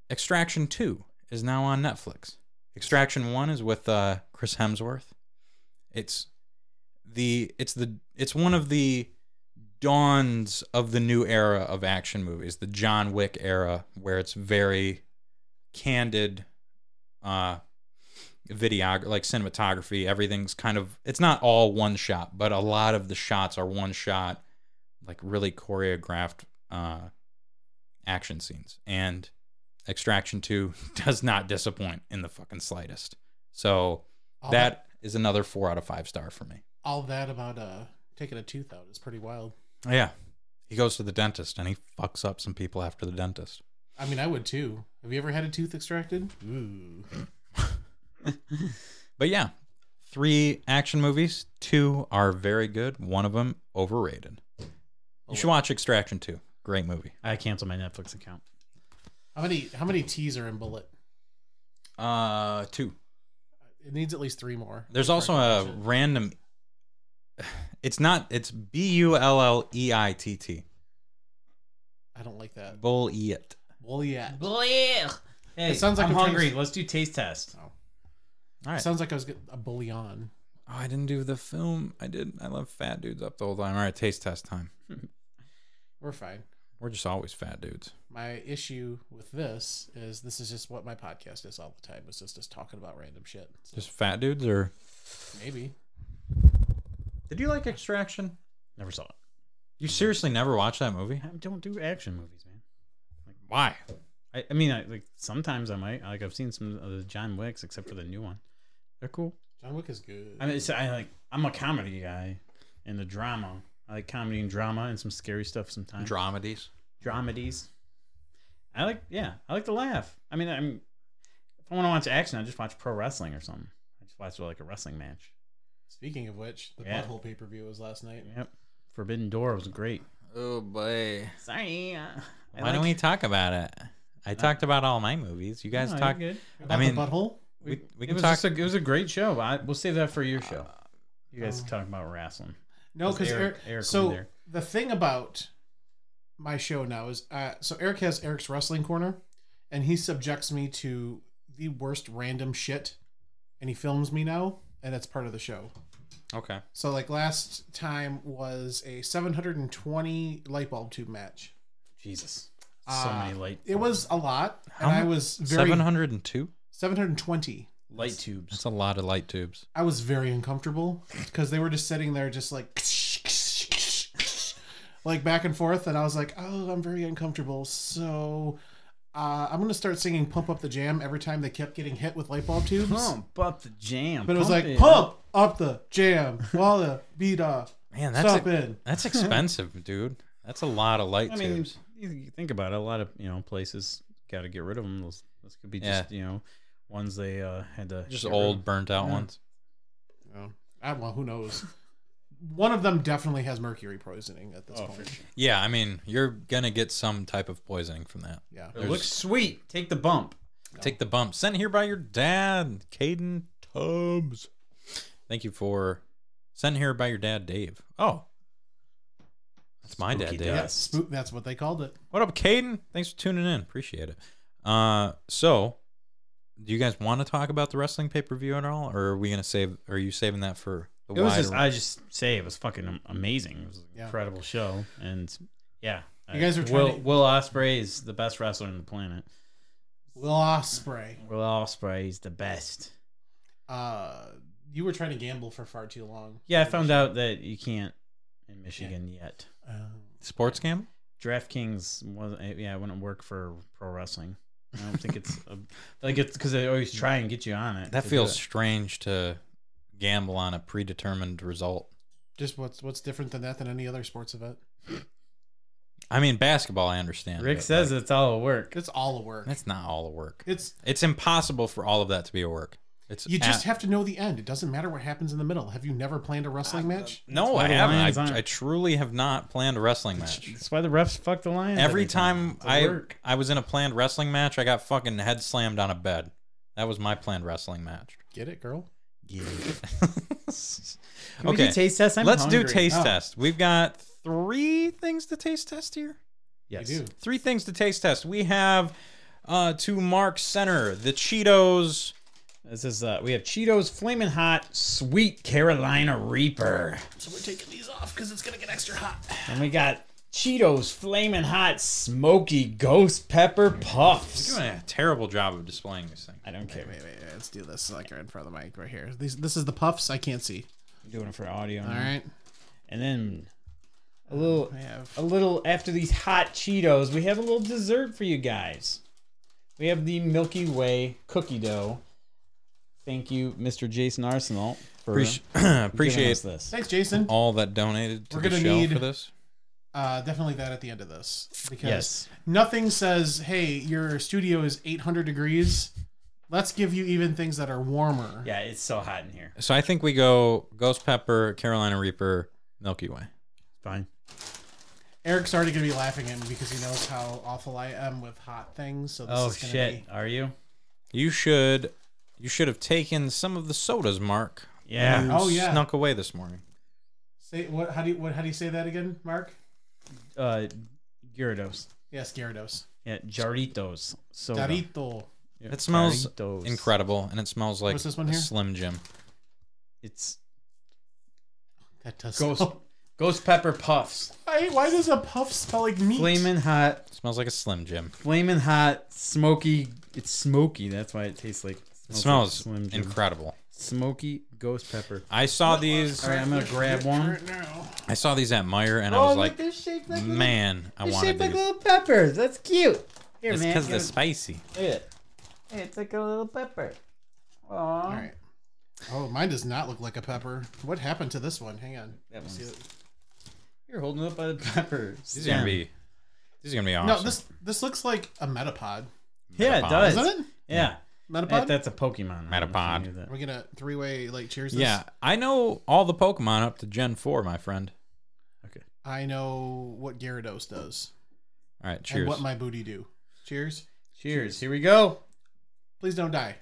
Speaker 3: Extraction 2 is now on Netflix. Extraction 1 is with uh, Chris Hemsworth. It's the it's the it's one of the dawns of the new era of action movies, the John Wick era where it's very candid uh videog like cinematography, everything's kind of it's not all one shot, but a lot of the shots are one shot like really choreographed uh action scenes. And Extraction 2 does not disappoint in the fucking slightest. So
Speaker 2: All
Speaker 3: that is another 4 out of 5 star for me.
Speaker 2: all that about uh taking a tooth out is pretty wild.
Speaker 3: Yeah. He goes to the dentist and he fucks up some people after the dentist.
Speaker 2: I mean, I would too. Have you ever had a tooth extracted? Ooh.
Speaker 3: But yeah, three action movies, two are very good, one of them overrated. You should watch Extraction 2. Great movie.
Speaker 1: I canceled my Netflix account.
Speaker 2: How many how many T's are in bullet?
Speaker 3: Uh, two.
Speaker 2: It needs at least three more.
Speaker 3: There's also a random. It's not. It's B U L L E I T T.
Speaker 2: I don't like that.
Speaker 3: Bull it.
Speaker 2: Well, yeah.
Speaker 1: Hey,
Speaker 2: It sounds like
Speaker 1: I'm
Speaker 2: we're trying
Speaker 1: hungry.
Speaker 2: to-
Speaker 1: Let's do taste test.
Speaker 3: All right.
Speaker 2: Sounds like I was getting a bullion.
Speaker 3: Oh, I didn't do the film. I did. I love fat dudes up the whole time. All right, taste test time.
Speaker 2: We're fine.
Speaker 3: We're just always fat dudes.
Speaker 2: My issue with this is this is just what my podcast is all the time. It's just us talking about random shit. So
Speaker 3: Just fat dudes, or
Speaker 2: maybe.
Speaker 3: did you like Extraction?
Speaker 1: Never saw it.
Speaker 3: You seriously never watched that movie?
Speaker 1: I don't do action movies, man.
Speaker 3: Why?
Speaker 1: I, I mean, I, like sometimes I might. Like I've seen some of the John Wicks, except for the new one. They're cool.
Speaker 2: John Wick is good.
Speaker 1: I mean, it's, I like. I'm a comedy guy, and the drama. I like comedy and drama and some scary stuff sometimes.
Speaker 3: Dramedies.
Speaker 1: Dramedies. I like. Yeah, I like to laugh. I mean, I'm. If I want to watch action, I just watch pro wrestling or something. I just watch like a wrestling match.
Speaker 2: Speaking of which, the
Speaker 1: Yeah.
Speaker 2: butthole pay per view was last night.
Speaker 1: Yep. Forbidden Door was great.
Speaker 3: Oh boy.
Speaker 1: Sorry. Uh,
Speaker 3: Why don't we talk about it? I talked about all my movies. You guys talk.
Speaker 1: Good.
Speaker 2: About
Speaker 3: mean-
Speaker 2: the butthole.
Speaker 3: We, we
Speaker 1: it
Speaker 3: can
Speaker 1: was
Speaker 3: talk.
Speaker 1: just a, it was a great show. I, we'll save that for your show. You guys talk about wrestling.
Speaker 2: No, because
Speaker 1: Eric-
Speaker 2: Eric,
Speaker 1: Eric
Speaker 2: So
Speaker 1: will be there.
Speaker 2: the thing about my show now is, uh, so Eric has Eric's wrestling corner, and he subjects me to the worst random shit, and he films me now, and it's part of the show.
Speaker 3: okay.
Speaker 2: So like last time was a 720 light bulb tube match.
Speaker 1: Jesus. So
Speaker 2: Uh,
Speaker 1: many light
Speaker 2: It was a lot,
Speaker 3: How
Speaker 2: and I
Speaker 3: mu-
Speaker 2: was very
Speaker 3: Seven hundred and two.
Speaker 2: 720.
Speaker 1: light tubes.
Speaker 3: That's a lot of light tubes.
Speaker 2: I was very uncomfortable because they were just sitting there, just like, like back and forth, and I was like, "Oh, I'm very uncomfortable." So, uh, I'm gonna start singing "Pump Up the Jam" every time they kept getting hit with light bulb tubes.
Speaker 1: Pump up the jam.
Speaker 2: But it was like,
Speaker 1: it.
Speaker 2: "Pump up the jam, while the beat off,
Speaker 3: Man, that's
Speaker 2: stop
Speaker 3: a-
Speaker 2: in."
Speaker 3: that's expensive, dude. That's a lot of light
Speaker 1: I mean,
Speaker 3: tubes.
Speaker 1: you, you think about it. A lot of you know places got to get rid of them. Those, those could be just you know ones they uh, had to
Speaker 3: Just
Speaker 1: get rid
Speaker 3: old,
Speaker 1: of.
Speaker 3: burnt out
Speaker 1: Yeah.
Speaker 3: ones.
Speaker 2: Oh, I, well, who knows? One of them definitely has mercury poisoning at this
Speaker 1: Oh,
Speaker 2: point.
Speaker 1: for sure.
Speaker 3: Yeah, I mean, you're gonna get some type of poisoning from that.
Speaker 2: Yeah,
Speaker 1: It looks sweet. Take the bump.
Speaker 3: Take the bump. Sent here by your dad, Caden Tubbs. Thank you for sent here by your dad, Dave. Oh, that's my dad,
Speaker 1: Spooky
Speaker 3: Dave.
Speaker 1: dad.
Speaker 2: yeah, spook. That's what they called it.
Speaker 3: What up, Caden? Thanks for tuning in. Appreciate it. Uh, so, do you guys want to talk about the wrestling pay per view at all, or are we gonna save? Are you saving that for the
Speaker 1: It was
Speaker 3: wider-
Speaker 1: just I just say it was fucking am- amazing. It was an
Speaker 2: Yeah.
Speaker 1: incredible show, and yeah,
Speaker 2: You guys are
Speaker 1: Will
Speaker 2: trying to-
Speaker 1: Will Osprey is the best wrestler on the planet.
Speaker 2: Will Osprey.
Speaker 1: Will Osprey is the best.
Speaker 2: Uh, you were trying to gamble for far too long.
Speaker 1: Yeah, I found out that you can't in Michigan yet.
Speaker 2: Um,
Speaker 3: sports game?
Speaker 1: DraftKings was eh, yeah, it wouldn't work for pro wrestling. I don't think it's a, like it's because they always try and get you on it.
Speaker 3: That
Speaker 1: to do
Speaker 3: feels
Speaker 1: it.
Speaker 3: strange to gamble on a predetermined result.
Speaker 2: Just what's what's different than that than any other sports event?
Speaker 3: I mean, basketball, I understand.
Speaker 1: Rick
Speaker 3: but,
Speaker 1: says
Speaker 3: like,
Speaker 1: it's all a work.
Speaker 2: It's all a work.
Speaker 3: that's not all the work.
Speaker 2: It's
Speaker 3: It's impossible for all of that to be a work. It's
Speaker 2: you
Speaker 3: a-
Speaker 2: just have to know the end. It doesn't matter what happens in the middle. Have you never planned a wrestling match?
Speaker 3: no,
Speaker 1: why
Speaker 3: I
Speaker 1: the Lions
Speaker 3: haven't.
Speaker 1: aren't-
Speaker 3: I, I truly have not planned a wrestling match.
Speaker 1: That's why the refs fuck the Lions.
Speaker 3: Every time
Speaker 1: It's a
Speaker 3: I
Speaker 1: work.
Speaker 3: I was in a planned wrestling match, I got fucking head slammed on a bed. That was my planned wrestling match.
Speaker 2: Get it, girl.
Speaker 1: Can we do
Speaker 3: okay,
Speaker 1: taste test. I'm
Speaker 3: let's do
Speaker 1: hungry.
Speaker 3: taste
Speaker 2: Oh.
Speaker 3: test. We've got three things to taste test here.
Speaker 1: Yes.
Speaker 2: You do.
Speaker 3: Three things to taste test. We have uh, to Mark Center the Cheetos.
Speaker 1: This is uh, we have Cheetos Flamin' Hot Sweet Carolina Reaper,
Speaker 2: So we're taking these off because it's gonna get extra hot.
Speaker 1: and we got Cheetos Flamin' Hot Smoky Ghost Pepper Puffs.
Speaker 3: Doing a terrible job of displaying these things.
Speaker 1: I don't care.
Speaker 2: Wait, wait, wait, let's do this like right in front of the mic right here. These this is the puffs. I can't see.
Speaker 1: I'm doing it for audio.
Speaker 2: All right.
Speaker 1: And then Oh, a little,
Speaker 2: I have
Speaker 1: a little after these hot Cheetos, we have a little dessert for you guys. We have the Milky Way cookie dough. Thank you, Mr. Jason Arsenal, for
Speaker 3: Appreciate,
Speaker 1: giving
Speaker 3: appreciate
Speaker 1: us this.
Speaker 2: Thanks, Jason.
Speaker 3: all that donated to
Speaker 2: We're
Speaker 3: the
Speaker 2: gonna
Speaker 3: show
Speaker 2: need-
Speaker 3: for this.
Speaker 2: Uh, definitely that at the end of this because
Speaker 1: Yes.
Speaker 2: nothing says, "Hey, your studio is 800 degrees. Let's give you even things that are warmer."
Speaker 1: Yeah, it's so hot in here.
Speaker 3: So I think we go Ghost Pepper, Carolina Reaper, Milky Way.
Speaker 1: Fine.
Speaker 2: Eric's already gonna be laughing at me because he knows how awful I am with hot things. So this
Speaker 1: Oh
Speaker 2: is gonna
Speaker 1: shit,
Speaker 2: be
Speaker 1: are you?
Speaker 3: You should you should have taken some of the sodas, Mark.
Speaker 1: Yeah.
Speaker 3: You
Speaker 2: Oh, yeah.
Speaker 3: Snuck away this morning.
Speaker 2: say what? How do you what? How do you say that again, Mark?
Speaker 1: Uh, Gyarados.
Speaker 2: Yes, Gyarados.
Speaker 1: Yeah, Jarritos. So
Speaker 2: Darito.
Speaker 1: Yeah,
Speaker 3: It smells
Speaker 1: Jarritos.
Speaker 3: incredible and it smells like
Speaker 2: What's this one
Speaker 3: a
Speaker 2: here?
Speaker 3: Slim Jim.
Speaker 1: It's
Speaker 2: That does.
Speaker 1: ghost,
Speaker 2: smell-
Speaker 1: ghost pepper puffs.
Speaker 2: Oh, Why, why does a puff smell like meat?
Speaker 1: Flamin' hot,
Speaker 3: It smells like a Slim Jim.
Speaker 1: flamin' hot, smoky. It's smoky. That's why it tastes like.
Speaker 3: It smells
Speaker 1: like Slim Jim.
Speaker 3: incredible.
Speaker 1: Smoky ghost pepper.
Speaker 3: I saw these
Speaker 1: All right, I'm gonna grab one.
Speaker 2: Right now.
Speaker 3: I saw these at Meyer and I
Speaker 1: oh,
Speaker 3: was
Speaker 1: look,
Speaker 3: like,
Speaker 1: they're shaped like little-
Speaker 3: man, I
Speaker 1: They're
Speaker 3: wanted
Speaker 1: shaped like
Speaker 3: these.
Speaker 1: little peppers. That's cute. Here,
Speaker 3: It's
Speaker 1: man.
Speaker 3: because
Speaker 1: give
Speaker 3: they're
Speaker 1: it-
Speaker 3: spicy.
Speaker 1: look at it. Hey, it's like a little pepper. Aww.
Speaker 2: All right. Oh, mine does not look like a pepper. What happened to this one? Hang on.
Speaker 1: That
Speaker 2: Let's
Speaker 1: one's-
Speaker 2: see it.
Speaker 1: You're holding up by the pepper.
Speaker 3: These are gonna be these are gonna be awesome.
Speaker 2: No, this this looks like a metapod,
Speaker 1: Yeah, it
Speaker 3: Metapod.
Speaker 1: does.
Speaker 2: isn't it?
Speaker 1: Yeah.
Speaker 2: Metapod.
Speaker 1: That, that's a Pokemon. I don't know if you
Speaker 3: Metapod.
Speaker 1: knew that.
Speaker 2: Are we gonna three way like cheers? This?
Speaker 3: Yeah, I know all the Pokemon up to Gen 4, my friend.
Speaker 2: I know what Gyarados does
Speaker 3: All right,
Speaker 2: and
Speaker 3: cheers.
Speaker 2: what my booty do. Cheers.
Speaker 1: Cheers. Here we go.
Speaker 2: Please don't die.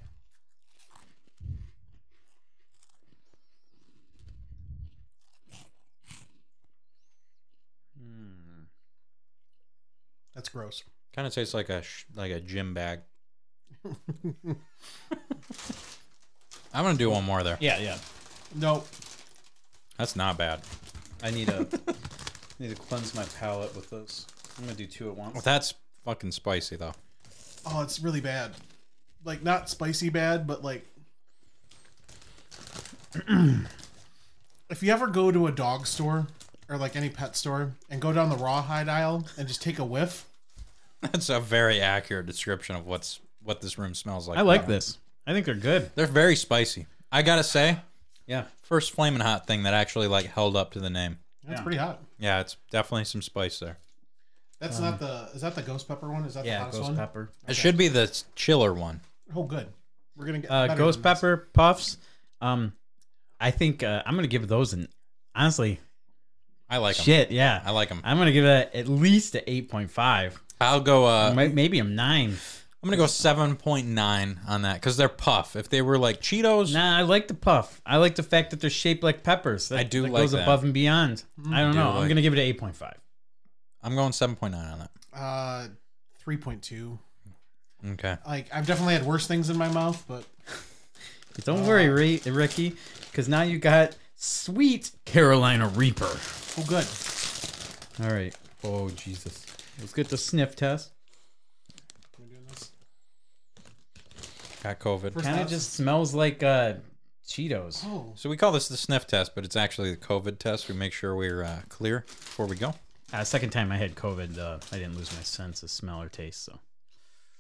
Speaker 2: Hmm. That's gross.
Speaker 3: kind of tastes like a sh- like a gym bag. I'm gonna do one more there.
Speaker 1: Yeah, yeah.
Speaker 2: No,
Speaker 3: That's not bad.
Speaker 1: I need a need to cleanse my palate with those. I'm gonna do two at once.
Speaker 3: That's fucking spicy though.
Speaker 2: Oh, it's really bad. Like not spicy bad, but like if you ever go to a dog store or like any pet store and go down the rawhide aisle and just take a whiff,
Speaker 3: That's a very accurate description of what's what this room smells like.
Speaker 1: I like this. I think they're good.
Speaker 3: They're very spicy. I gotta say,
Speaker 1: Yeah.
Speaker 3: first flaming hot thing that actually like held up to the name.
Speaker 2: that's
Speaker 1: Yeah.
Speaker 2: pretty hot.
Speaker 3: Yeah, it's definitely some spice there.
Speaker 2: That's not the is that the ghost pepper one? Is that the
Speaker 1: Um, Yeah.
Speaker 2: hottest
Speaker 1: Ghost
Speaker 2: one?
Speaker 1: pepper.
Speaker 3: It should be the s- chiller one.
Speaker 2: Oh, good. We're gonna get
Speaker 1: Uh,
Speaker 2: better
Speaker 1: ghost
Speaker 2: than this.
Speaker 1: pepper puffs. Um, I think uh, I'm gonna give those an honestly
Speaker 3: I like them.
Speaker 1: shit. Yeah.
Speaker 3: I like them.
Speaker 1: I'm gonna give that at least a 8.5.
Speaker 3: I'll go. Uh,
Speaker 1: Might maybe a nine.
Speaker 3: I'm gonna go 7.9 on that because they're puff. If they were like Cheetos,
Speaker 1: Nah, I like the puff. I like the fact that they're shaped like peppers. That,
Speaker 3: I do
Speaker 1: that
Speaker 3: like
Speaker 1: goes
Speaker 3: that.
Speaker 1: above and beyond. I don't
Speaker 3: do
Speaker 1: know. I'm
Speaker 3: like-
Speaker 1: gonna give it an 8.5.
Speaker 3: I'm going 7.9 on that.
Speaker 2: Uh, three point two.
Speaker 3: Okay.
Speaker 2: Like I've definitely had worse things in my mouth, but
Speaker 1: Don't worry, Ri- Ricky, because now you got sweet Carolina Reaper.
Speaker 2: oh, good.
Speaker 1: All right. Oh Jesus. Let's get the sniff test.
Speaker 2: Am I doing this?
Speaker 3: Got COVID.
Speaker 2: First-
Speaker 1: Kind of
Speaker 2: Sniff.
Speaker 1: just smells like uh, Cheetos.
Speaker 2: Oh,
Speaker 3: So we call this the sniff test, but it's actually the COVID test. We make sure we're uh, clear before we go.
Speaker 1: Uh, second time I had COVID, uh, I didn't lose my sense of smell or taste. So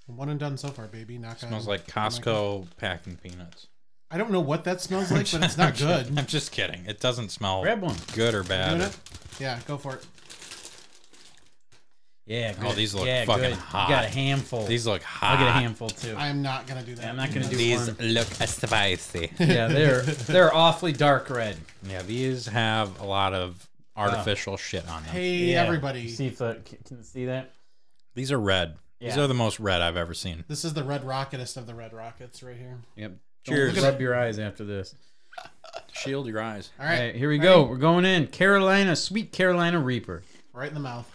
Speaker 2: one and done so far, baby. Knock on-
Speaker 1: Oh
Speaker 2: Oh
Speaker 3: smells like Costco packing peanuts.
Speaker 2: I don't know what that smells like, but it's not good.
Speaker 3: I'm just kidding. It doesn't smell
Speaker 1: Grab one.
Speaker 3: good or
Speaker 2: Doing
Speaker 3: bad.
Speaker 2: it? Yeah, go for it.
Speaker 1: Yeah.
Speaker 3: Oh,
Speaker 1: good.
Speaker 3: these look
Speaker 1: yeah,
Speaker 3: fucking
Speaker 1: good.
Speaker 3: hot.
Speaker 1: You got a handful.
Speaker 3: These look hot.
Speaker 1: I'll get a handful too.
Speaker 2: I am not gonna do that.
Speaker 1: Yeah, I'm not gonna do one.
Speaker 3: look spicy.
Speaker 1: Yeah, they're they're awfully dark red.
Speaker 3: yeah, these have a lot of artificial shit on them.
Speaker 2: Hey,
Speaker 1: Yeah.
Speaker 2: everybody!
Speaker 1: See if the c- can you see that.
Speaker 3: These are red. These
Speaker 1: Yeah.
Speaker 3: are the most red I've ever seen.
Speaker 2: This is the red rocketest of the red rockets right here.
Speaker 1: Yep.
Speaker 3: Cheers.
Speaker 1: Don't rub your eyes after this.
Speaker 3: Shield your eyes.
Speaker 2: All
Speaker 1: All
Speaker 2: right,
Speaker 1: right, here we go. We're going in. Carolina, sweet Carolina Reaper.
Speaker 2: right in the mouth.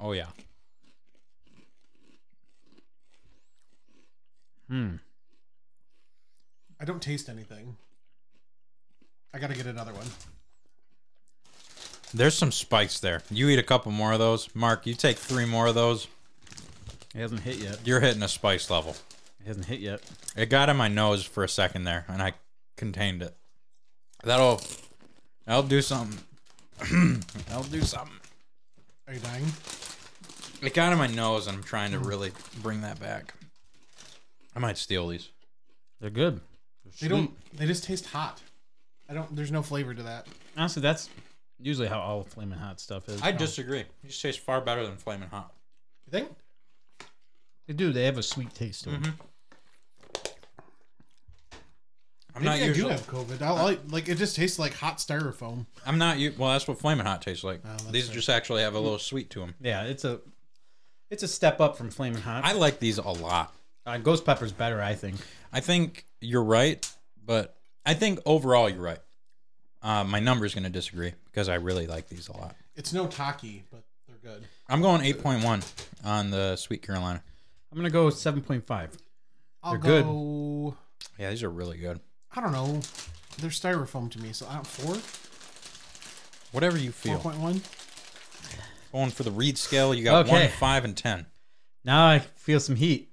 Speaker 3: Oh yeah.
Speaker 2: I don't taste anything. I gotta get another one.
Speaker 3: There's some spikes there. You eat a couple more of those. Mark, you take three more of those.
Speaker 1: It hasn't hit yet.
Speaker 3: You're hitting a spice level.
Speaker 1: It hasn't hit yet.
Speaker 3: It got in my nose for a second there, and I contained it. That'll, that'll do something. that'll do something.
Speaker 2: Are you dying?
Speaker 3: It got in my nose, and I'm trying to really bring that back. I might steal these.
Speaker 1: They're good.
Speaker 2: They don't. They just taste hot. I don't. There's no flavor to that.
Speaker 1: Honestly, that's usually how all flaming hot stuff is.
Speaker 3: I disagree. These taste far better than Flamin' Hot.
Speaker 2: You think?
Speaker 1: They do. They have a sweet taste to them.
Speaker 3: I'm
Speaker 2: Maybe
Speaker 3: not
Speaker 2: I do
Speaker 3: usually.
Speaker 2: have COVID. I like, like it just tastes like hot styrofoam.
Speaker 3: I'm not you. Well, that's what Flamin' Hot tastes like.
Speaker 2: Oh,
Speaker 3: these just actually have a little sweet to them.
Speaker 1: Yeah, it's a it's a step up from flaming hot.
Speaker 3: I like these a lot.
Speaker 1: uh, ghost pepper's better, I think.
Speaker 3: I think you're right, but I think overall you're right. Uh, my number's going to disagree because I really like these a lot.
Speaker 2: It's no taki, but they're good.
Speaker 3: I'm going 8.1 on the Sweet Carolina.
Speaker 1: I'm gonna go seven point five.
Speaker 2: I'll
Speaker 1: They're good.
Speaker 2: go.
Speaker 3: Yeah, these are really good.
Speaker 2: I don't know. They're styrofoam to me, so I don't four,
Speaker 3: Whatever you
Speaker 2: four
Speaker 3: feel.
Speaker 2: point one.
Speaker 3: Going for the reed scale, you got one,
Speaker 1: Okay.
Speaker 3: five, and ten.
Speaker 1: Now I feel some heat.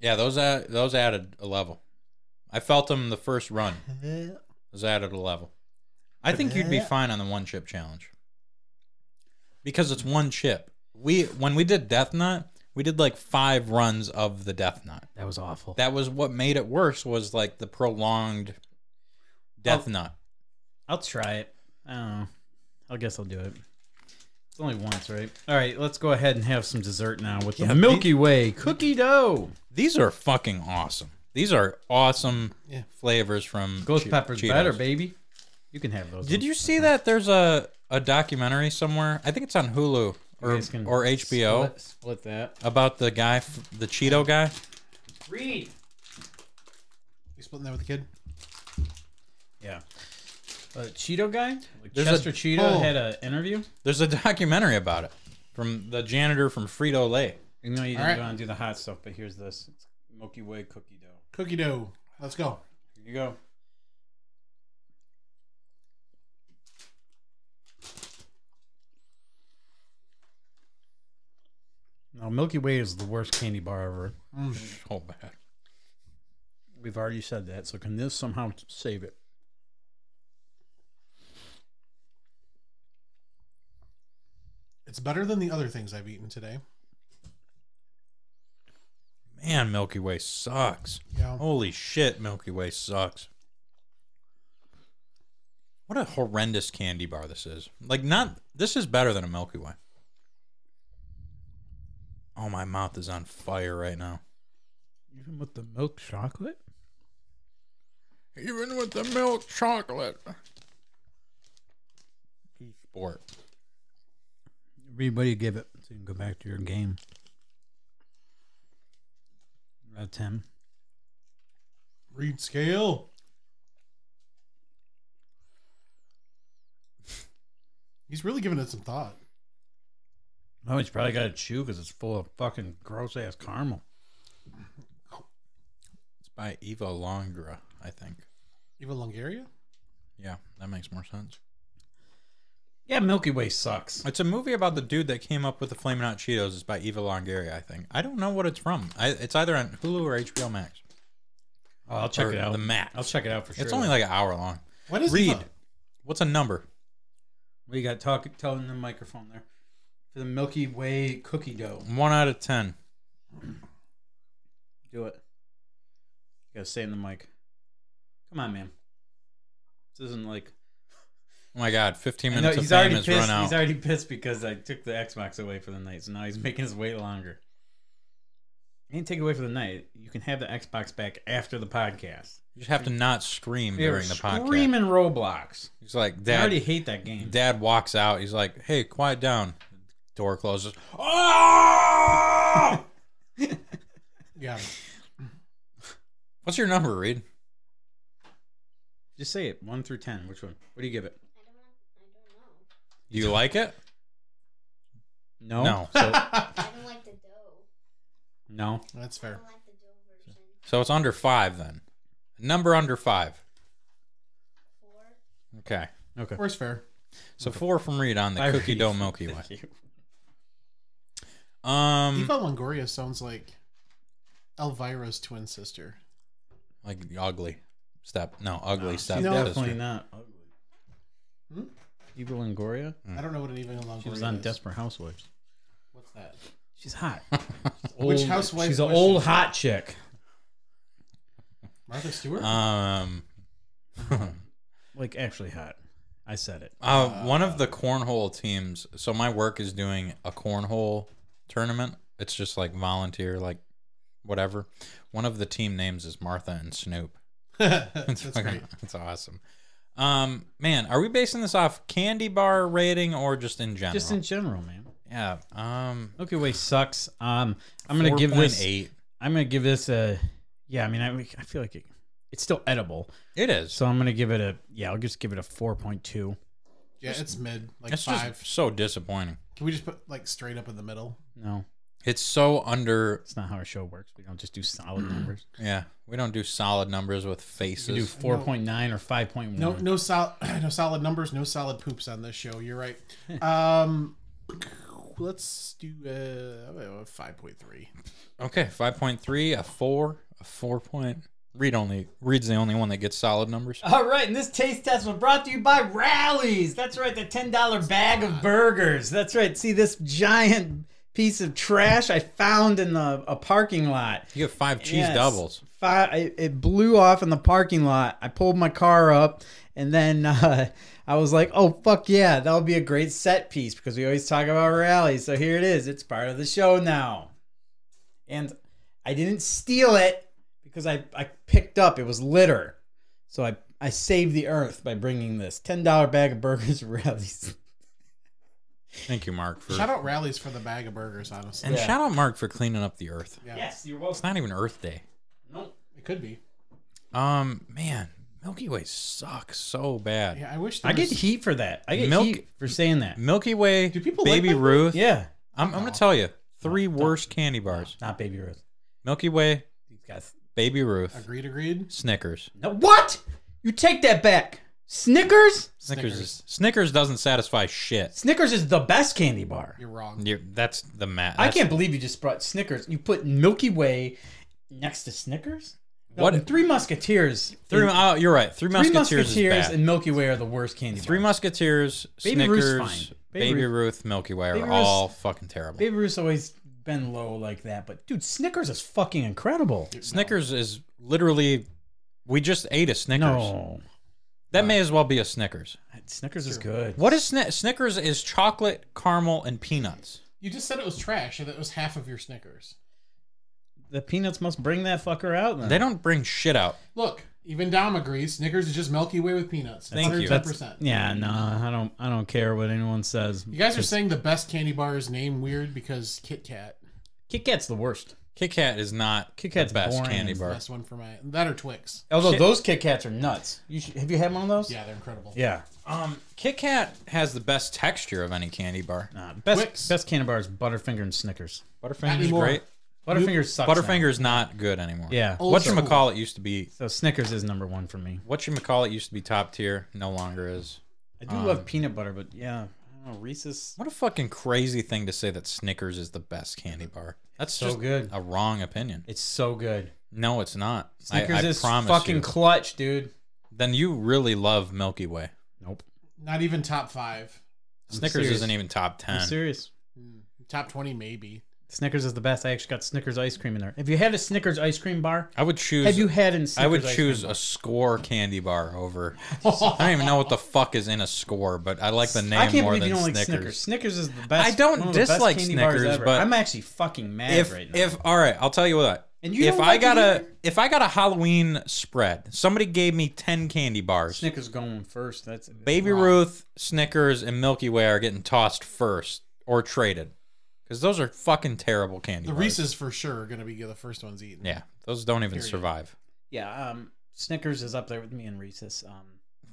Speaker 3: Yeah, those uh, those added a level. I felt them the first run. Those added a level. I think you'd be fine on the one chip challenge because it's one chip. We when we did Death Knot, we did like five runs of the Death Knot.
Speaker 1: That was awful.
Speaker 3: That was what made it worse was like the prolonged
Speaker 1: Oh.
Speaker 3: Death Knot.
Speaker 1: I'll try it. I don't know. I guess I'll do it. It's only once, right? All right, let's go ahead and have some dessert now with the Milky Way cookie dough.
Speaker 3: These are fucking awesome. These are awesome
Speaker 2: Yeah.
Speaker 3: flavors from
Speaker 1: Ghost
Speaker 3: Che-
Speaker 1: pepper's
Speaker 3: Cheetos.
Speaker 1: better, baby. You can have those.
Speaker 3: Did you see that? There's a a documentary somewhere. I think it's on Hulu or
Speaker 1: guys can
Speaker 3: or HBO.
Speaker 1: Split, split that.
Speaker 3: about the guy, f- the Cheeto guy.
Speaker 1: Read.
Speaker 2: You splitting that with the kid?
Speaker 1: Yeah. Uh, Cheeto guy.
Speaker 3: There's
Speaker 1: Chester
Speaker 3: a-
Speaker 1: Cheeto
Speaker 2: Oh.
Speaker 1: had an interview.
Speaker 3: There's a documentary about it from the janitor from Frito Lay.
Speaker 1: You know you
Speaker 2: All
Speaker 1: didn't
Speaker 2: right.
Speaker 1: want to do the hot stuff, but here's this it's Milky Way cookie dough.
Speaker 2: Cookie dough. Let's go.
Speaker 1: Here you go. Now, Milky Way is the worst candy bar ever.
Speaker 3: So Oh, bad.
Speaker 1: We've already said that, so can this somehow save it?
Speaker 2: It's better than the other things I've eaten today.
Speaker 3: Man, Milky Way sucks.
Speaker 2: Yeah.
Speaker 3: Holy shit, Milky Way sucks. What a horrendous candy bar this is. Like, not this is better than a Milky Way. Oh, my mouth is on fire right now.
Speaker 1: Even with the milk chocolate?
Speaker 3: Even with the milk chocolate. Sport.
Speaker 1: Read what do you give it so you can go back to your game. Out of 10.
Speaker 2: Reed scale. He's really giving it some thought.
Speaker 1: Oh, he's probably got to chew because it's full of fucking gross ass caramel.
Speaker 3: It's by Eva Longra, I think.
Speaker 2: Even Longaria?
Speaker 3: Yeah, that makes more sense.
Speaker 1: Yeah, Milky Way sucks.
Speaker 3: It's a movie about the dude that came up with the Flamin' Hot Cheetos. It's by Eva Longoria, I think. I don't know what it's from. I, it's either on Hulu or HBO Max.
Speaker 1: Oh, I'll check
Speaker 3: Or
Speaker 1: it out.
Speaker 3: The Max.
Speaker 1: I'll check it out for sure.
Speaker 3: It's only like an hour long.
Speaker 2: What is
Speaker 3: Reed.
Speaker 2: Eva?
Speaker 3: What's a number?
Speaker 1: We got talk telling the microphone there. to the Milky Way cookie dough.
Speaker 3: One out of ten.
Speaker 1: Do it. You gotta stay in the mic. Come on, man. This isn't like
Speaker 3: Oh my god, fifteen
Speaker 1: I know,
Speaker 3: minutes of
Speaker 1: he's
Speaker 3: fame
Speaker 1: already
Speaker 3: has
Speaker 1: pissed.
Speaker 3: run out.
Speaker 1: He's already pissed because I took the Xbox away for the night, so now he's making us wait longer. I didn't take it away for the night. You can have the Xbox back after the podcast.
Speaker 3: you just have to not scream
Speaker 1: They were
Speaker 3: during the podcast.
Speaker 1: screaming Roblox.
Speaker 3: He's like,
Speaker 1: I already
Speaker 3: Dad.
Speaker 1: hate that game.
Speaker 3: Dad walks out. He's like, Hey, quiet down. Door closes. Oh!
Speaker 2: Yeah.
Speaker 3: What's your number, Reed?
Speaker 1: Just say it. One through ten. Which one? What do you give it?
Speaker 3: Do you like it?
Speaker 1: No.
Speaker 3: No.
Speaker 1: So,
Speaker 5: I don't like the dough.
Speaker 1: no.
Speaker 2: That's
Speaker 5: I
Speaker 2: fair.
Speaker 5: don't like the dough version.
Speaker 3: So it's under five then. Number under five.
Speaker 5: Four.
Speaker 3: Okay.
Speaker 1: Okay.
Speaker 2: Four's fair.
Speaker 3: So four from Reed on the
Speaker 1: Bye,
Speaker 3: cookie
Speaker 1: Reed.
Speaker 3: dough Milky Way.
Speaker 1: Thank you.
Speaker 3: Um,
Speaker 2: Eva Longoria sounds like Elvira's twin sister.
Speaker 3: like ugly step. No, ugly
Speaker 1: No,
Speaker 3: step.
Speaker 1: she's
Speaker 2: No.
Speaker 3: sister.
Speaker 1: definitely not.
Speaker 2: Hmm?
Speaker 1: Eva Longoria.
Speaker 2: I don't know what an Eva Longoria
Speaker 1: She was on
Speaker 2: is.
Speaker 1: Desperate Housewives.
Speaker 2: What's that?
Speaker 1: She's hot.
Speaker 2: Which
Speaker 1: Old-
Speaker 2: housewife
Speaker 1: She's an
Speaker 2: was
Speaker 1: old
Speaker 2: she?
Speaker 1: hot chick.
Speaker 2: Martha Stewart?
Speaker 3: Um,
Speaker 1: Like actually hot. I said it.
Speaker 3: uh, one of the cornhole teams. So my work is doing a cornhole tournament. It's just like volunteer, like whatever. One of the team names is Martha and Snoop.
Speaker 2: That's
Speaker 3: It's fucking-
Speaker 2: great.
Speaker 3: It's awesome. Um, man, are we basing this off candy bar rating or just in general?
Speaker 1: Just in general, man.
Speaker 3: yeah. Um,
Speaker 1: Milky Way sucks. Um, I'm gonna give this.
Speaker 3: 4.8.
Speaker 1: I'm gonna give this a. Yeah, I mean, I, I feel like it, it's still edible,
Speaker 3: It is.
Speaker 1: so I'm gonna give it a. Yeah, I'll just give it a four point two.
Speaker 2: Yeah, it's mid, like
Speaker 3: it's
Speaker 2: five.
Speaker 3: just so disappointing.
Speaker 2: Can we just put like straight up in the middle?
Speaker 1: No,
Speaker 3: It's so under.
Speaker 1: it's not how our show works. We don't just do solid numbers.
Speaker 3: Yeah, we don't do solid numbers with
Speaker 1: We do
Speaker 3: faces.
Speaker 1: four point nine or five point one.
Speaker 2: No,
Speaker 3: Mm-hmm.
Speaker 2: no solid, no solid numbers, no solid poops on this show. You're right. Um, let's do uh five point three.
Speaker 3: okay, five point three, a four, a four point. Reed only. Reed's the only one that gets solid numbers.
Speaker 1: All right, and this taste test was brought to you by Rallies. That's right, the $10 bag of burgers. That's right. See this giant piece of trash I found in the, a parking lot.
Speaker 3: You get five cheese
Speaker 1: Yes.
Speaker 3: doubles.
Speaker 1: Fi it, it blew off in the parking lot. I pulled my car up, and then uh, I was like, "Oh fuck yeah, that'll be a great set piece because we always talk about rallies." So here it is. It's part of the show now, and I didn't steal it because I I picked up. It was litter, so I I saved the earth by bringing this ten dollar bag of burgers for rallies.
Speaker 3: Thank you, Mark. For,
Speaker 2: Shout out rallies for the bag of burgers. Honestly,
Speaker 3: and
Speaker 1: Yeah.
Speaker 3: shout out Mark for cleaning up the earth.
Speaker 2: yeah,
Speaker 1: you're
Speaker 3: It's
Speaker 1: welcome.
Speaker 3: not even Earth Day.
Speaker 2: it could be.
Speaker 3: Um, man, Milky Way sucks so bad.
Speaker 2: Yeah, I wish. There
Speaker 1: I get
Speaker 2: was-
Speaker 1: heat for that. I get
Speaker 3: Milk-
Speaker 1: heat for saying that.
Speaker 3: Milky Way,
Speaker 2: Do people
Speaker 3: Baby
Speaker 2: like that?
Speaker 3: Ruth.
Speaker 1: Yeah,
Speaker 3: I'm, I'm gonna tell you three worst candy bars:
Speaker 1: not baby Ruth.
Speaker 3: Milky Way,
Speaker 1: These guys.
Speaker 3: Baby Ruth,
Speaker 2: Agreed, agreed.
Speaker 3: Snickers.
Speaker 1: No, what? You take that back. Snickers?
Speaker 3: Snickers. Snickers, Snickers doesn't satisfy shit.
Speaker 1: Snickers is the best candy bar.
Speaker 2: You're wrong.
Speaker 3: You're, that's the math.
Speaker 1: I can't believe you just brought Snickers. You put Milky Way next to Snickers? No,
Speaker 3: What-
Speaker 1: Three Musketeers.
Speaker 3: Three,
Speaker 1: is-
Speaker 3: oh, you're right. Three
Speaker 1: Three
Speaker 3: Musketeers, is bad.
Speaker 1: and Milky Way are the worst candy
Speaker 3: Three
Speaker 1: bars.
Speaker 3: Musketeers,
Speaker 1: Baby Ruth's
Speaker 3: Snickers,
Speaker 1: fine. Baby
Speaker 3: Baby, Ruth, Milky Way are
Speaker 1: Baby Ruth's-
Speaker 3: all fucking terrible.
Speaker 1: Baby Ruth's always been low like that, but dude, Snickers is fucking incredible.
Speaker 3: Snickers is literally. We just ate a Snickers.
Speaker 1: No.
Speaker 3: That may as well be a Snickers.
Speaker 1: Snickers is good.
Speaker 3: What is Sni- Snickers? Is chocolate, caramel, and peanuts.
Speaker 2: You just said it was trash, and that was half of your Snickers.
Speaker 1: The peanuts must bring that fucker out then.
Speaker 3: They don't bring shit out.
Speaker 2: Look, even Dom agrees. Snickers is just Milky Way with peanuts.
Speaker 3: Thank you.
Speaker 2: 110%.
Speaker 1: Yeah, no, I don't I don't care what anyone says.
Speaker 2: You guys are saying the best candy bar is named weird because Kit Kat.
Speaker 1: Kit Kat's the worst.
Speaker 3: Kit Kat is not
Speaker 1: Kit
Speaker 3: Kit
Speaker 1: Kat's
Speaker 3: Kat's the best
Speaker 1: boring.
Speaker 3: candy bar.
Speaker 2: Best one for my that or Twix.
Speaker 1: Although
Speaker 3: Shit.
Speaker 1: those Kit Kats are nuts. You should, have you had one of those?
Speaker 2: Yeah, they're incredible.
Speaker 1: Yeah.
Speaker 3: Um, Kit Kat has the best texture of any candy bar.
Speaker 1: Nah, best
Speaker 2: Twix.
Speaker 1: best candy bars Butterfinger and Snickers.
Speaker 3: Butterfinger's
Speaker 2: anymore.
Speaker 3: great.
Speaker 1: Butterfinger sucks. now.
Speaker 3: Butterfinger's not good anymore.
Speaker 1: Yeah.
Speaker 2: Old
Speaker 3: Whatchamacallit call it used to be
Speaker 1: So Snickers is number one for me.
Speaker 3: What you call it used to be top tier, no longer is.
Speaker 1: I do love peanut butter, but yeah, I don't know, Reese's.
Speaker 3: What a fucking crazy thing to say that Snickers is the best candy bar. That's
Speaker 1: So
Speaker 3: just
Speaker 1: good.
Speaker 3: a wrong opinion.
Speaker 1: It's so good.
Speaker 3: No, it's not. I-
Speaker 1: Snickers
Speaker 3: I,
Speaker 1: is
Speaker 3: promise
Speaker 1: fucking
Speaker 3: you.
Speaker 1: clutch, dude.
Speaker 3: then you really love Milky Way.
Speaker 1: Nope.
Speaker 2: Not even top five.
Speaker 3: Snickers
Speaker 1: serious.
Speaker 3: isn't even top
Speaker 1: I'm
Speaker 3: ten.
Speaker 1: serious.
Speaker 2: Top 20, maybe.
Speaker 1: Snickers is the best. I actually got Snickers ice cream in there. Have you had a Snickers ice cream bar?
Speaker 3: I would choose.
Speaker 1: Have you had in Snickers
Speaker 3: I would
Speaker 1: ice
Speaker 3: choose
Speaker 1: cream
Speaker 3: a score candy bar over. I don't even know what the fuck is in a score, but I like the
Speaker 1: bar?
Speaker 3: name
Speaker 1: I can't
Speaker 3: more
Speaker 1: believe
Speaker 3: than
Speaker 1: you don't
Speaker 3: Snickers.
Speaker 1: like Snickers. Snickers is the best.
Speaker 3: I don't
Speaker 1: one of the best
Speaker 3: dislike
Speaker 1: candy bars
Speaker 3: Snickers,
Speaker 1: ever.
Speaker 3: but
Speaker 1: I'm actually fucking mad
Speaker 3: If
Speaker 1: right now.
Speaker 3: if all right, I'll tell you what.
Speaker 1: And you
Speaker 3: if
Speaker 1: don't
Speaker 3: I
Speaker 1: like it
Speaker 3: got a
Speaker 1: either.
Speaker 3: if I got a Halloween spread, somebody gave me ten candy bars.
Speaker 1: Snickers going first, that's
Speaker 3: Baby Ruth, Snickers, and Milky Way are getting tossed first or traded because those are fucking terrible candy
Speaker 2: The
Speaker 3: bars.
Speaker 2: Reese's for sure are going to be the first ones eaten.
Speaker 3: yeah, those don't even
Speaker 2: Period.
Speaker 3: survive.
Speaker 1: Yeah, um, Snickers is up there with me and Reese's. Um,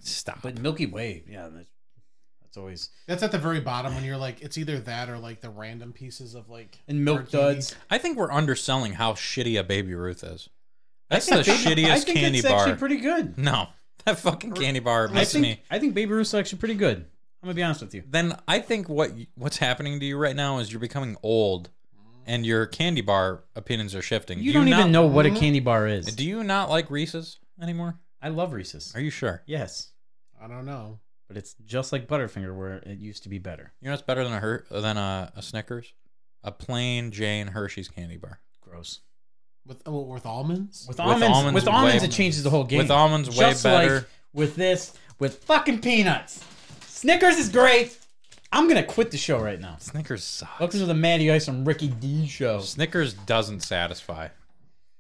Speaker 3: Stop.
Speaker 1: but Milky Way, yeah, that's, that's always
Speaker 2: That's at the very bottom when you're like, it's either that or like the random pieces of like.
Speaker 1: and Milk
Speaker 2: hard candy.
Speaker 1: Duds.
Speaker 3: I think we're underselling how shitty a Baby Ruth is. That's
Speaker 1: Yeah,
Speaker 3: the
Speaker 1: Baby- I
Speaker 3: shittiest
Speaker 1: think
Speaker 3: candy
Speaker 1: it's
Speaker 3: bar.
Speaker 1: Actually, pretty good.
Speaker 3: no, that fucking candy bar
Speaker 1: I
Speaker 3: makes
Speaker 1: think
Speaker 3: me.
Speaker 1: I think Baby Ruth's actually pretty good. I'm gonna be honest with you.
Speaker 3: Then I think what y- what's happening to you right now is you're becoming old, and your candy bar opinions are shifting.
Speaker 1: You
Speaker 3: Do
Speaker 1: don't
Speaker 3: not-
Speaker 1: even know what a candy bar is.
Speaker 3: Do you not like Reese's anymore?
Speaker 1: I love Reese's.
Speaker 3: Are you sure?
Speaker 1: Yes,
Speaker 2: I don't know.
Speaker 1: but it's just like Butterfinger, where it used to be better.
Speaker 3: You know what's better than a Her- than a, a Snickers? A plain Jane Hershey's candy bar.
Speaker 1: Gross.
Speaker 2: With oh, with almonds?
Speaker 1: With almonds, with almonds,
Speaker 3: way-
Speaker 1: it changes the whole game.
Speaker 3: With almonds, way
Speaker 1: Just Like
Speaker 3: better.
Speaker 1: with this, with fucking peanuts. Snickers is great. I'm gonna quit the show right now.
Speaker 3: Snickers sucks.
Speaker 1: Welcome to the Matty Ice and Ricky D show.
Speaker 3: Snickers doesn't satisfy.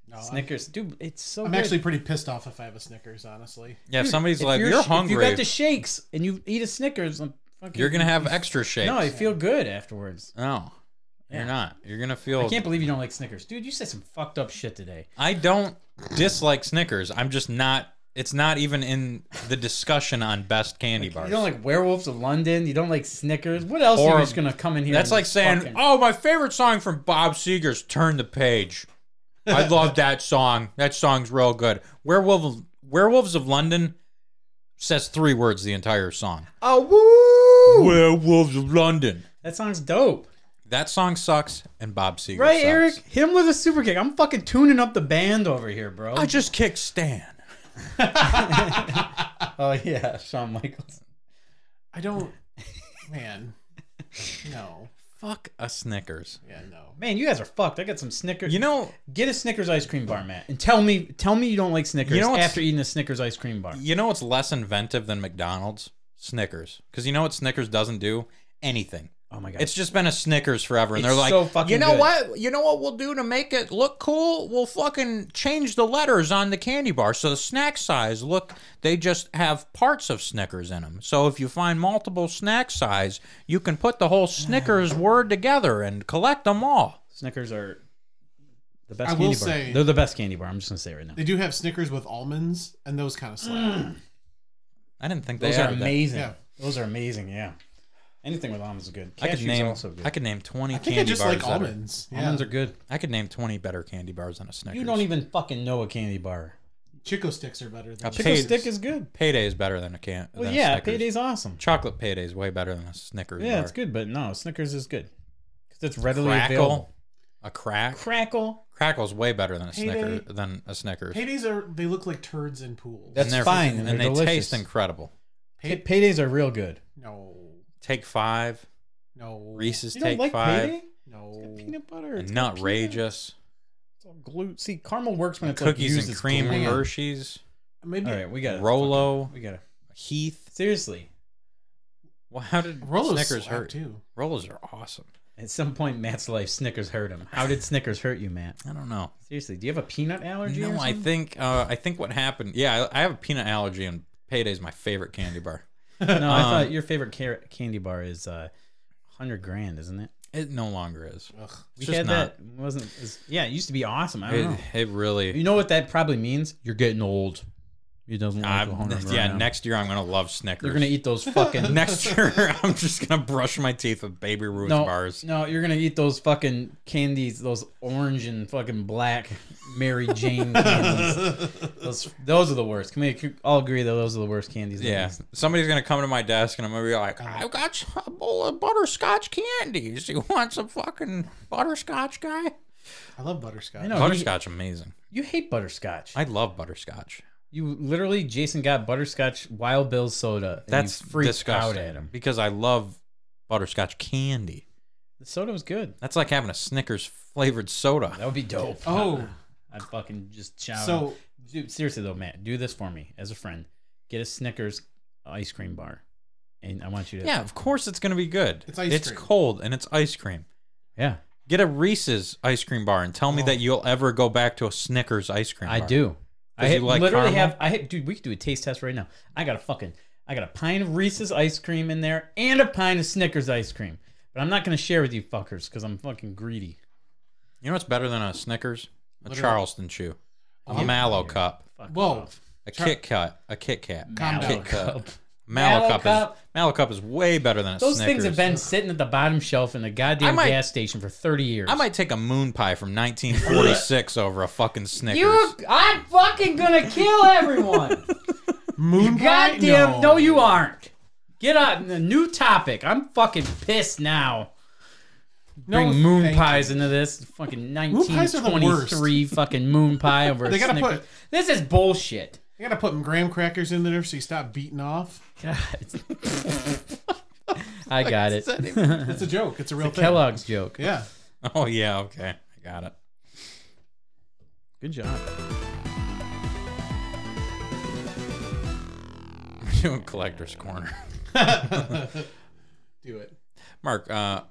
Speaker 2: No, I'm-
Speaker 1: Snickers, dude, it's so.
Speaker 2: I'm,
Speaker 1: good.
Speaker 2: actually pretty pissed off if I have a Snickers, honestly.
Speaker 3: Yeah, if
Speaker 1: Dude,
Speaker 3: somebody's
Speaker 1: if
Speaker 3: like, "You're, hungry,"
Speaker 1: If you got the shakes and you eat a Snickers, I'm fucking.
Speaker 3: You're gonna have extra shakes.
Speaker 1: No, I feel good afterwards.
Speaker 3: No,
Speaker 1: Yeah.
Speaker 3: you're not. You're gonna feel.
Speaker 1: I can't believe you don't like Snickers, dude. You said some fucked up shit today.
Speaker 3: I don't dislike Snickers. I'm just not. It's not even in the discussion on best candy bars.
Speaker 1: You don't like Werewolves of London. You don't like Snickers. What else are you
Speaker 3: Or-
Speaker 1: just gonna come in here?
Speaker 3: That's
Speaker 1: and
Speaker 3: like saying,
Speaker 1: fucking-
Speaker 3: "Oh, my favorite song from Bob Seger's Turn the Page." I love that song. That song's real good. Werewolf Werewolves of London says three words the entire song.
Speaker 1: oh woo.
Speaker 3: Werewolves of London.
Speaker 1: That sounds dope,
Speaker 3: That song sucks and Bob Seger
Speaker 1: right,
Speaker 3: sucks.
Speaker 1: Eric? Him with a super kick. I'm fucking tuning up the band over here, bro.
Speaker 3: I just kicked Stan.
Speaker 1: oh yeah, Shawn Michaels.
Speaker 2: I don't. man. No.
Speaker 3: Fuck a Snickers.
Speaker 2: Yeah, no.
Speaker 1: Man, you guys are fucked. I got some Snickers.
Speaker 3: You know,
Speaker 1: Get a Snickers ice cream bar, Matt, and tell me tell me you don't like Snickers
Speaker 3: You know what's-
Speaker 1: after eating a Snickers ice cream bar.
Speaker 3: You know what's less inventive than McDonald's? Snickers. Because you know what Snickers doesn't do? Anything.
Speaker 1: Oh my god.
Speaker 3: It's just been a Snickers forever, and
Speaker 1: It's
Speaker 3: they're like,
Speaker 1: so fucking
Speaker 3: you know
Speaker 1: good."
Speaker 3: what? You know what we'll do to make it look cool? We'll fucking change the letters on the candy bar so the snack size look. They just have parts of Snickers in them. So if you find multiple snack size, you can put the whole Snickers word together and collect them all.
Speaker 1: Snickers are the best
Speaker 2: I
Speaker 1: candy
Speaker 2: will
Speaker 1: bar.
Speaker 2: say-
Speaker 1: They're the best candy bar. I'm just gonna say it right now.
Speaker 2: They do have Snickers with almonds, and those kind of slap.
Speaker 3: I didn't think
Speaker 1: Those
Speaker 3: they
Speaker 1: are
Speaker 3: added that.
Speaker 1: amazing.
Speaker 2: Yeah.
Speaker 1: Those are amazing, yeah. Anything with almonds is good.
Speaker 3: I could
Speaker 1: Cashews
Speaker 3: name.
Speaker 1: also good.
Speaker 3: I could name twenty
Speaker 2: I think
Speaker 3: candy
Speaker 2: I just
Speaker 3: bars.
Speaker 2: like
Speaker 3: that are-
Speaker 2: almonds. Yeah.
Speaker 1: Almonds are good.
Speaker 3: I could name twenty better candy bars than a Snickers.
Speaker 1: You don't even fucking know a candy bar.
Speaker 2: Chico sticks are better than
Speaker 3: A
Speaker 1: Pickle
Speaker 3: Paydays.
Speaker 1: stick is good.
Speaker 3: Payday is better than a can.
Speaker 1: Well,
Speaker 3: than a
Speaker 1: yeah,
Speaker 3: Snickers.
Speaker 1: payday's awesome.
Speaker 3: Chocolate payday is way better than a Snickers.
Speaker 1: Yeah,
Speaker 3: bar.
Speaker 1: it's good, but no, Snickers is good because it's readily
Speaker 3: Crackle,
Speaker 1: available.
Speaker 3: a crack.
Speaker 1: Crackle,
Speaker 3: Crackle's way better than a
Speaker 2: Payday.
Speaker 3: Snicker than a Snickers.
Speaker 2: Paydays are they look like turds in pools.
Speaker 1: That's
Speaker 3: and they're-
Speaker 1: fine, and
Speaker 3: and they
Speaker 1: they're delicious.
Speaker 3: taste incredible.
Speaker 1: Pay-
Speaker 2: Pay-
Speaker 1: paydays are real good.
Speaker 2: no,
Speaker 3: Take five,
Speaker 2: no,
Speaker 3: Reese's
Speaker 1: You
Speaker 3: Take
Speaker 1: don't like
Speaker 3: Five,
Speaker 1: payday?
Speaker 2: no.
Speaker 1: It's got peanut butter.
Speaker 3: and
Speaker 1: It's got peanut,
Speaker 3: Nutrageous,
Speaker 1: it's all glue. See, caramel works when it's like,
Speaker 3: cookies
Speaker 1: used
Speaker 3: and
Speaker 1: as
Speaker 3: cream,
Speaker 1: glue.
Speaker 3: Hershey's,
Speaker 2: Maybe
Speaker 1: All right, we got
Speaker 3: Rolo.
Speaker 1: We gotta
Speaker 3: Heath.
Speaker 1: seriously.
Speaker 3: Well, how did
Speaker 2: Rolos
Speaker 3: Snickers
Speaker 2: slap
Speaker 3: hurt?
Speaker 2: too.
Speaker 3: Rolos are awesome.
Speaker 1: At some point, in Matt's life, Snickers hurt him. How did Snickers hurt you, Matt?
Speaker 3: I don't know.
Speaker 1: Seriously, do you have a peanut allergy? or
Speaker 3: No, I
Speaker 1: something?
Speaker 3: think uh, I think what happened. Yeah, I, I have a peanut allergy, and Payday's my favorite candy bar.
Speaker 1: no, I thought
Speaker 3: Um,
Speaker 1: your favorite car- candy bar is uh, hundred grand, isn't it?
Speaker 3: It no longer is.
Speaker 2: Ugh.
Speaker 1: We
Speaker 3: It's just
Speaker 1: had
Speaker 3: not.
Speaker 1: that. It wasn't as, yeah? It used to be awesome. I don't
Speaker 3: It,
Speaker 1: know.
Speaker 3: it really.
Speaker 1: You know what that probably means? You're getting old. You doesn't like
Speaker 3: I'm-
Speaker 1: the hundred grand.
Speaker 3: yeah,
Speaker 1: now.
Speaker 3: next year I'm gonna love Snickers.
Speaker 1: you're gonna eat those fucking
Speaker 3: next year I'm just gonna brush my teeth with Baby Ruth
Speaker 1: no
Speaker 3: bars.
Speaker 1: no. You're gonna eat those fucking candies, those orange and fucking black Mary Jane candies. those those are the worst. Can we all agree that those are the worst candies? that
Speaker 3: Yeah,
Speaker 1: exist?
Speaker 3: somebody's gonna come to my desk and I'm gonna be like, "I've got a bowl of butterscotch candies. You want some fucking butterscotch, guy?
Speaker 2: I love butterscotch.
Speaker 1: I know.
Speaker 3: butterscotch, amazing.
Speaker 1: You hate butterscotch.
Speaker 3: I love butterscotch.
Speaker 1: You literally, Jason got butterscotch Wild Bill soda. and
Speaker 3: That's
Speaker 1: you freaked
Speaker 3: disgusting
Speaker 1: out at him.
Speaker 3: because I love butterscotch candy.
Speaker 1: The soda was good.
Speaker 3: That's like having a Snickers flavored soda.
Speaker 1: That would be dope.
Speaker 2: Oh.
Speaker 1: I'd fucking just shout. So,
Speaker 2: So
Speaker 1: Dude, seriously though, Matt, do this for me as a friend. Get a Snickers ice cream bar, and I want you to.
Speaker 3: Yeah, of course it's gonna be good.
Speaker 2: It's ice
Speaker 3: It's
Speaker 2: cream.
Speaker 3: cold and it's ice cream.
Speaker 1: yeah,
Speaker 3: Get a Reese's ice cream bar and tell me
Speaker 2: Oh.
Speaker 3: that you'll ever go back to a Snickers ice cream.
Speaker 1: I
Speaker 3: bar.
Speaker 1: do. I
Speaker 3: you
Speaker 1: ha-
Speaker 3: like
Speaker 1: literally have.
Speaker 3: caramel?
Speaker 1: I ha- dude, we could do a taste test right now. I got a fucking. I got a pint of Reese's ice cream in there and a pint of Snickers ice cream, but I'm not gonna share with you fuckers because I'm fucking greedy.
Speaker 3: You know what's better than a Snickers? A
Speaker 2: Literally.
Speaker 3: Charleston chew, a Mallow cup,
Speaker 1: Fuck
Speaker 2: Whoa.
Speaker 1: off.
Speaker 3: a Kit Kat, a Kit Kat.
Speaker 2: Calm
Speaker 1: Mallow
Speaker 2: down.
Speaker 3: Kit Kat.
Speaker 1: cup.
Speaker 3: Mallow
Speaker 1: Mallow
Speaker 3: cup,
Speaker 1: cup.
Speaker 3: is Mallow cup is way better than a
Speaker 1: Those
Speaker 3: Snickers.
Speaker 1: things have been sitting at the bottom shelf in the
Speaker 3: I
Speaker 1: goddamn
Speaker 3: might-
Speaker 1: gas station for 30 years.
Speaker 3: I might take a moon pie from 1946 over a fucking Snickers.
Speaker 1: You, I'm fucking gonna kill everyone.
Speaker 2: moon pie?
Speaker 1: Goddamn, no. you aren't. Get up. A new topic. I'm fucking pissed now.
Speaker 2: No,
Speaker 1: Bring moon
Speaker 2: thank
Speaker 1: pies into this. Fucking
Speaker 2: pies are the worst.
Speaker 1: 1923 fucking moon pie over.
Speaker 2: They
Speaker 1: a
Speaker 2: gotta
Speaker 1: Snickers.
Speaker 2: put-
Speaker 1: This is bullshit.
Speaker 2: You gotta put graham crackers in there so you stop beating off.
Speaker 1: God. I got it.
Speaker 2: It's a joke. It's a real thing.
Speaker 1: Kellogg's joke.
Speaker 2: Yeah.
Speaker 3: Oh yeah, okay, I got it.
Speaker 1: Good job.
Speaker 3: We're doing collector's corner.
Speaker 2: Do it.
Speaker 3: Mark, uh,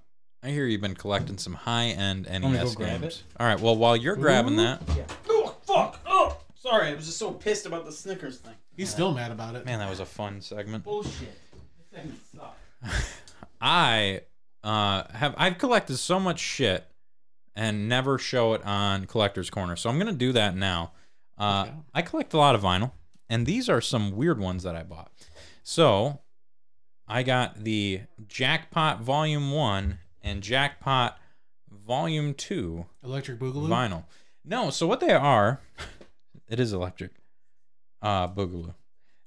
Speaker 3: I hear you've been collecting some high-end
Speaker 1: me go
Speaker 3: NES
Speaker 1: grab
Speaker 3: games. All right, well, while you're grabbing that,
Speaker 1: Oh fuck. Oh, sorry. I was just so pissed about the Snickers thing.
Speaker 2: He's still mad about it.
Speaker 3: man, that was a fun segment.
Speaker 1: Bullshit. This thing sucks.
Speaker 3: I uh, have I've collected so much shit and never show it on Collector's Corner, so I'm gonna do that now. Uh,
Speaker 2: Okay.
Speaker 3: I collect a lot of vinyl, and these are some weird ones that I bought. So I got the Jackpot Volume One and Jackpot Volume Two
Speaker 2: Electric Boogaloo.
Speaker 3: vinyl. No, so what they are, it is electric. Uh, Boogaloo.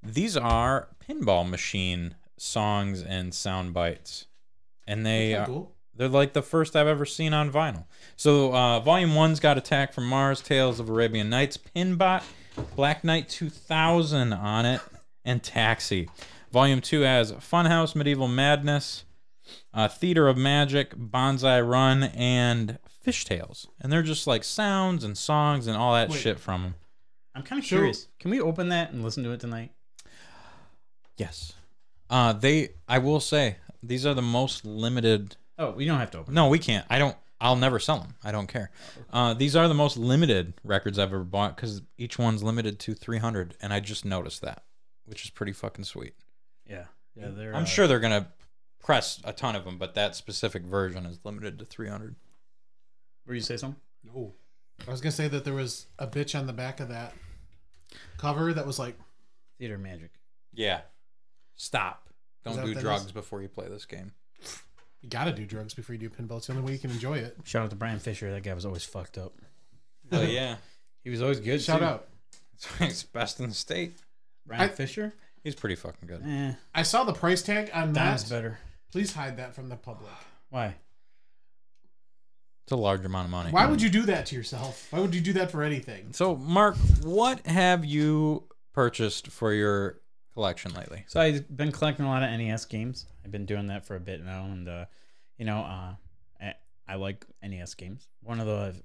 Speaker 3: These are pinball machine songs and sound bites, and they
Speaker 2: Kinda
Speaker 3: are,
Speaker 2: Cool.
Speaker 3: they're like the first I've ever seen on vinyl. So uh, Volume One's got Attack from Mars, Tales of Arabian Nights, Pinbot, Black Knight 2000 on it, and Taxi. Volume Two has Funhouse, Medieval Madness, uh, Theater of Magic, Bonsai Run, and Fishtails. And they're just like sounds and songs and all that
Speaker 2: Wait.
Speaker 3: shit from them.
Speaker 1: I'm kind of
Speaker 2: So-
Speaker 1: curious. Can we open that and listen to it tonight?
Speaker 3: Yes. Uh, they. I will say these are the most limited
Speaker 1: Oh, we don't have to open.
Speaker 3: No, we can't. I don't. I'll never sell them. I don't care. Uh, these are the most limited records I've ever bought because each one's limited to 300, and I just noticed that, which is pretty fucking sweet.
Speaker 1: it. Yeah. Yeah, they're.
Speaker 3: I'm
Speaker 1: uh,
Speaker 3: sure they're gonna press a ton of them, but that specific version is limited to 300.
Speaker 1: Were you say something?
Speaker 2: No. I was gonna say that there was a bitch on the back of that cover that was like,
Speaker 1: Theater magic.
Speaker 3: Yeah. Stop.
Speaker 2: Is
Speaker 3: Don't
Speaker 2: that
Speaker 3: do
Speaker 2: what that
Speaker 3: drugs
Speaker 2: is?
Speaker 3: before you play this game.
Speaker 2: you gotta do drugs before you do pinball. It's the only way you can enjoy it.
Speaker 1: Shout out to Brian Fisher. That guy was always fucked up.
Speaker 3: Oh yeah.
Speaker 1: He was always good.
Speaker 2: Shout
Speaker 1: too.
Speaker 2: out.
Speaker 3: He's best in the state.
Speaker 1: Brian
Speaker 2: I-
Speaker 1: Fisher.
Speaker 3: He's pretty fucking good.
Speaker 1: Eh,
Speaker 2: I saw the price tag on
Speaker 1: Don's
Speaker 2: that.
Speaker 1: better.
Speaker 2: Please hide that from the public.
Speaker 1: Why?
Speaker 3: It's a large amount of money.
Speaker 2: Why would you do that to yourself? Why would you do that for anything?
Speaker 3: So, Mark, what have you purchased for your collection lately?
Speaker 1: So I've been collecting a lot of NES games. I've been doing that for a bit now, and uh, you know, uh, I, I like NES games. One of the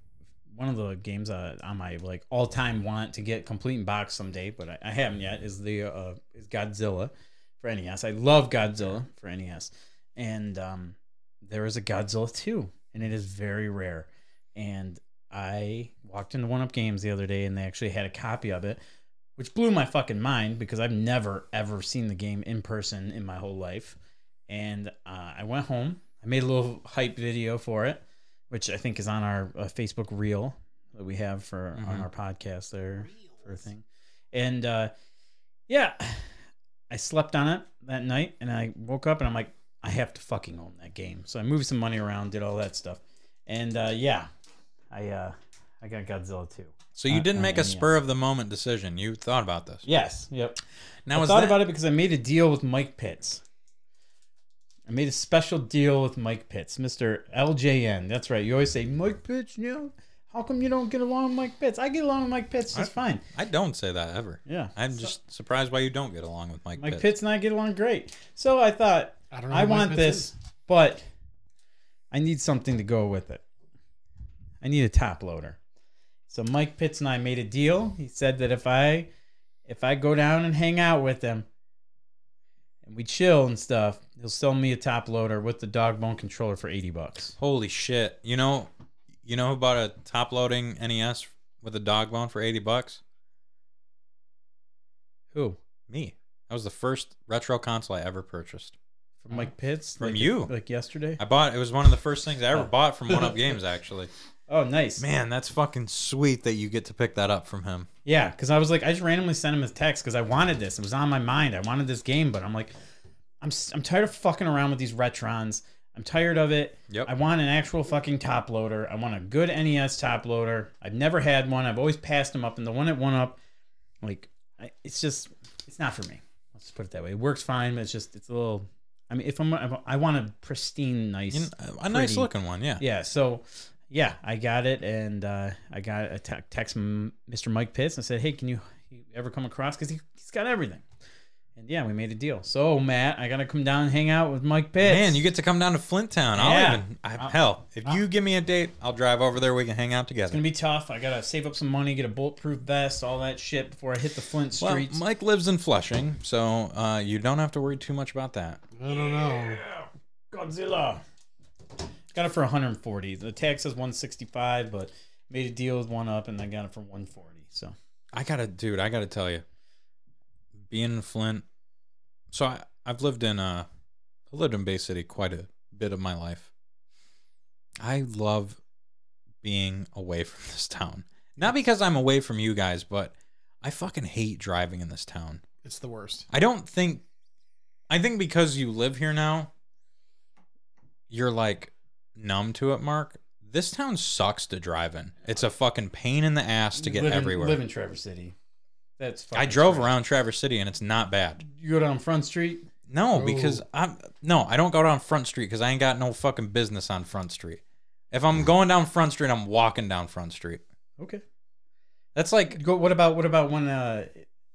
Speaker 1: one of the games uh, on my like all time want to get complete in box someday, but I, I haven't yet. Is the uh, is Godzilla for NES? I love Godzilla for NES, and um, there is a Godzilla two, and it is very rare. And I walked into One Up Games the other day, and they actually had a copy of it which blew my fucking mind because I've never ever seen the game in person in my whole life. And uh, I went home. I made a little hype video for it, which I think is on our uh, Facebook reel that we have for on
Speaker 3: Mhm.
Speaker 1: our podcast there for a thing. And uh, yeah, I slept on it that night, and I woke up and I'm like, I have to fucking own that game. So I moved some money around, did all that stuff, and uh, yeah, I uh, I got Godzilla too.
Speaker 3: So you
Speaker 1: Uh,
Speaker 3: didn't
Speaker 1: uh,
Speaker 3: make a
Speaker 1: NES.
Speaker 3: spur of the moment decision. You thought about this.
Speaker 1: Yes. Yep.
Speaker 3: Now
Speaker 1: I
Speaker 3: is
Speaker 1: thought
Speaker 3: that
Speaker 1: about it because I made a deal with Mike Pitts. I made a special deal with Mike Pitts, Mr. LJN. That's right. You always say Mike Pitts, you know, how come you don't get along with Mike Pitts? I get along with Mike Pitts just fine.
Speaker 3: I don't say that ever.
Speaker 1: Yeah.
Speaker 3: I'm just surprised why you don't get along with Mike,
Speaker 1: Mike Pitts.
Speaker 3: Pitts.
Speaker 1: and I get along great. So I thought
Speaker 2: I don't know.
Speaker 1: I
Speaker 2: who Mike
Speaker 1: want
Speaker 2: Pitts
Speaker 1: this,
Speaker 2: is.
Speaker 1: but I need something to go with it. I need a top loader. So Mike Pitts and I made a deal. He said that if I if I go down and hang out with him and we chill and stuff, he'll sell me a top loader with the dog bone controller for 80 bucks.
Speaker 3: Holy shit! You know, you know about a top loading NES with a dog bone for eighty bucks?
Speaker 1: Who?
Speaker 3: Me. That was the first retro console I ever purchased.
Speaker 1: From Mike Pitts?
Speaker 3: From
Speaker 1: Like-
Speaker 3: you.
Speaker 1: Like yesterday?
Speaker 3: I bought it was one of the first things I ever bought from One Up Games. Actually,
Speaker 1: Oh, nice.
Speaker 3: man, that's fucking sweet that you get to pick that up from him.
Speaker 1: Yeah, because I was like, I just randomly sent him a text because I wanted this. It was on my mind. I wanted this game, but I'm like, I'm s- I'm tired of fucking around with these retrons. I'm tired of it.
Speaker 3: Yep.
Speaker 1: I want an actual fucking top loader. I want a good NES top loader. I've never had one. I've always passed them up, and the one at one up, like, I, it's just, it's not for me. Let's just put it that way. It works fine, but it's just, it's a little. I mean, if I'm, I want a pristine, nice.
Speaker 3: You kn- a nice
Speaker 1: Pretty.
Speaker 3: looking one, yeah.
Speaker 1: yeah so yeah i got it and uh, i got a te- text from mr mike pitts and said hey can you, you ever come across because he, he's got everything and yeah we made a deal so matt i gotta come down and hang out with mike pitts
Speaker 3: Man, you get to come down to Flint Town.
Speaker 1: Yeah. Uh,
Speaker 3: I'll even I, hell, if you give me a date, I'll drive over there. We can hang out
Speaker 1: it's gonna
Speaker 3: together.
Speaker 1: be tough i gotta save up some money get a bulletproof vest all that shit before i hit the flint
Speaker 3: Well,
Speaker 1: streets
Speaker 3: Mike lives in Flushing, so uh, you don't have to worry too much about that.
Speaker 2: I don't know.
Speaker 1: Oh, godzilla got it for 140 the tag says 165 but made a deal with one up and i got it for 140 so
Speaker 3: I gotta, dude. I gotta tell you, being in Flint. So I, I've lived in uh, I lived in Bay City quite a bit of my life. I love being away from this town. Not because I'm away from you guys, but I fucking hate driving in this town.
Speaker 2: It's the worst.
Speaker 3: I don't think. I think because you live here now, you're like numb to it, Mark. This town sucks to drive in. It's a fucking pain in the ass to get
Speaker 1: Live in-
Speaker 3: everywhere.
Speaker 1: live in traverse city that's
Speaker 3: I
Speaker 1: fucking
Speaker 3: drove
Speaker 1: trash.
Speaker 3: around Traverse City and it's not bad.
Speaker 1: You go down Front Street.
Speaker 3: No,
Speaker 2: Oh.
Speaker 3: because I'm no, I don't go down Front Street because I ain't got no fucking business on Front Street. If
Speaker 1: Mm.
Speaker 3: I'm going down Front Street, I'm walking down Front Street.
Speaker 1: Okay.
Speaker 3: That's like
Speaker 1: Go, what about what about when uh,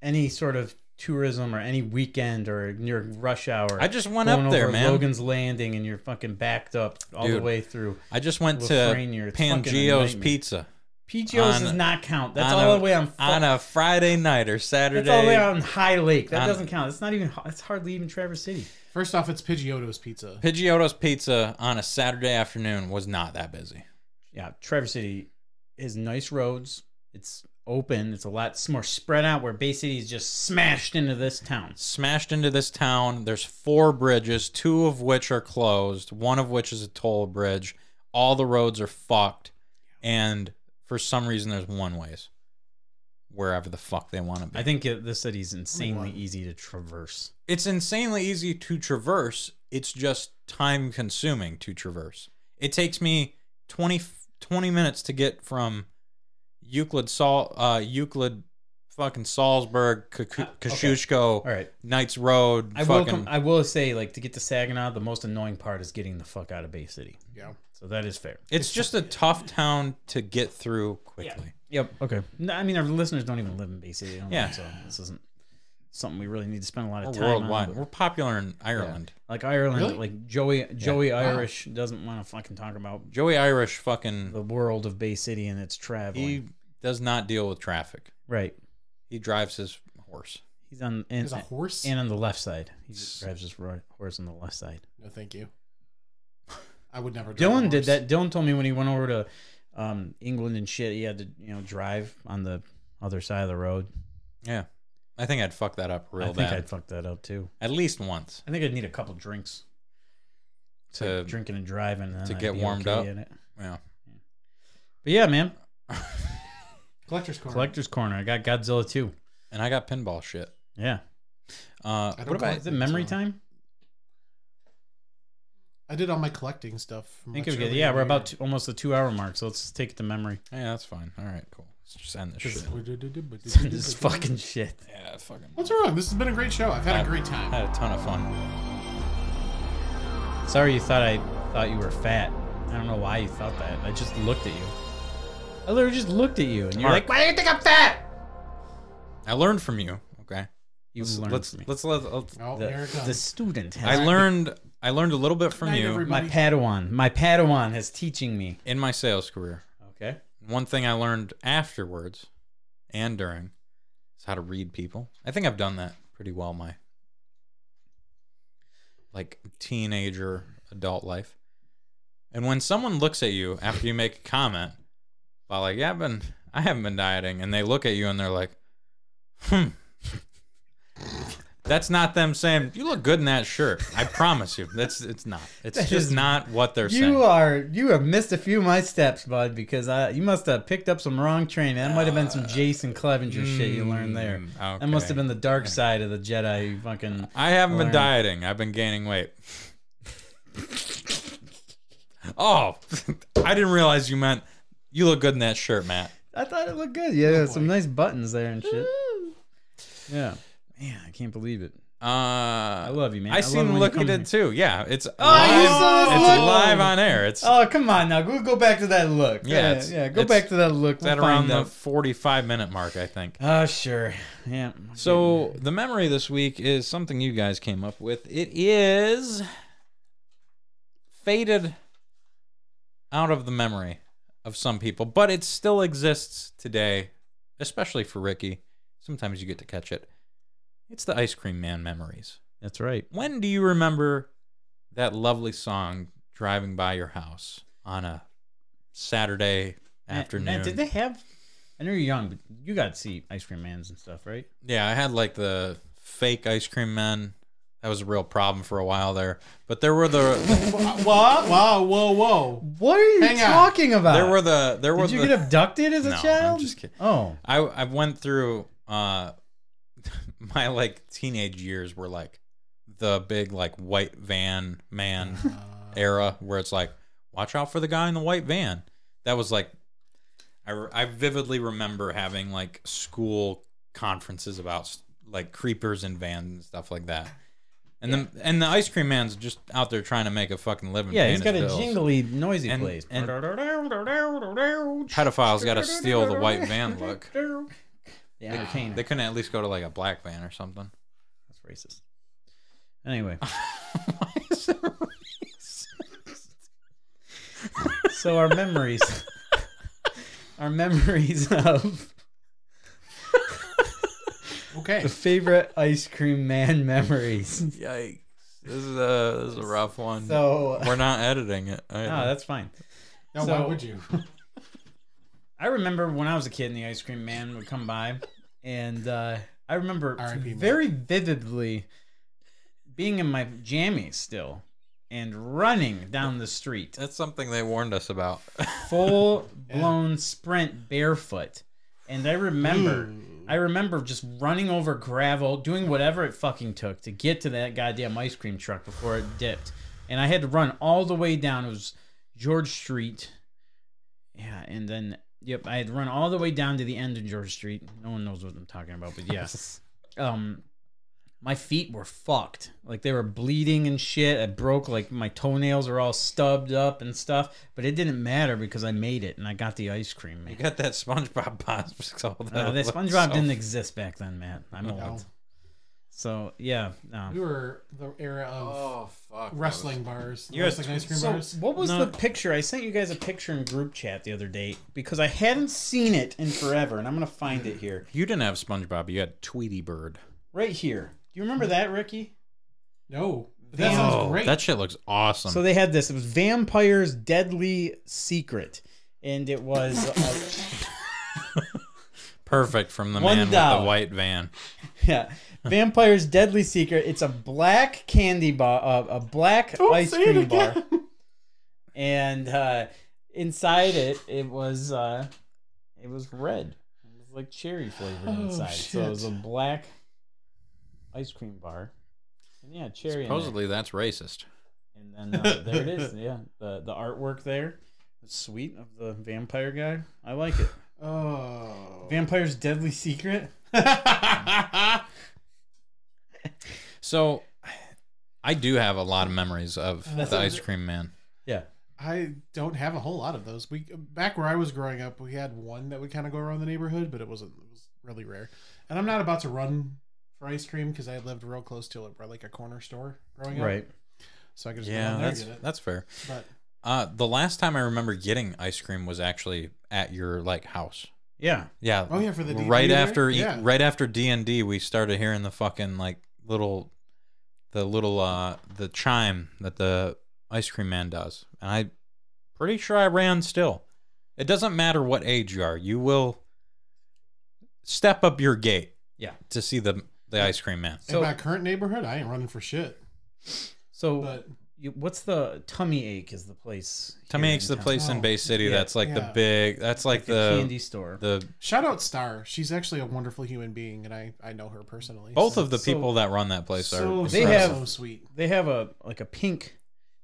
Speaker 1: any sort of tourism or any weekend or near rush hour?
Speaker 3: I just went up there,
Speaker 1: over
Speaker 3: man.
Speaker 1: Logan's Landing, and you're fucking backed up all the
Speaker 3: Dude.
Speaker 1: way through.
Speaker 3: I just went to
Speaker 1: Lafreniere, it's fucking a
Speaker 3: Pangeo's
Speaker 1: nightmare.
Speaker 3: Pizza
Speaker 1: PGOs
Speaker 3: On-
Speaker 1: does not count. That's
Speaker 3: on
Speaker 1: all
Speaker 3: a-
Speaker 1: the way on. fu-
Speaker 3: on a Friday night or
Speaker 1: that's all the way
Speaker 3: Saturday.
Speaker 1: on High Lake. That
Speaker 3: on-
Speaker 1: doesn't count. It's not even. It's hardly even Traverse City.
Speaker 2: First off, it's Pidgeotto's pizza.
Speaker 3: Pidgeotto's Pizza on a Saturday afternoon was not that busy.
Speaker 1: Yeah, Traverse City is nice roads. It's open. It's a lot s- more spread out. Where Bay City is just smashed into this town.
Speaker 3: smashed into this town. There's four bridges, two of which are closed, one of which is a toll bridge. All the roads are fucked, and for some reason, there's one ways wherever the fuck they want to be.
Speaker 1: I think it, this city's insanely easy to traverse.
Speaker 3: it's insanely easy to traverse. It's just time consuming to traverse. It takes me 20, 20 minutes to get from Euclid, Sol, uh, Euclid, fucking Salzburg,
Speaker 1: Uh, okay.
Speaker 3: Kosciuszko,
Speaker 1: All right.
Speaker 3: Knights Road.
Speaker 1: I will
Speaker 3: fucking,
Speaker 1: com- I will say like to get to Saginaw, the most annoying part is getting the fuck out of Bay City.
Speaker 2: Yeah.
Speaker 1: So that is fair.
Speaker 3: It's just a tough town to get through quickly.
Speaker 1: Yep. Okay. No, I mean our listeners don't even live in Bay City. I don't
Speaker 3: Yeah.
Speaker 1: Think, so this isn't something we really need to spend a lot of
Speaker 3: We're
Speaker 1: time
Speaker 3: worldwide.
Speaker 1: on.
Speaker 3: We're
Speaker 1: but-
Speaker 3: popular in Ireland.
Speaker 1: Like Ireland,
Speaker 2: Really?
Speaker 1: like Joey Joey
Speaker 2: Wow.
Speaker 1: Irish doesn't want to fucking talk about
Speaker 3: Joey Irish fucking
Speaker 1: the world of Bay City and its traveling.
Speaker 3: he does not deal with traffic.
Speaker 1: right.
Speaker 3: He drives his horse.
Speaker 1: He's on and,
Speaker 2: There's a horse.
Speaker 1: and on the left side. He just drives his ro- horse on the left side.
Speaker 2: No, thank you. I would never. drive a
Speaker 1: Dylan did
Speaker 2: horse.
Speaker 1: that. Dylan told me when he went over to um, England and shit, he had to you know drive on the other side of the road.
Speaker 3: Yeah. I think I'd fuck that up real
Speaker 1: I think
Speaker 3: bad.
Speaker 1: I'd fuck that up too.
Speaker 3: At least once
Speaker 1: I think I'd need a couple drinks,
Speaker 3: to
Speaker 1: drinking and driving, and then
Speaker 3: to
Speaker 1: I'd
Speaker 3: get
Speaker 1: be
Speaker 3: warmed
Speaker 1: okay
Speaker 3: up.
Speaker 1: in it.
Speaker 3: Yeah.
Speaker 1: But yeah, man,
Speaker 2: Collector's corner.
Speaker 1: collector's corner. I got Godzilla too.
Speaker 3: And I got pinball shit.
Speaker 1: Yeah,
Speaker 3: Uh,
Speaker 2: I don't
Speaker 3: what about
Speaker 1: is it memory
Speaker 2: Godzilla.
Speaker 1: time?
Speaker 2: I did all my collecting stuff.
Speaker 1: I
Speaker 2: from
Speaker 1: think
Speaker 2: much
Speaker 1: we get.
Speaker 2: earlier
Speaker 1: Yeah,
Speaker 2: in
Speaker 1: we're
Speaker 2: the
Speaker 1: about two, almost the two-hour mark, so let's just take it to memory.
Speaker 3: Yeah, that's fine. All right, cool. Let's just end this shit.
Speaker 1: this is fucking shit.
Speaker 3: Yeah, fucking.
Speaker 2: What's wrong? This has been a great show. I've had a great time.
Speaker 3: I had a ton of fun.
Speaker 1: Sorry, you thought I thought you were fat. I don't know why you thought that. I just looked at you. I literally just looked at you, and you're like,
Speaker 3: Mark.
Speaker 1: "Why do you think I'm fat?"
Speaker 3: I learned from you. Okay.
Speaker 1: You learned
Speaker 3: let's
Speaker 1: from me.
Speaker 3: let's let let's
Speaker 2: Oh,
Speaker 1: the,
Speaker 2: here it comes.
Speaker 1: the student. Has
Speaker 3: I learned I learned a little bit from
Speaker 2: Night,
Speaker 3: you
Speaker 1: My
Speaker 2: everybody.
Speaker 1: Padawan. My Padawan is teaching me.
Speaker 3: in my sales career.
Speaker 1: Okay.
Speaker 3: One thing I learned afterwards and during is how to read people. I think I've done that pretty well my like teenager adult life. And when someone looks at you after you make a comment, about like, yeah, I've been I haven't been dieting, and they look at you and they're like, hmm. That's not them saying, You look good in that shirt. I promise you. That's it's not. It's
Speaker 1: That
Speaker 3: just
Speaker 1: is-
Speaker 3: not what they're saying.
Speaker 1: You are you have missed a few of my steps, bud, because I you must have picked up some wrong training. That might have been some Jason Clevenger shit you learned there.
Speaker 3: Uh, Mm,
Speaker 1: That must have
Speaker 3: okay.
Speaker 1: been the dark side of the Jedi. You fucking
Speaker 3: I haven't
Speaker 1: Learn.
Speaker 3: been dieting. I've been gaining weight. oh, I didn't realize you meant you look good in that shirt, Matt.
Speaker 1: I thought it looked good. Yeah,
Speaker 3: Oh,
Speaker 1: some nice buttons there and shit. Yeah. Man, I can't believe it.
Speaker 3: Uh, I
Speaker 1: love you, man. I
Speaker 3: I
Speaker 1: love
Speaker 3: seen
Speaker 1: when you
Speaker 3: look
Speaker 1: come Oh,
Speaker 3: at it too. Yeah, it's
Speaker 1: you saw
Speaker 3: live.
Speaker 1: this
Speaker 3: It's
Speaker 1: look?
Speaker 3: live on air. It's
Speaker 1: Oh come on now, go go back to that look.
Speaker 3: Yeah, it's-
Speaker 1: yeah. Go
Speaker 3: it's-
Speaker 1: back to that look.
Speaker 3: at
Speaker 1: We'll
Speaker 3: around
Speaker 1: find
Speaker 3: the
Speaker 1: out.
Speaker 3: forty-five minute mark, I think.
Speaker 1: Oh sure. Yeah.
Speaker 3: So the memory this week is something you guys came up with. It is faded out of the memory of some people, but it still exists today, especially for Ricky. Sometimes you get to catch it. It's the ice cream man memories.
Speaker 1: that's right.
Speaker 3: When do you remember that lovely song driving by your house on a Saturday
Speaker 1: Man,
Speaker 3: afternoon?
Speaker 1: Man, did they have? I know you're young, but you got to see ice cream mans and stuff, right?
Speaker 3: Yeah, I had like the fake ice cream men. That was a real problem for a while there. But there were the
Speaker 2: Whoa, whoa, whoa, whoa.
Speaker 1: What are you
Speaker 2: Hang on.
Speaker 1: talking about?
Speaker 3: there were the there were
Speaker 1: Did you
Speaker 3: the
Speaker 1: get abducted as a
Speaker 3: No, I'm
Speaker 1: child?
Speaker 3: just kidding.
Speaker 1: Oh,
Speaker 3: I I went through uh my like teenage years were like the big like white van man
Speaker 1: Uh.
Speaker 3: era where it's like watch out for the guy in the white van. That was like I re- I vividly remember having like school conferences about like creepers in vans and stuff like that. And the and the ice cream man's just out there trying to make a fucking living.
Speaker 1: yeah,
Speaker 3: paying
Speaker 1: he's
Speaker 3: his
Speaker 1: got a
Speaker 3: bills.
Speaker 1: jingly, noisy
Speaker 3: And-
Speaker 1: place.
Speaker 3: and- Pedophiles got to steal the white van look.
Speaker 1: the entertainer.
Speaker 3: They couldn't at least go to like a black van or something.
Speaker 1: That's racist. Anyway,
Speaker 3: Why is it racist?
Speaker 1: so our memories, our memories of
Speaker 2: Okay.
Speaker 1: the favorite ice cream man memories.
Speaker 3: Yikes! This is a this is a rough one.
Speaker 1: So,
Speaker 3: We're not editing it. either.
Speaker 1: no, that's fine.
Speaker 2: Now,
Speaker 1: So-
Speaker 2: why would you?
Speaker 1: I remember when I was a kid and the ice cream man would come by, and uh, I remember
Speaker 2: R.I.P., man.
Speaker 1: very vividly being in my jammies still and running down the street,
Speaker 3: that's something they warned us about.
Speaker 1: full blown sprint barefoot. And I remember, I remember just running over gravel, doing whatever it fucking took to get to that goddamn ice cream truck before it dipped. And I had to run all the way down. It was George Street. Yeah, and then yep, I had run all the way down to the end of George Street. No one knows what I'm talking about, but yes. um my feet were fucked. Like they were bleeding and shit. I broke like my toenails are all stubbed up and stuff, but it didn't matter because I made it and I got the ice cream,
Speaker 3: you
Speaker 1: man.
Speaker 3: got that SpongeBob popsicle.
Speaker 1: Uh, that
Speaker 3: looked
Speaker 1: SpongeBob
Speaker 3: so-
Speaker 1: didn't exist back then, Matt. I'm old.
Speaker 2: No.
Speaker 1: So yeah.
Speaker 2: We
Speaker 1: Um,
Speaker 2: were the era of
Speaker 3: Oh fuck!
Speaker 2: wrestling bars,
Speaker 3: You guys-
Speaker 2: wrestling ice cream
Speaker 1: so
Speaker 2: bars.
Speaker 1: what was
Speaker 3: No.
Speaker 1: the picture? I sent you guys a picture in group chat the other day because I hadn't seen it in forever, and I'm gonna find it here.
Speaker 3: You didn't have SpongeBob. You had Tweety Bird.
Speaker 1: Right here. Do you remember that, Ricky?
Speaker 2: No, that sounds great.
Speaker 3: Oh, that shit looks awesome.
Speaker 1: So they had this. It was Vampire's Deadly Secret. And it was uh,
Speaker 3: Perfect from the
Speaker 1: One
Speaker 3: man with
Speaker 1: dollar.
Speaker 3: the white van.
Speaker 1: yeah, Vampire's Deadly Secret. It's a black candy bar, uh, a black ice
Speaker 2: say it
Speaker 1: cream
Speaker 2: again.
Speaker 1: bar, and uh, inside it, it was uh, it was red. It was like cherry flavored
Speaker 2: Oh,
Speaker 1: inside, so it was a
Speaker 2: shit.
Speaker 1: black ice cream bar, and yeah, cherry. in there.
Speaker 3: Supposedly that's racist.
Speaker 1: And then uh, there it is. Yeah, the the artwork there, the sweet of the vampire guy. I like it.
Speaker 2: Oh.
Speaker 1: Vampire's deadly secret.
Speaker 3: So I do have a lot of memories of
Speaker 1: Oh,
Speaker 3: the ice cream man.
Speaker 1: Yeah.
Speaker 2: I don't have a whole lot of those. We back where I was growing up, we had one that would kind of go around the neighborhood, but it wasn't. It was really rare. And I'm not about to run for ice cream because I lived real close to it, like a corner store growing up.
Speaker 1: Right.
Speaker 2: So I could just go
Speaker 3: Yeah,
Speaker 2: down there
Speaker 3: that's
Speaker 2: and get it.
Speaker 3: that's fair.
Speaker 2: But
Speaker 3: Uh, the last time I remember getting ice cream was actually at your like house.
Speaker 1: Yeah.
Speaker 3: Yeah.
Speaker 2: Oh, yeah, for the D&D
Speaker 3: right
Speaker 2: there?
Speaker 3: after e,
Speaker 2: Yeah.
Speaker 3: right after D and D, we started hearing the fucking like little, the little uh the chime that the ice cream man does, and I, pretty sure I ran still. It doesn't matter what age you are, you will step up your gate.
Speaker 1: Yeah.
Speaker 3: To see the the ice cream man.
Speaker 1: So-
Speaker 2: in my current neighborhood, I ain't running for shit.
Speaker 1: So
Speaker 2: But
Speaker 1: you, what's the tummy ache is the place.
Speaker 3: To
Speaker 1: here
Speaker 3: me,
Speaker 1: in
Speaker 3: it's the
Speaker 1: town.
Speaker 3: place in
Speaker 2: Oh,
Speaker 3: Bay City
Speaker 1: yeah,
Speaker 3: that's like the
Speaker 2: yeah.
Speaker 3: big. That's like
Speaker 1: Like the
Speaker 3: the
Speaker 1: candy store.
Speaker 3: the
Speaker 2: shout out Star. She's actually a wonderful human being, and I, I know her personally.
Speaker 3: both
Speaker 2: So-
Speaker 3: of the
Speaker 1: So-
Speaker 3: people that run that place
Speaker 2: so,
Speaker 3: are.
Speaker 1: They
Speaker 2: so,
Speaker 1: have-
Speaker 2: so sweet.
Speaker 1: they have a like a pink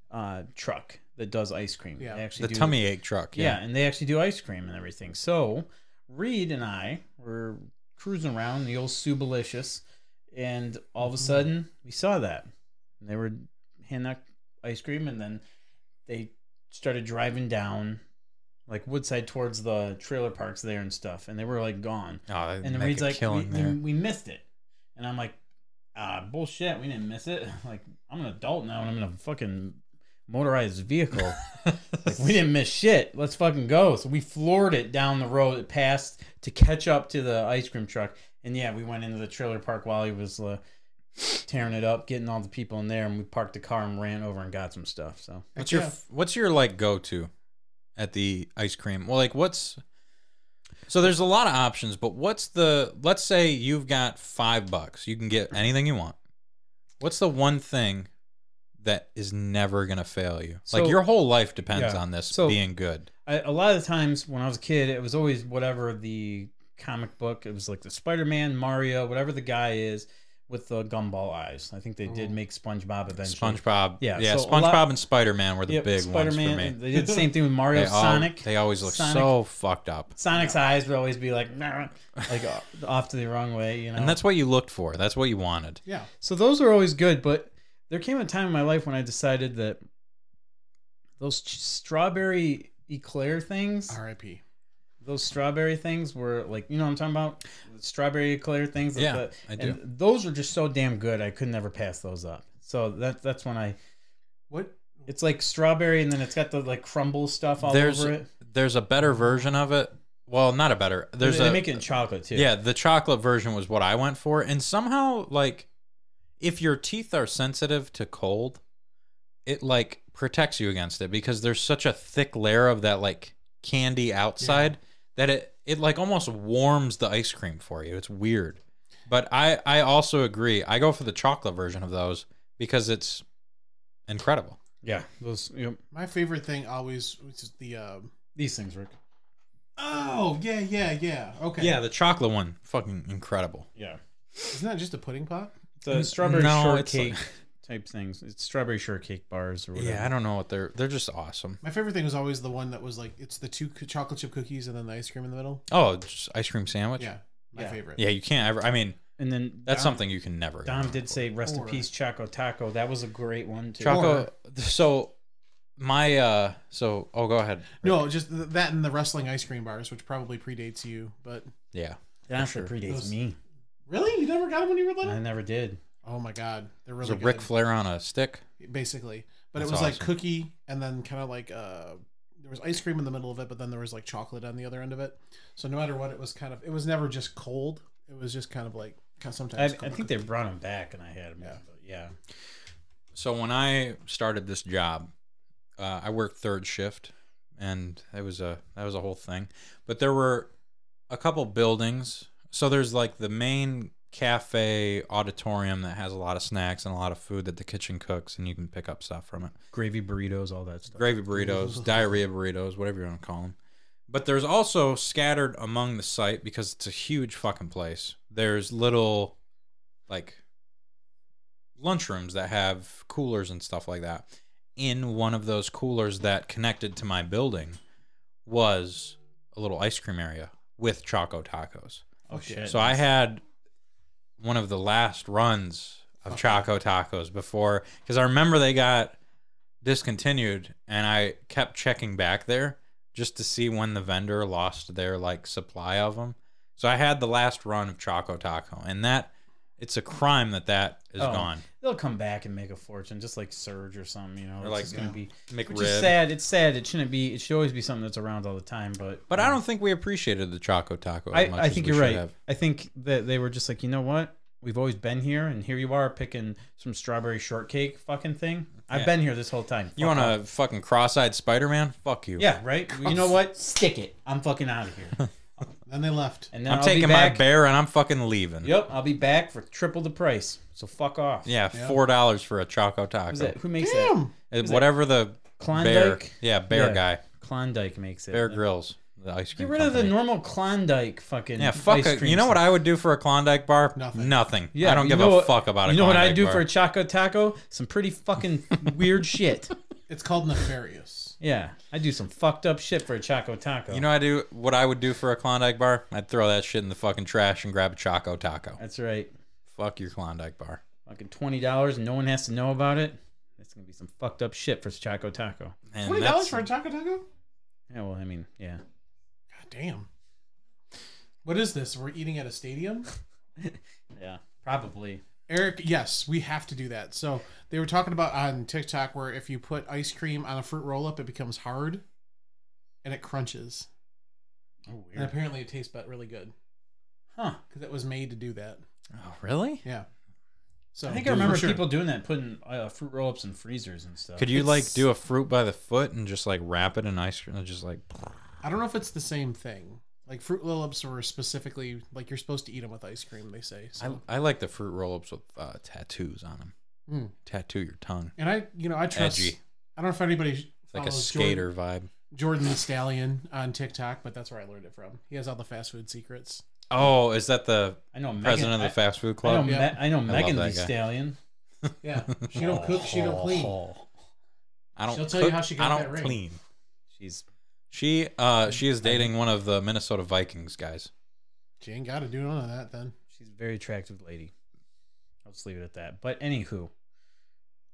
Speaker 1: uh, truck that does ice cream.
Speaker 2: Yeah.
Speaker 1: They actually
Speaker 3: the
Speaker 1: do,
Speaker 3: tummy ache truck.
Speaker 1: Yeah. and they actually do ice cream and everything. So Reed and I were cruising around the old Subalicious, and all of a sudden we saw that and they were handing out ice cream, and then they started driving down like Woodside towards the trailer parks there and stuff, and they were like gone.
Speaker 3: Oh,
Speaker 1: And then
Speaker 3: make
Speaker 1: Reed's
Speaker 3: a
Speaker 1: like, we,
Speaker 3: killing there.
Speaker 1: we missed it. And I'm like, ah, bullshit, we didn't miss it. Like, I'm an adult now and I'm in a fucking motorized vehicle. like, we didn't miss shit. Let's fucking go. So we floored it down the road. It passed to catch up to the ice cream truck. And yeah, we went into the trailer park while he was uh, tearing it up, getting all the people in there. And we parked the car and ran over and got some stuff. So
Speaker 3: What's your
Speaker 2: Yeah.
Speaker 3: What's your like go to at the ice cream? Well, like what's so there's a lot of options, but what's the let's say you've got five bucks, you can get anything you want. What's the one thing that is never gonna fail you?
Speaker 1: So-
Speaker 3: like your whole life depends
Speaker 1: Yeah.
Speaker 3: on this
Speaker 1: So-
Speaker 3: being good.
Speaker 1: I, a lot of the times when I was a kid, it was always whatever the comic book. It was like the Spider Man, Mario, whatever the guy is with the gumball eyes. I think they did make SpongeBob eventually.
Speaker 3: Mm. SpongeBob,
Speaker 1: Yeah,
Speaker 3: yeah, yeah.
Speaker 1: so a
Speaker 3: SpongeBob
Speaker 1: lot-
Speaker 3: and Spider Man were the
Speaker 1: Yep,
Speaker 3: big
Speaker 1: Spider-Man,
Speaker 3: ones for
Speaker 1: and
Speaker 3: me.
Speaker 1: They did the same thing with Mario,
Speaker 3: They all-
Speaker 1: Sonic.
Speaker 3: they always look
Speaker 1: Sonic.
Speaker 3: so fucked up,
Speaker 1: Sonic's eyes would always be like, "Nah," like uh, off to the wrong way, you know.
Speaker 3: and that's what you looked for. That's what you wanted.
Speaker 2: Yeah.
Speaker 1: So those are always good, but there came a time in my life when I decided that those ch- strawberry eclair things.
Speaker 2: R.I.P.
Speaker 1: those strawberry things were like you know what I'm talking about The strawberry eclair things
Speaker 3: Yeah,
Speaker 1: the-
Speaker 3: I
Speaker 1: and those are just so damn good I could never pass those up so that that's when I
Speaker 2: What?
Speaker 1: it's like strawberry and then it's got the like crumble stuff all
Speaker 3: there's
Speaker 1: over it
Speaker 3: there's a better version of it. Well, not a better. There's
Speaker 1: they
Speaker 3: a
Speaker 1: make it in chocolate too
Speaker 3: yeah. The chocolate version was what I went for, and somehow like if your teeth are sensitive to cold, it like protects you against it because there's such a thick layer of that like candy outside that it it like almost warms the ice cream for you. It's weird, but I I also agree. I go for the chocolate version of those because it's incredible.
Speaker 1: yeah those you know,
Speaker 2: My favorite thing always was just the. Um,
Speaker 1: these things Rick
Speaker 2: oh yeah yeah yeah okay
Speaker 3: Yeah, the chocolate one, fucking incredible.
Speaker 1: yeah
Speaker 2: Isn't that just a pudding pop?
Speaker 1: the strawberry
Speaker 3: no, it's
Speaker 1: shortcake type things it's strawberry shortcake bars or whatever
Speaker 3: Yeah, I don't know what they're they're just awesome.
Speaker 2: My favorite thing was always the one that was like it's the two c- chocolate chip cookies and then the ice cream in the middle.
Speaker 3: Oh, just ice cream sandwich.
Speaker 2: Yeah, my
Speaker 1: Yeah.
Speaker 2: favorite.
Speaker 3: Yeah, you can't ever. I mean,
Speaker 1: and then
Speaker 3: that's
Speaker 1: Dom-
Speaker 3: something you can never.
Speaker 1: Dom did say rest in
Speaker 2: Or-
Speaker 1: peace Choco Taco that was a great one too
Speaker 3: Choco. So my uh. So oh, go ahead.
Speaker 2: No, just th- that and the wrestling ice cream bars, which probably predates you. But
Speaker 3: Yeah.
Speaker 1: that actually
Speaker 3: sure.
Speaker 1: predates
Speaker 2: Those-
Speaker 1: me
Speaker 2: really, you never got them when you were
Speaker 1: I
Speaker 2: little.
Speaker 1: never did
Speaker 2: Oh my god, they're
Speaker 3: It was
Speaker 2: really
Speaker 3: a
Speaker 2: good,
Speaker 3: Ric Flair on a stick.
Speaker 2: basically. But
Speaker 3: That's
Speaker 2: it was like
Speaker 3: awesome.
Speaker 2: cookie and then kind of like uh, there was ice cream in the middle of it, but then there was like chocolate on the other end of it. So no matter what, it was kind of it was never just cold. It was just kind of like kind of
Speaker 1: I, I
Speaker 2: sometimes. cold
Speaker 1: think they brought him back, and I had him. Yeah.
Speaker 2: Yeah.
Speaker 1: But yeah.
Speaker 3: So when I started this job, uh, I worked third shift, and that was a that was a whole thing. But there were a couple buildings. So there's like the main cafe auditorium that has a lot of snacks and a lot of food that the kitchen cooks, and you can pick up stuff from it.
Speaker 1: Gravy burritos, all that stuff.
Speaker 3: gravy burritos, diarrhea burritos, whatever you want to call them. But there's also scattered among the site because it's a huge fucking place. There's little like lunchrooms that have coolers and stuff like that. In one of those coolers that connected to my building was a little ice cream area with choco tacos.
Speaker 1: Oh shit.
Speaker 3: So I had one of the last runs of Choco Tacos before because I remember they got discontinued, and I kept checking back there just to see when the vendor lost their like supply of them. So I had the last run of Choco Taco, and that It's a crime that that is
Speaker 1: Oh.
Speaker 3: gone.
Speaker 1: They'll come back and make a fortune, just like Surge or something. You know,
Speaker 3: Or
Speaker 1: it's
Speaker 3: like-
Speaker 1: just gonna be which is
Speaker 3: McRib.
Speaker 1: sad. It's sad. It shouldn't be. It should always be something that's around all the time. But
Speaker 3: But I don't think we appreciated the Choco Taco as
Speaker 1: I,
Speaker 3: much
Speaker 1: I
Speaker 3: as
Speaker 1: think
Speaker 3: we
Speaker 1: you're
Speaker 3: should
Speaker 1: right.
Speaker 3: have.
Speaker 1: I think that they were just like, you know what? We've always been here, and here you are picking some strawberry shortcake fucking thing. I've
Speaker 3: Yeah.
Speaker 1: been here this whole time.
Speaker 3: You
Speaker 1: Fuck
Speaker 3: want
Speaker 1: off.
Speaker 3: a fucking cross-eyed Spider-Man? Fuck you.
Speaker 1: Yeah, right. You know what? Stick it. I'm fucking out of here.
Speaker 2: Then they left.
Speaker 1: And then
Speaker 3: I'm
Speaker 1: will
Speaker 3: taking
Speaker 1: be
Speaker 3: my
Speaker 1: back.
Speaker 3: bear and I'm fucking leaving.
Speaker 1: Yep, I'll be back for triple the price. So fuck off.
Speaker 3: Yeah,
Speaker 2: Yeah.
Speaker 3: four dollars for a Choco Taco.
Speaker 1: Who's that? Who makes that?
Speaker 2: Damn.
Speaker 3: Uh,
Speaker 1: that?
Speaker 3: Whatever the
Speaker 1: Klondike?
Speaker 3: bear. Yeah, bear
Speaker 1: Yeah.
Speaker 3: guy.
Speaker 1: Klondike makes it.
Speaker 3: Bear Grylls, the ice cream.
Speaker 1: Get rid of the
Speaker 3: company.
Speaker 1: normal Klondike fucking.
Speaker 3: Yeah, fuck.
Speaker 1: ice
Speaker 3: A,
Speaker 1: cream
Speaker 3: you know what
Speaker 1: stuff.
Speaker 3: I would do for a Klondike bar?
Speaker 2: Nothing.
Speaker 3: Nothing.
Speaker 1: Yeah,
Speaker 3: I don't
Speaker 1: you
Speaker 3: give
Speaker 1: know
Speaker 3: a
Speaker 1: what-
Speaker 3: fuck about it.
Speaker 1: You know what I
Speaker 3: Klondike
Speaker 1: do
Speaker 3: bar.
Speaker 1: for a Choco Taco? Some pretty fucking weird shit.
Speaker 2: It's called Nefarious.
Speaker 1: Yeah, I do some fucked up shit for a Choco Taco.
Speaker 3: You know I do what I would do for a Klondike bar? I'd throw that shit in the fucking trash and grab a Choco Taco.
Speaker 1: that's right.
Speaker 3: Fuck your Klondike bar.
Speaker 1: Fucking twenty dollars, and no one has to know about it. That's gonna be some fucked up shit for Choco Taco.
Speaker 3: And
Speaker 2: Twenty
Speaker 3: that's-
Speaker 2: dollars for a taco taco? God
Speaker 1: Yeah, well, I mean, yeah.
Speaker 2: damn. What is this? We're eating at a stadium?
Speaker 1: Yeah, probably.
Speaker 2: Eric, yes, we have to do that. So they were talking about on TikTok where if you put ice cream on a fruit roll up, it becomes hard and it crunches.
Speaker 1: Oh,
Speaker 2: And
Speaker 1: weird.
Speaker 2: apparently it tastes but really good
Speaker 1: Huh.
Speaker 2: because it was made to do that.
Speaker 3: Oh, really?
Speaker 2: Yeah. So
Speaker 1: I think I remember
Speaker 2: for sure.
Speaker 1: people doing that, putting uh, fruit roll-ups in freezers and stuff.
Speaker 3: Could you like
Speaker 2: It's-
Speaker 3: do a fruit by the foot and just like wrap it in ice cream and just like
Speaker 2: I don't know if it's the same thing. Like fruit roll ups were specifically like you're supposed to eat them with ice cream. They say. So.
Speaker 3: I, I like the fruit roll-ups with uh, tattoos on them.
Speaker 1: Hmm.
Speaker 2: Mm.
Speaker 3: Tattoo your tongue.
Speaker 2: And I, you know, I trust.
Speaker 3: Edgy.
Speaker 2: I don't know if anybody
Speaker 3: It's like a
Speaker 2: follows
Speaker 3: skater
Speaker 2: Jordan,
Speaker 3: vibe.
Speaker 2: Jordan the Stallion on TikTok, but that's where I learned it from. He has all the fast food secrets.
Speaker 3: Oh, is that the
Speaker 1: I know Megan,
Speaker 3: president of the
Speaker 1: I-
Speaker 3: fast food
Speaker 1: I know,
Speaker 3: club?
Speaker 1: Me-
Speaker 2: Yeah.
Speaker 1: I know Megan
Speaker 3: that
Speaker 1: the
Speaker 3: guy.
Speaker 1: Stallion.
Speaker 2: Yeah, she don't cook, she don't clean.
Speaker 1: Oh.
Speaker 3: I don't.
Speaker 2: She'll tell you
Speaker 3: cook,
Speaker 2: how she
Speaker 3: I
Speaker 2: got
Speaker 3: don't
Speaker 2: that ring.
Speaker 3: clean.
Speaker 1: She's
Speaker 3: She uh she is dating one of the Minnesota Vikings guys.
Speaker 2: She ain't got to do none of that then.
Speaker 1: she's a very attractive lady. I'll just leave it at that. But anywho,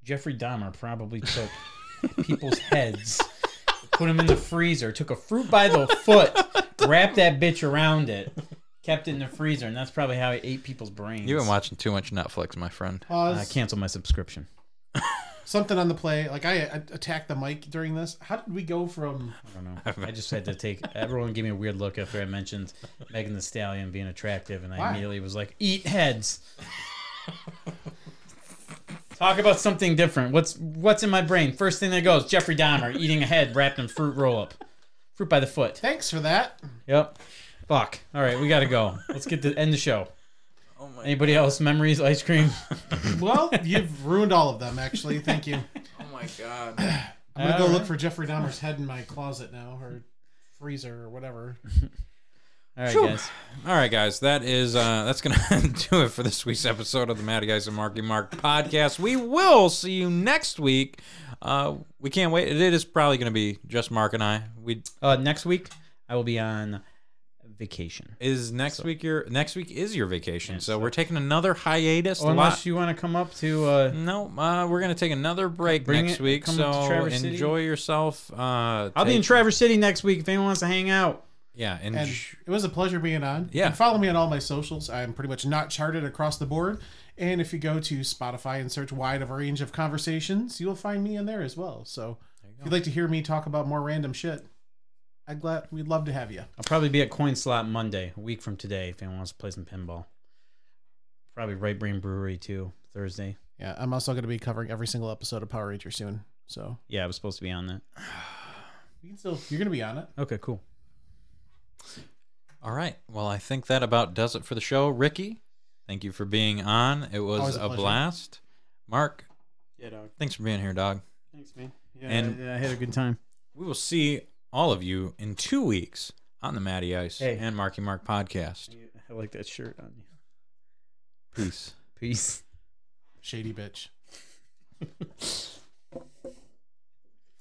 Speaker 1: Jeffrey Dahmer probably took people's heads, put them in the freezer, took a fruit by the foot, wrapped that bitch around it, kept it in the freezer, and that's probably how he ate people's brains.
Speaker 3: You've been watching too much Netflix, my friend.
Speaker 1: I
Speaker 2: Pause.
Speaker 1: cancel my subscription.
Speaker 2: Something on the play. Like I, I attacked the mic during this. How did we go from?
Speaker 1: I don't know. I just had to take. Everyone gave me a weird look after I mentioned Megan the Stallion being attractive, and I
Speaker 2: Why?
Speaker 1: immediately was like, "Eat heads." Talk about something different. What's what's in my brain? First thing that goes: Jeffrey Dahmer eating a head wrapped in fruit roll-up, fruit by the foot.
Speaker 2: Thanks for that.
Speaker 1: Yep. Fuck. All right, we gotta go. Let's get to end the show. Anybody else? Memories, ice cream.
Speaker 2: Well, you've ruined all of them. Actually, thank you.
Speaker 3: Oh my god.
Speaker 2: I'm gonna go
Speaker 1: All
Speaker 2: look
Speaker 1: right.
Speaker 2: for Jeffrey Dahmer's head in my closet now, or freezer, or whatever.
Speaker 1: All right, guys.
Speaker 3: All right, guys, that is uh that's gonna do it for this week's episode of the Matty Guys and Marky Mark podcast. We will see you next week. Uh we can't wait. It is probably gonna be just Mark and I. We
Speaker 1: Uh, next week I will be on vacation.
Speaker 3: is next week your next week is your vacation, so, we're taking another hiatus.
Speaker 1: Or
Speaker 3: Lot-
Speaker 1: unless you want to come up to. Uh,
Speaker 3: No, uh, we're gonna take another break
Speaker 1: Bring
Speaker 3: next
Speaker 1: it-
Speaker 3: week.
Speaker 1: come to
Speaker 3: So
Speaker 1: Traverse City.
Speaker 3: enjoy yourself. Uh,
Speaker 1: I'll be in
Speaker 3: take-
Speaker 1: Traverse City next week if anyone wants to hang out.
Speaker 3: Yeah, and,
Speaker 2: And it was a pleasure being on.
Speaker 3: Yeah.
Speaker 2: And follow me on all my socials. I'm pretty much not charted across the board. And if you go to Spotify and search wide of a range of conversations, you'll find me in there as well. So if you'd like to hear me talk about more random shit, I'd glad we'd love to have you.
Speaker 1: I'll probably be at Coin Slot Monday, a week from today, if anyone wants to play some pinball. Probably Right Brain Brewery too, Thursday.
Speaker 2: Yeah, I'm also going to be covering every single episode of Power Ranger soon. So
Speaker 1: Yeah, I was supposed to be on that.
Speaker 2: you can still you're going to be on it.
Speaker 1: Okay, cool.
Speaker 3: all right. Well, I think that about does it for the show. Ricky, thank you for being on. It was
Speaker 2: Always
Speaker 3: a,
Speaker 2: a pleasure.
Speaker 3: blast. Mark,
Speaker 1: Yeah, dog.
Speaker 3: thanks for being here, dog.
Speaker 1: Thanks, man. Yeah,
Speaker 3: And-
Speaker 1: I, had a good time.
Speaker 3: We will see all of you in two weeks on the Matty Ice
Speaker 1: Hey.
Speaker 3: and Marky Mark podcast.
Speaker 1: I like that shirt on you.
Speaker 3: Peace.
Speaker 1: Peace.
Speaker 2: Shady bitch.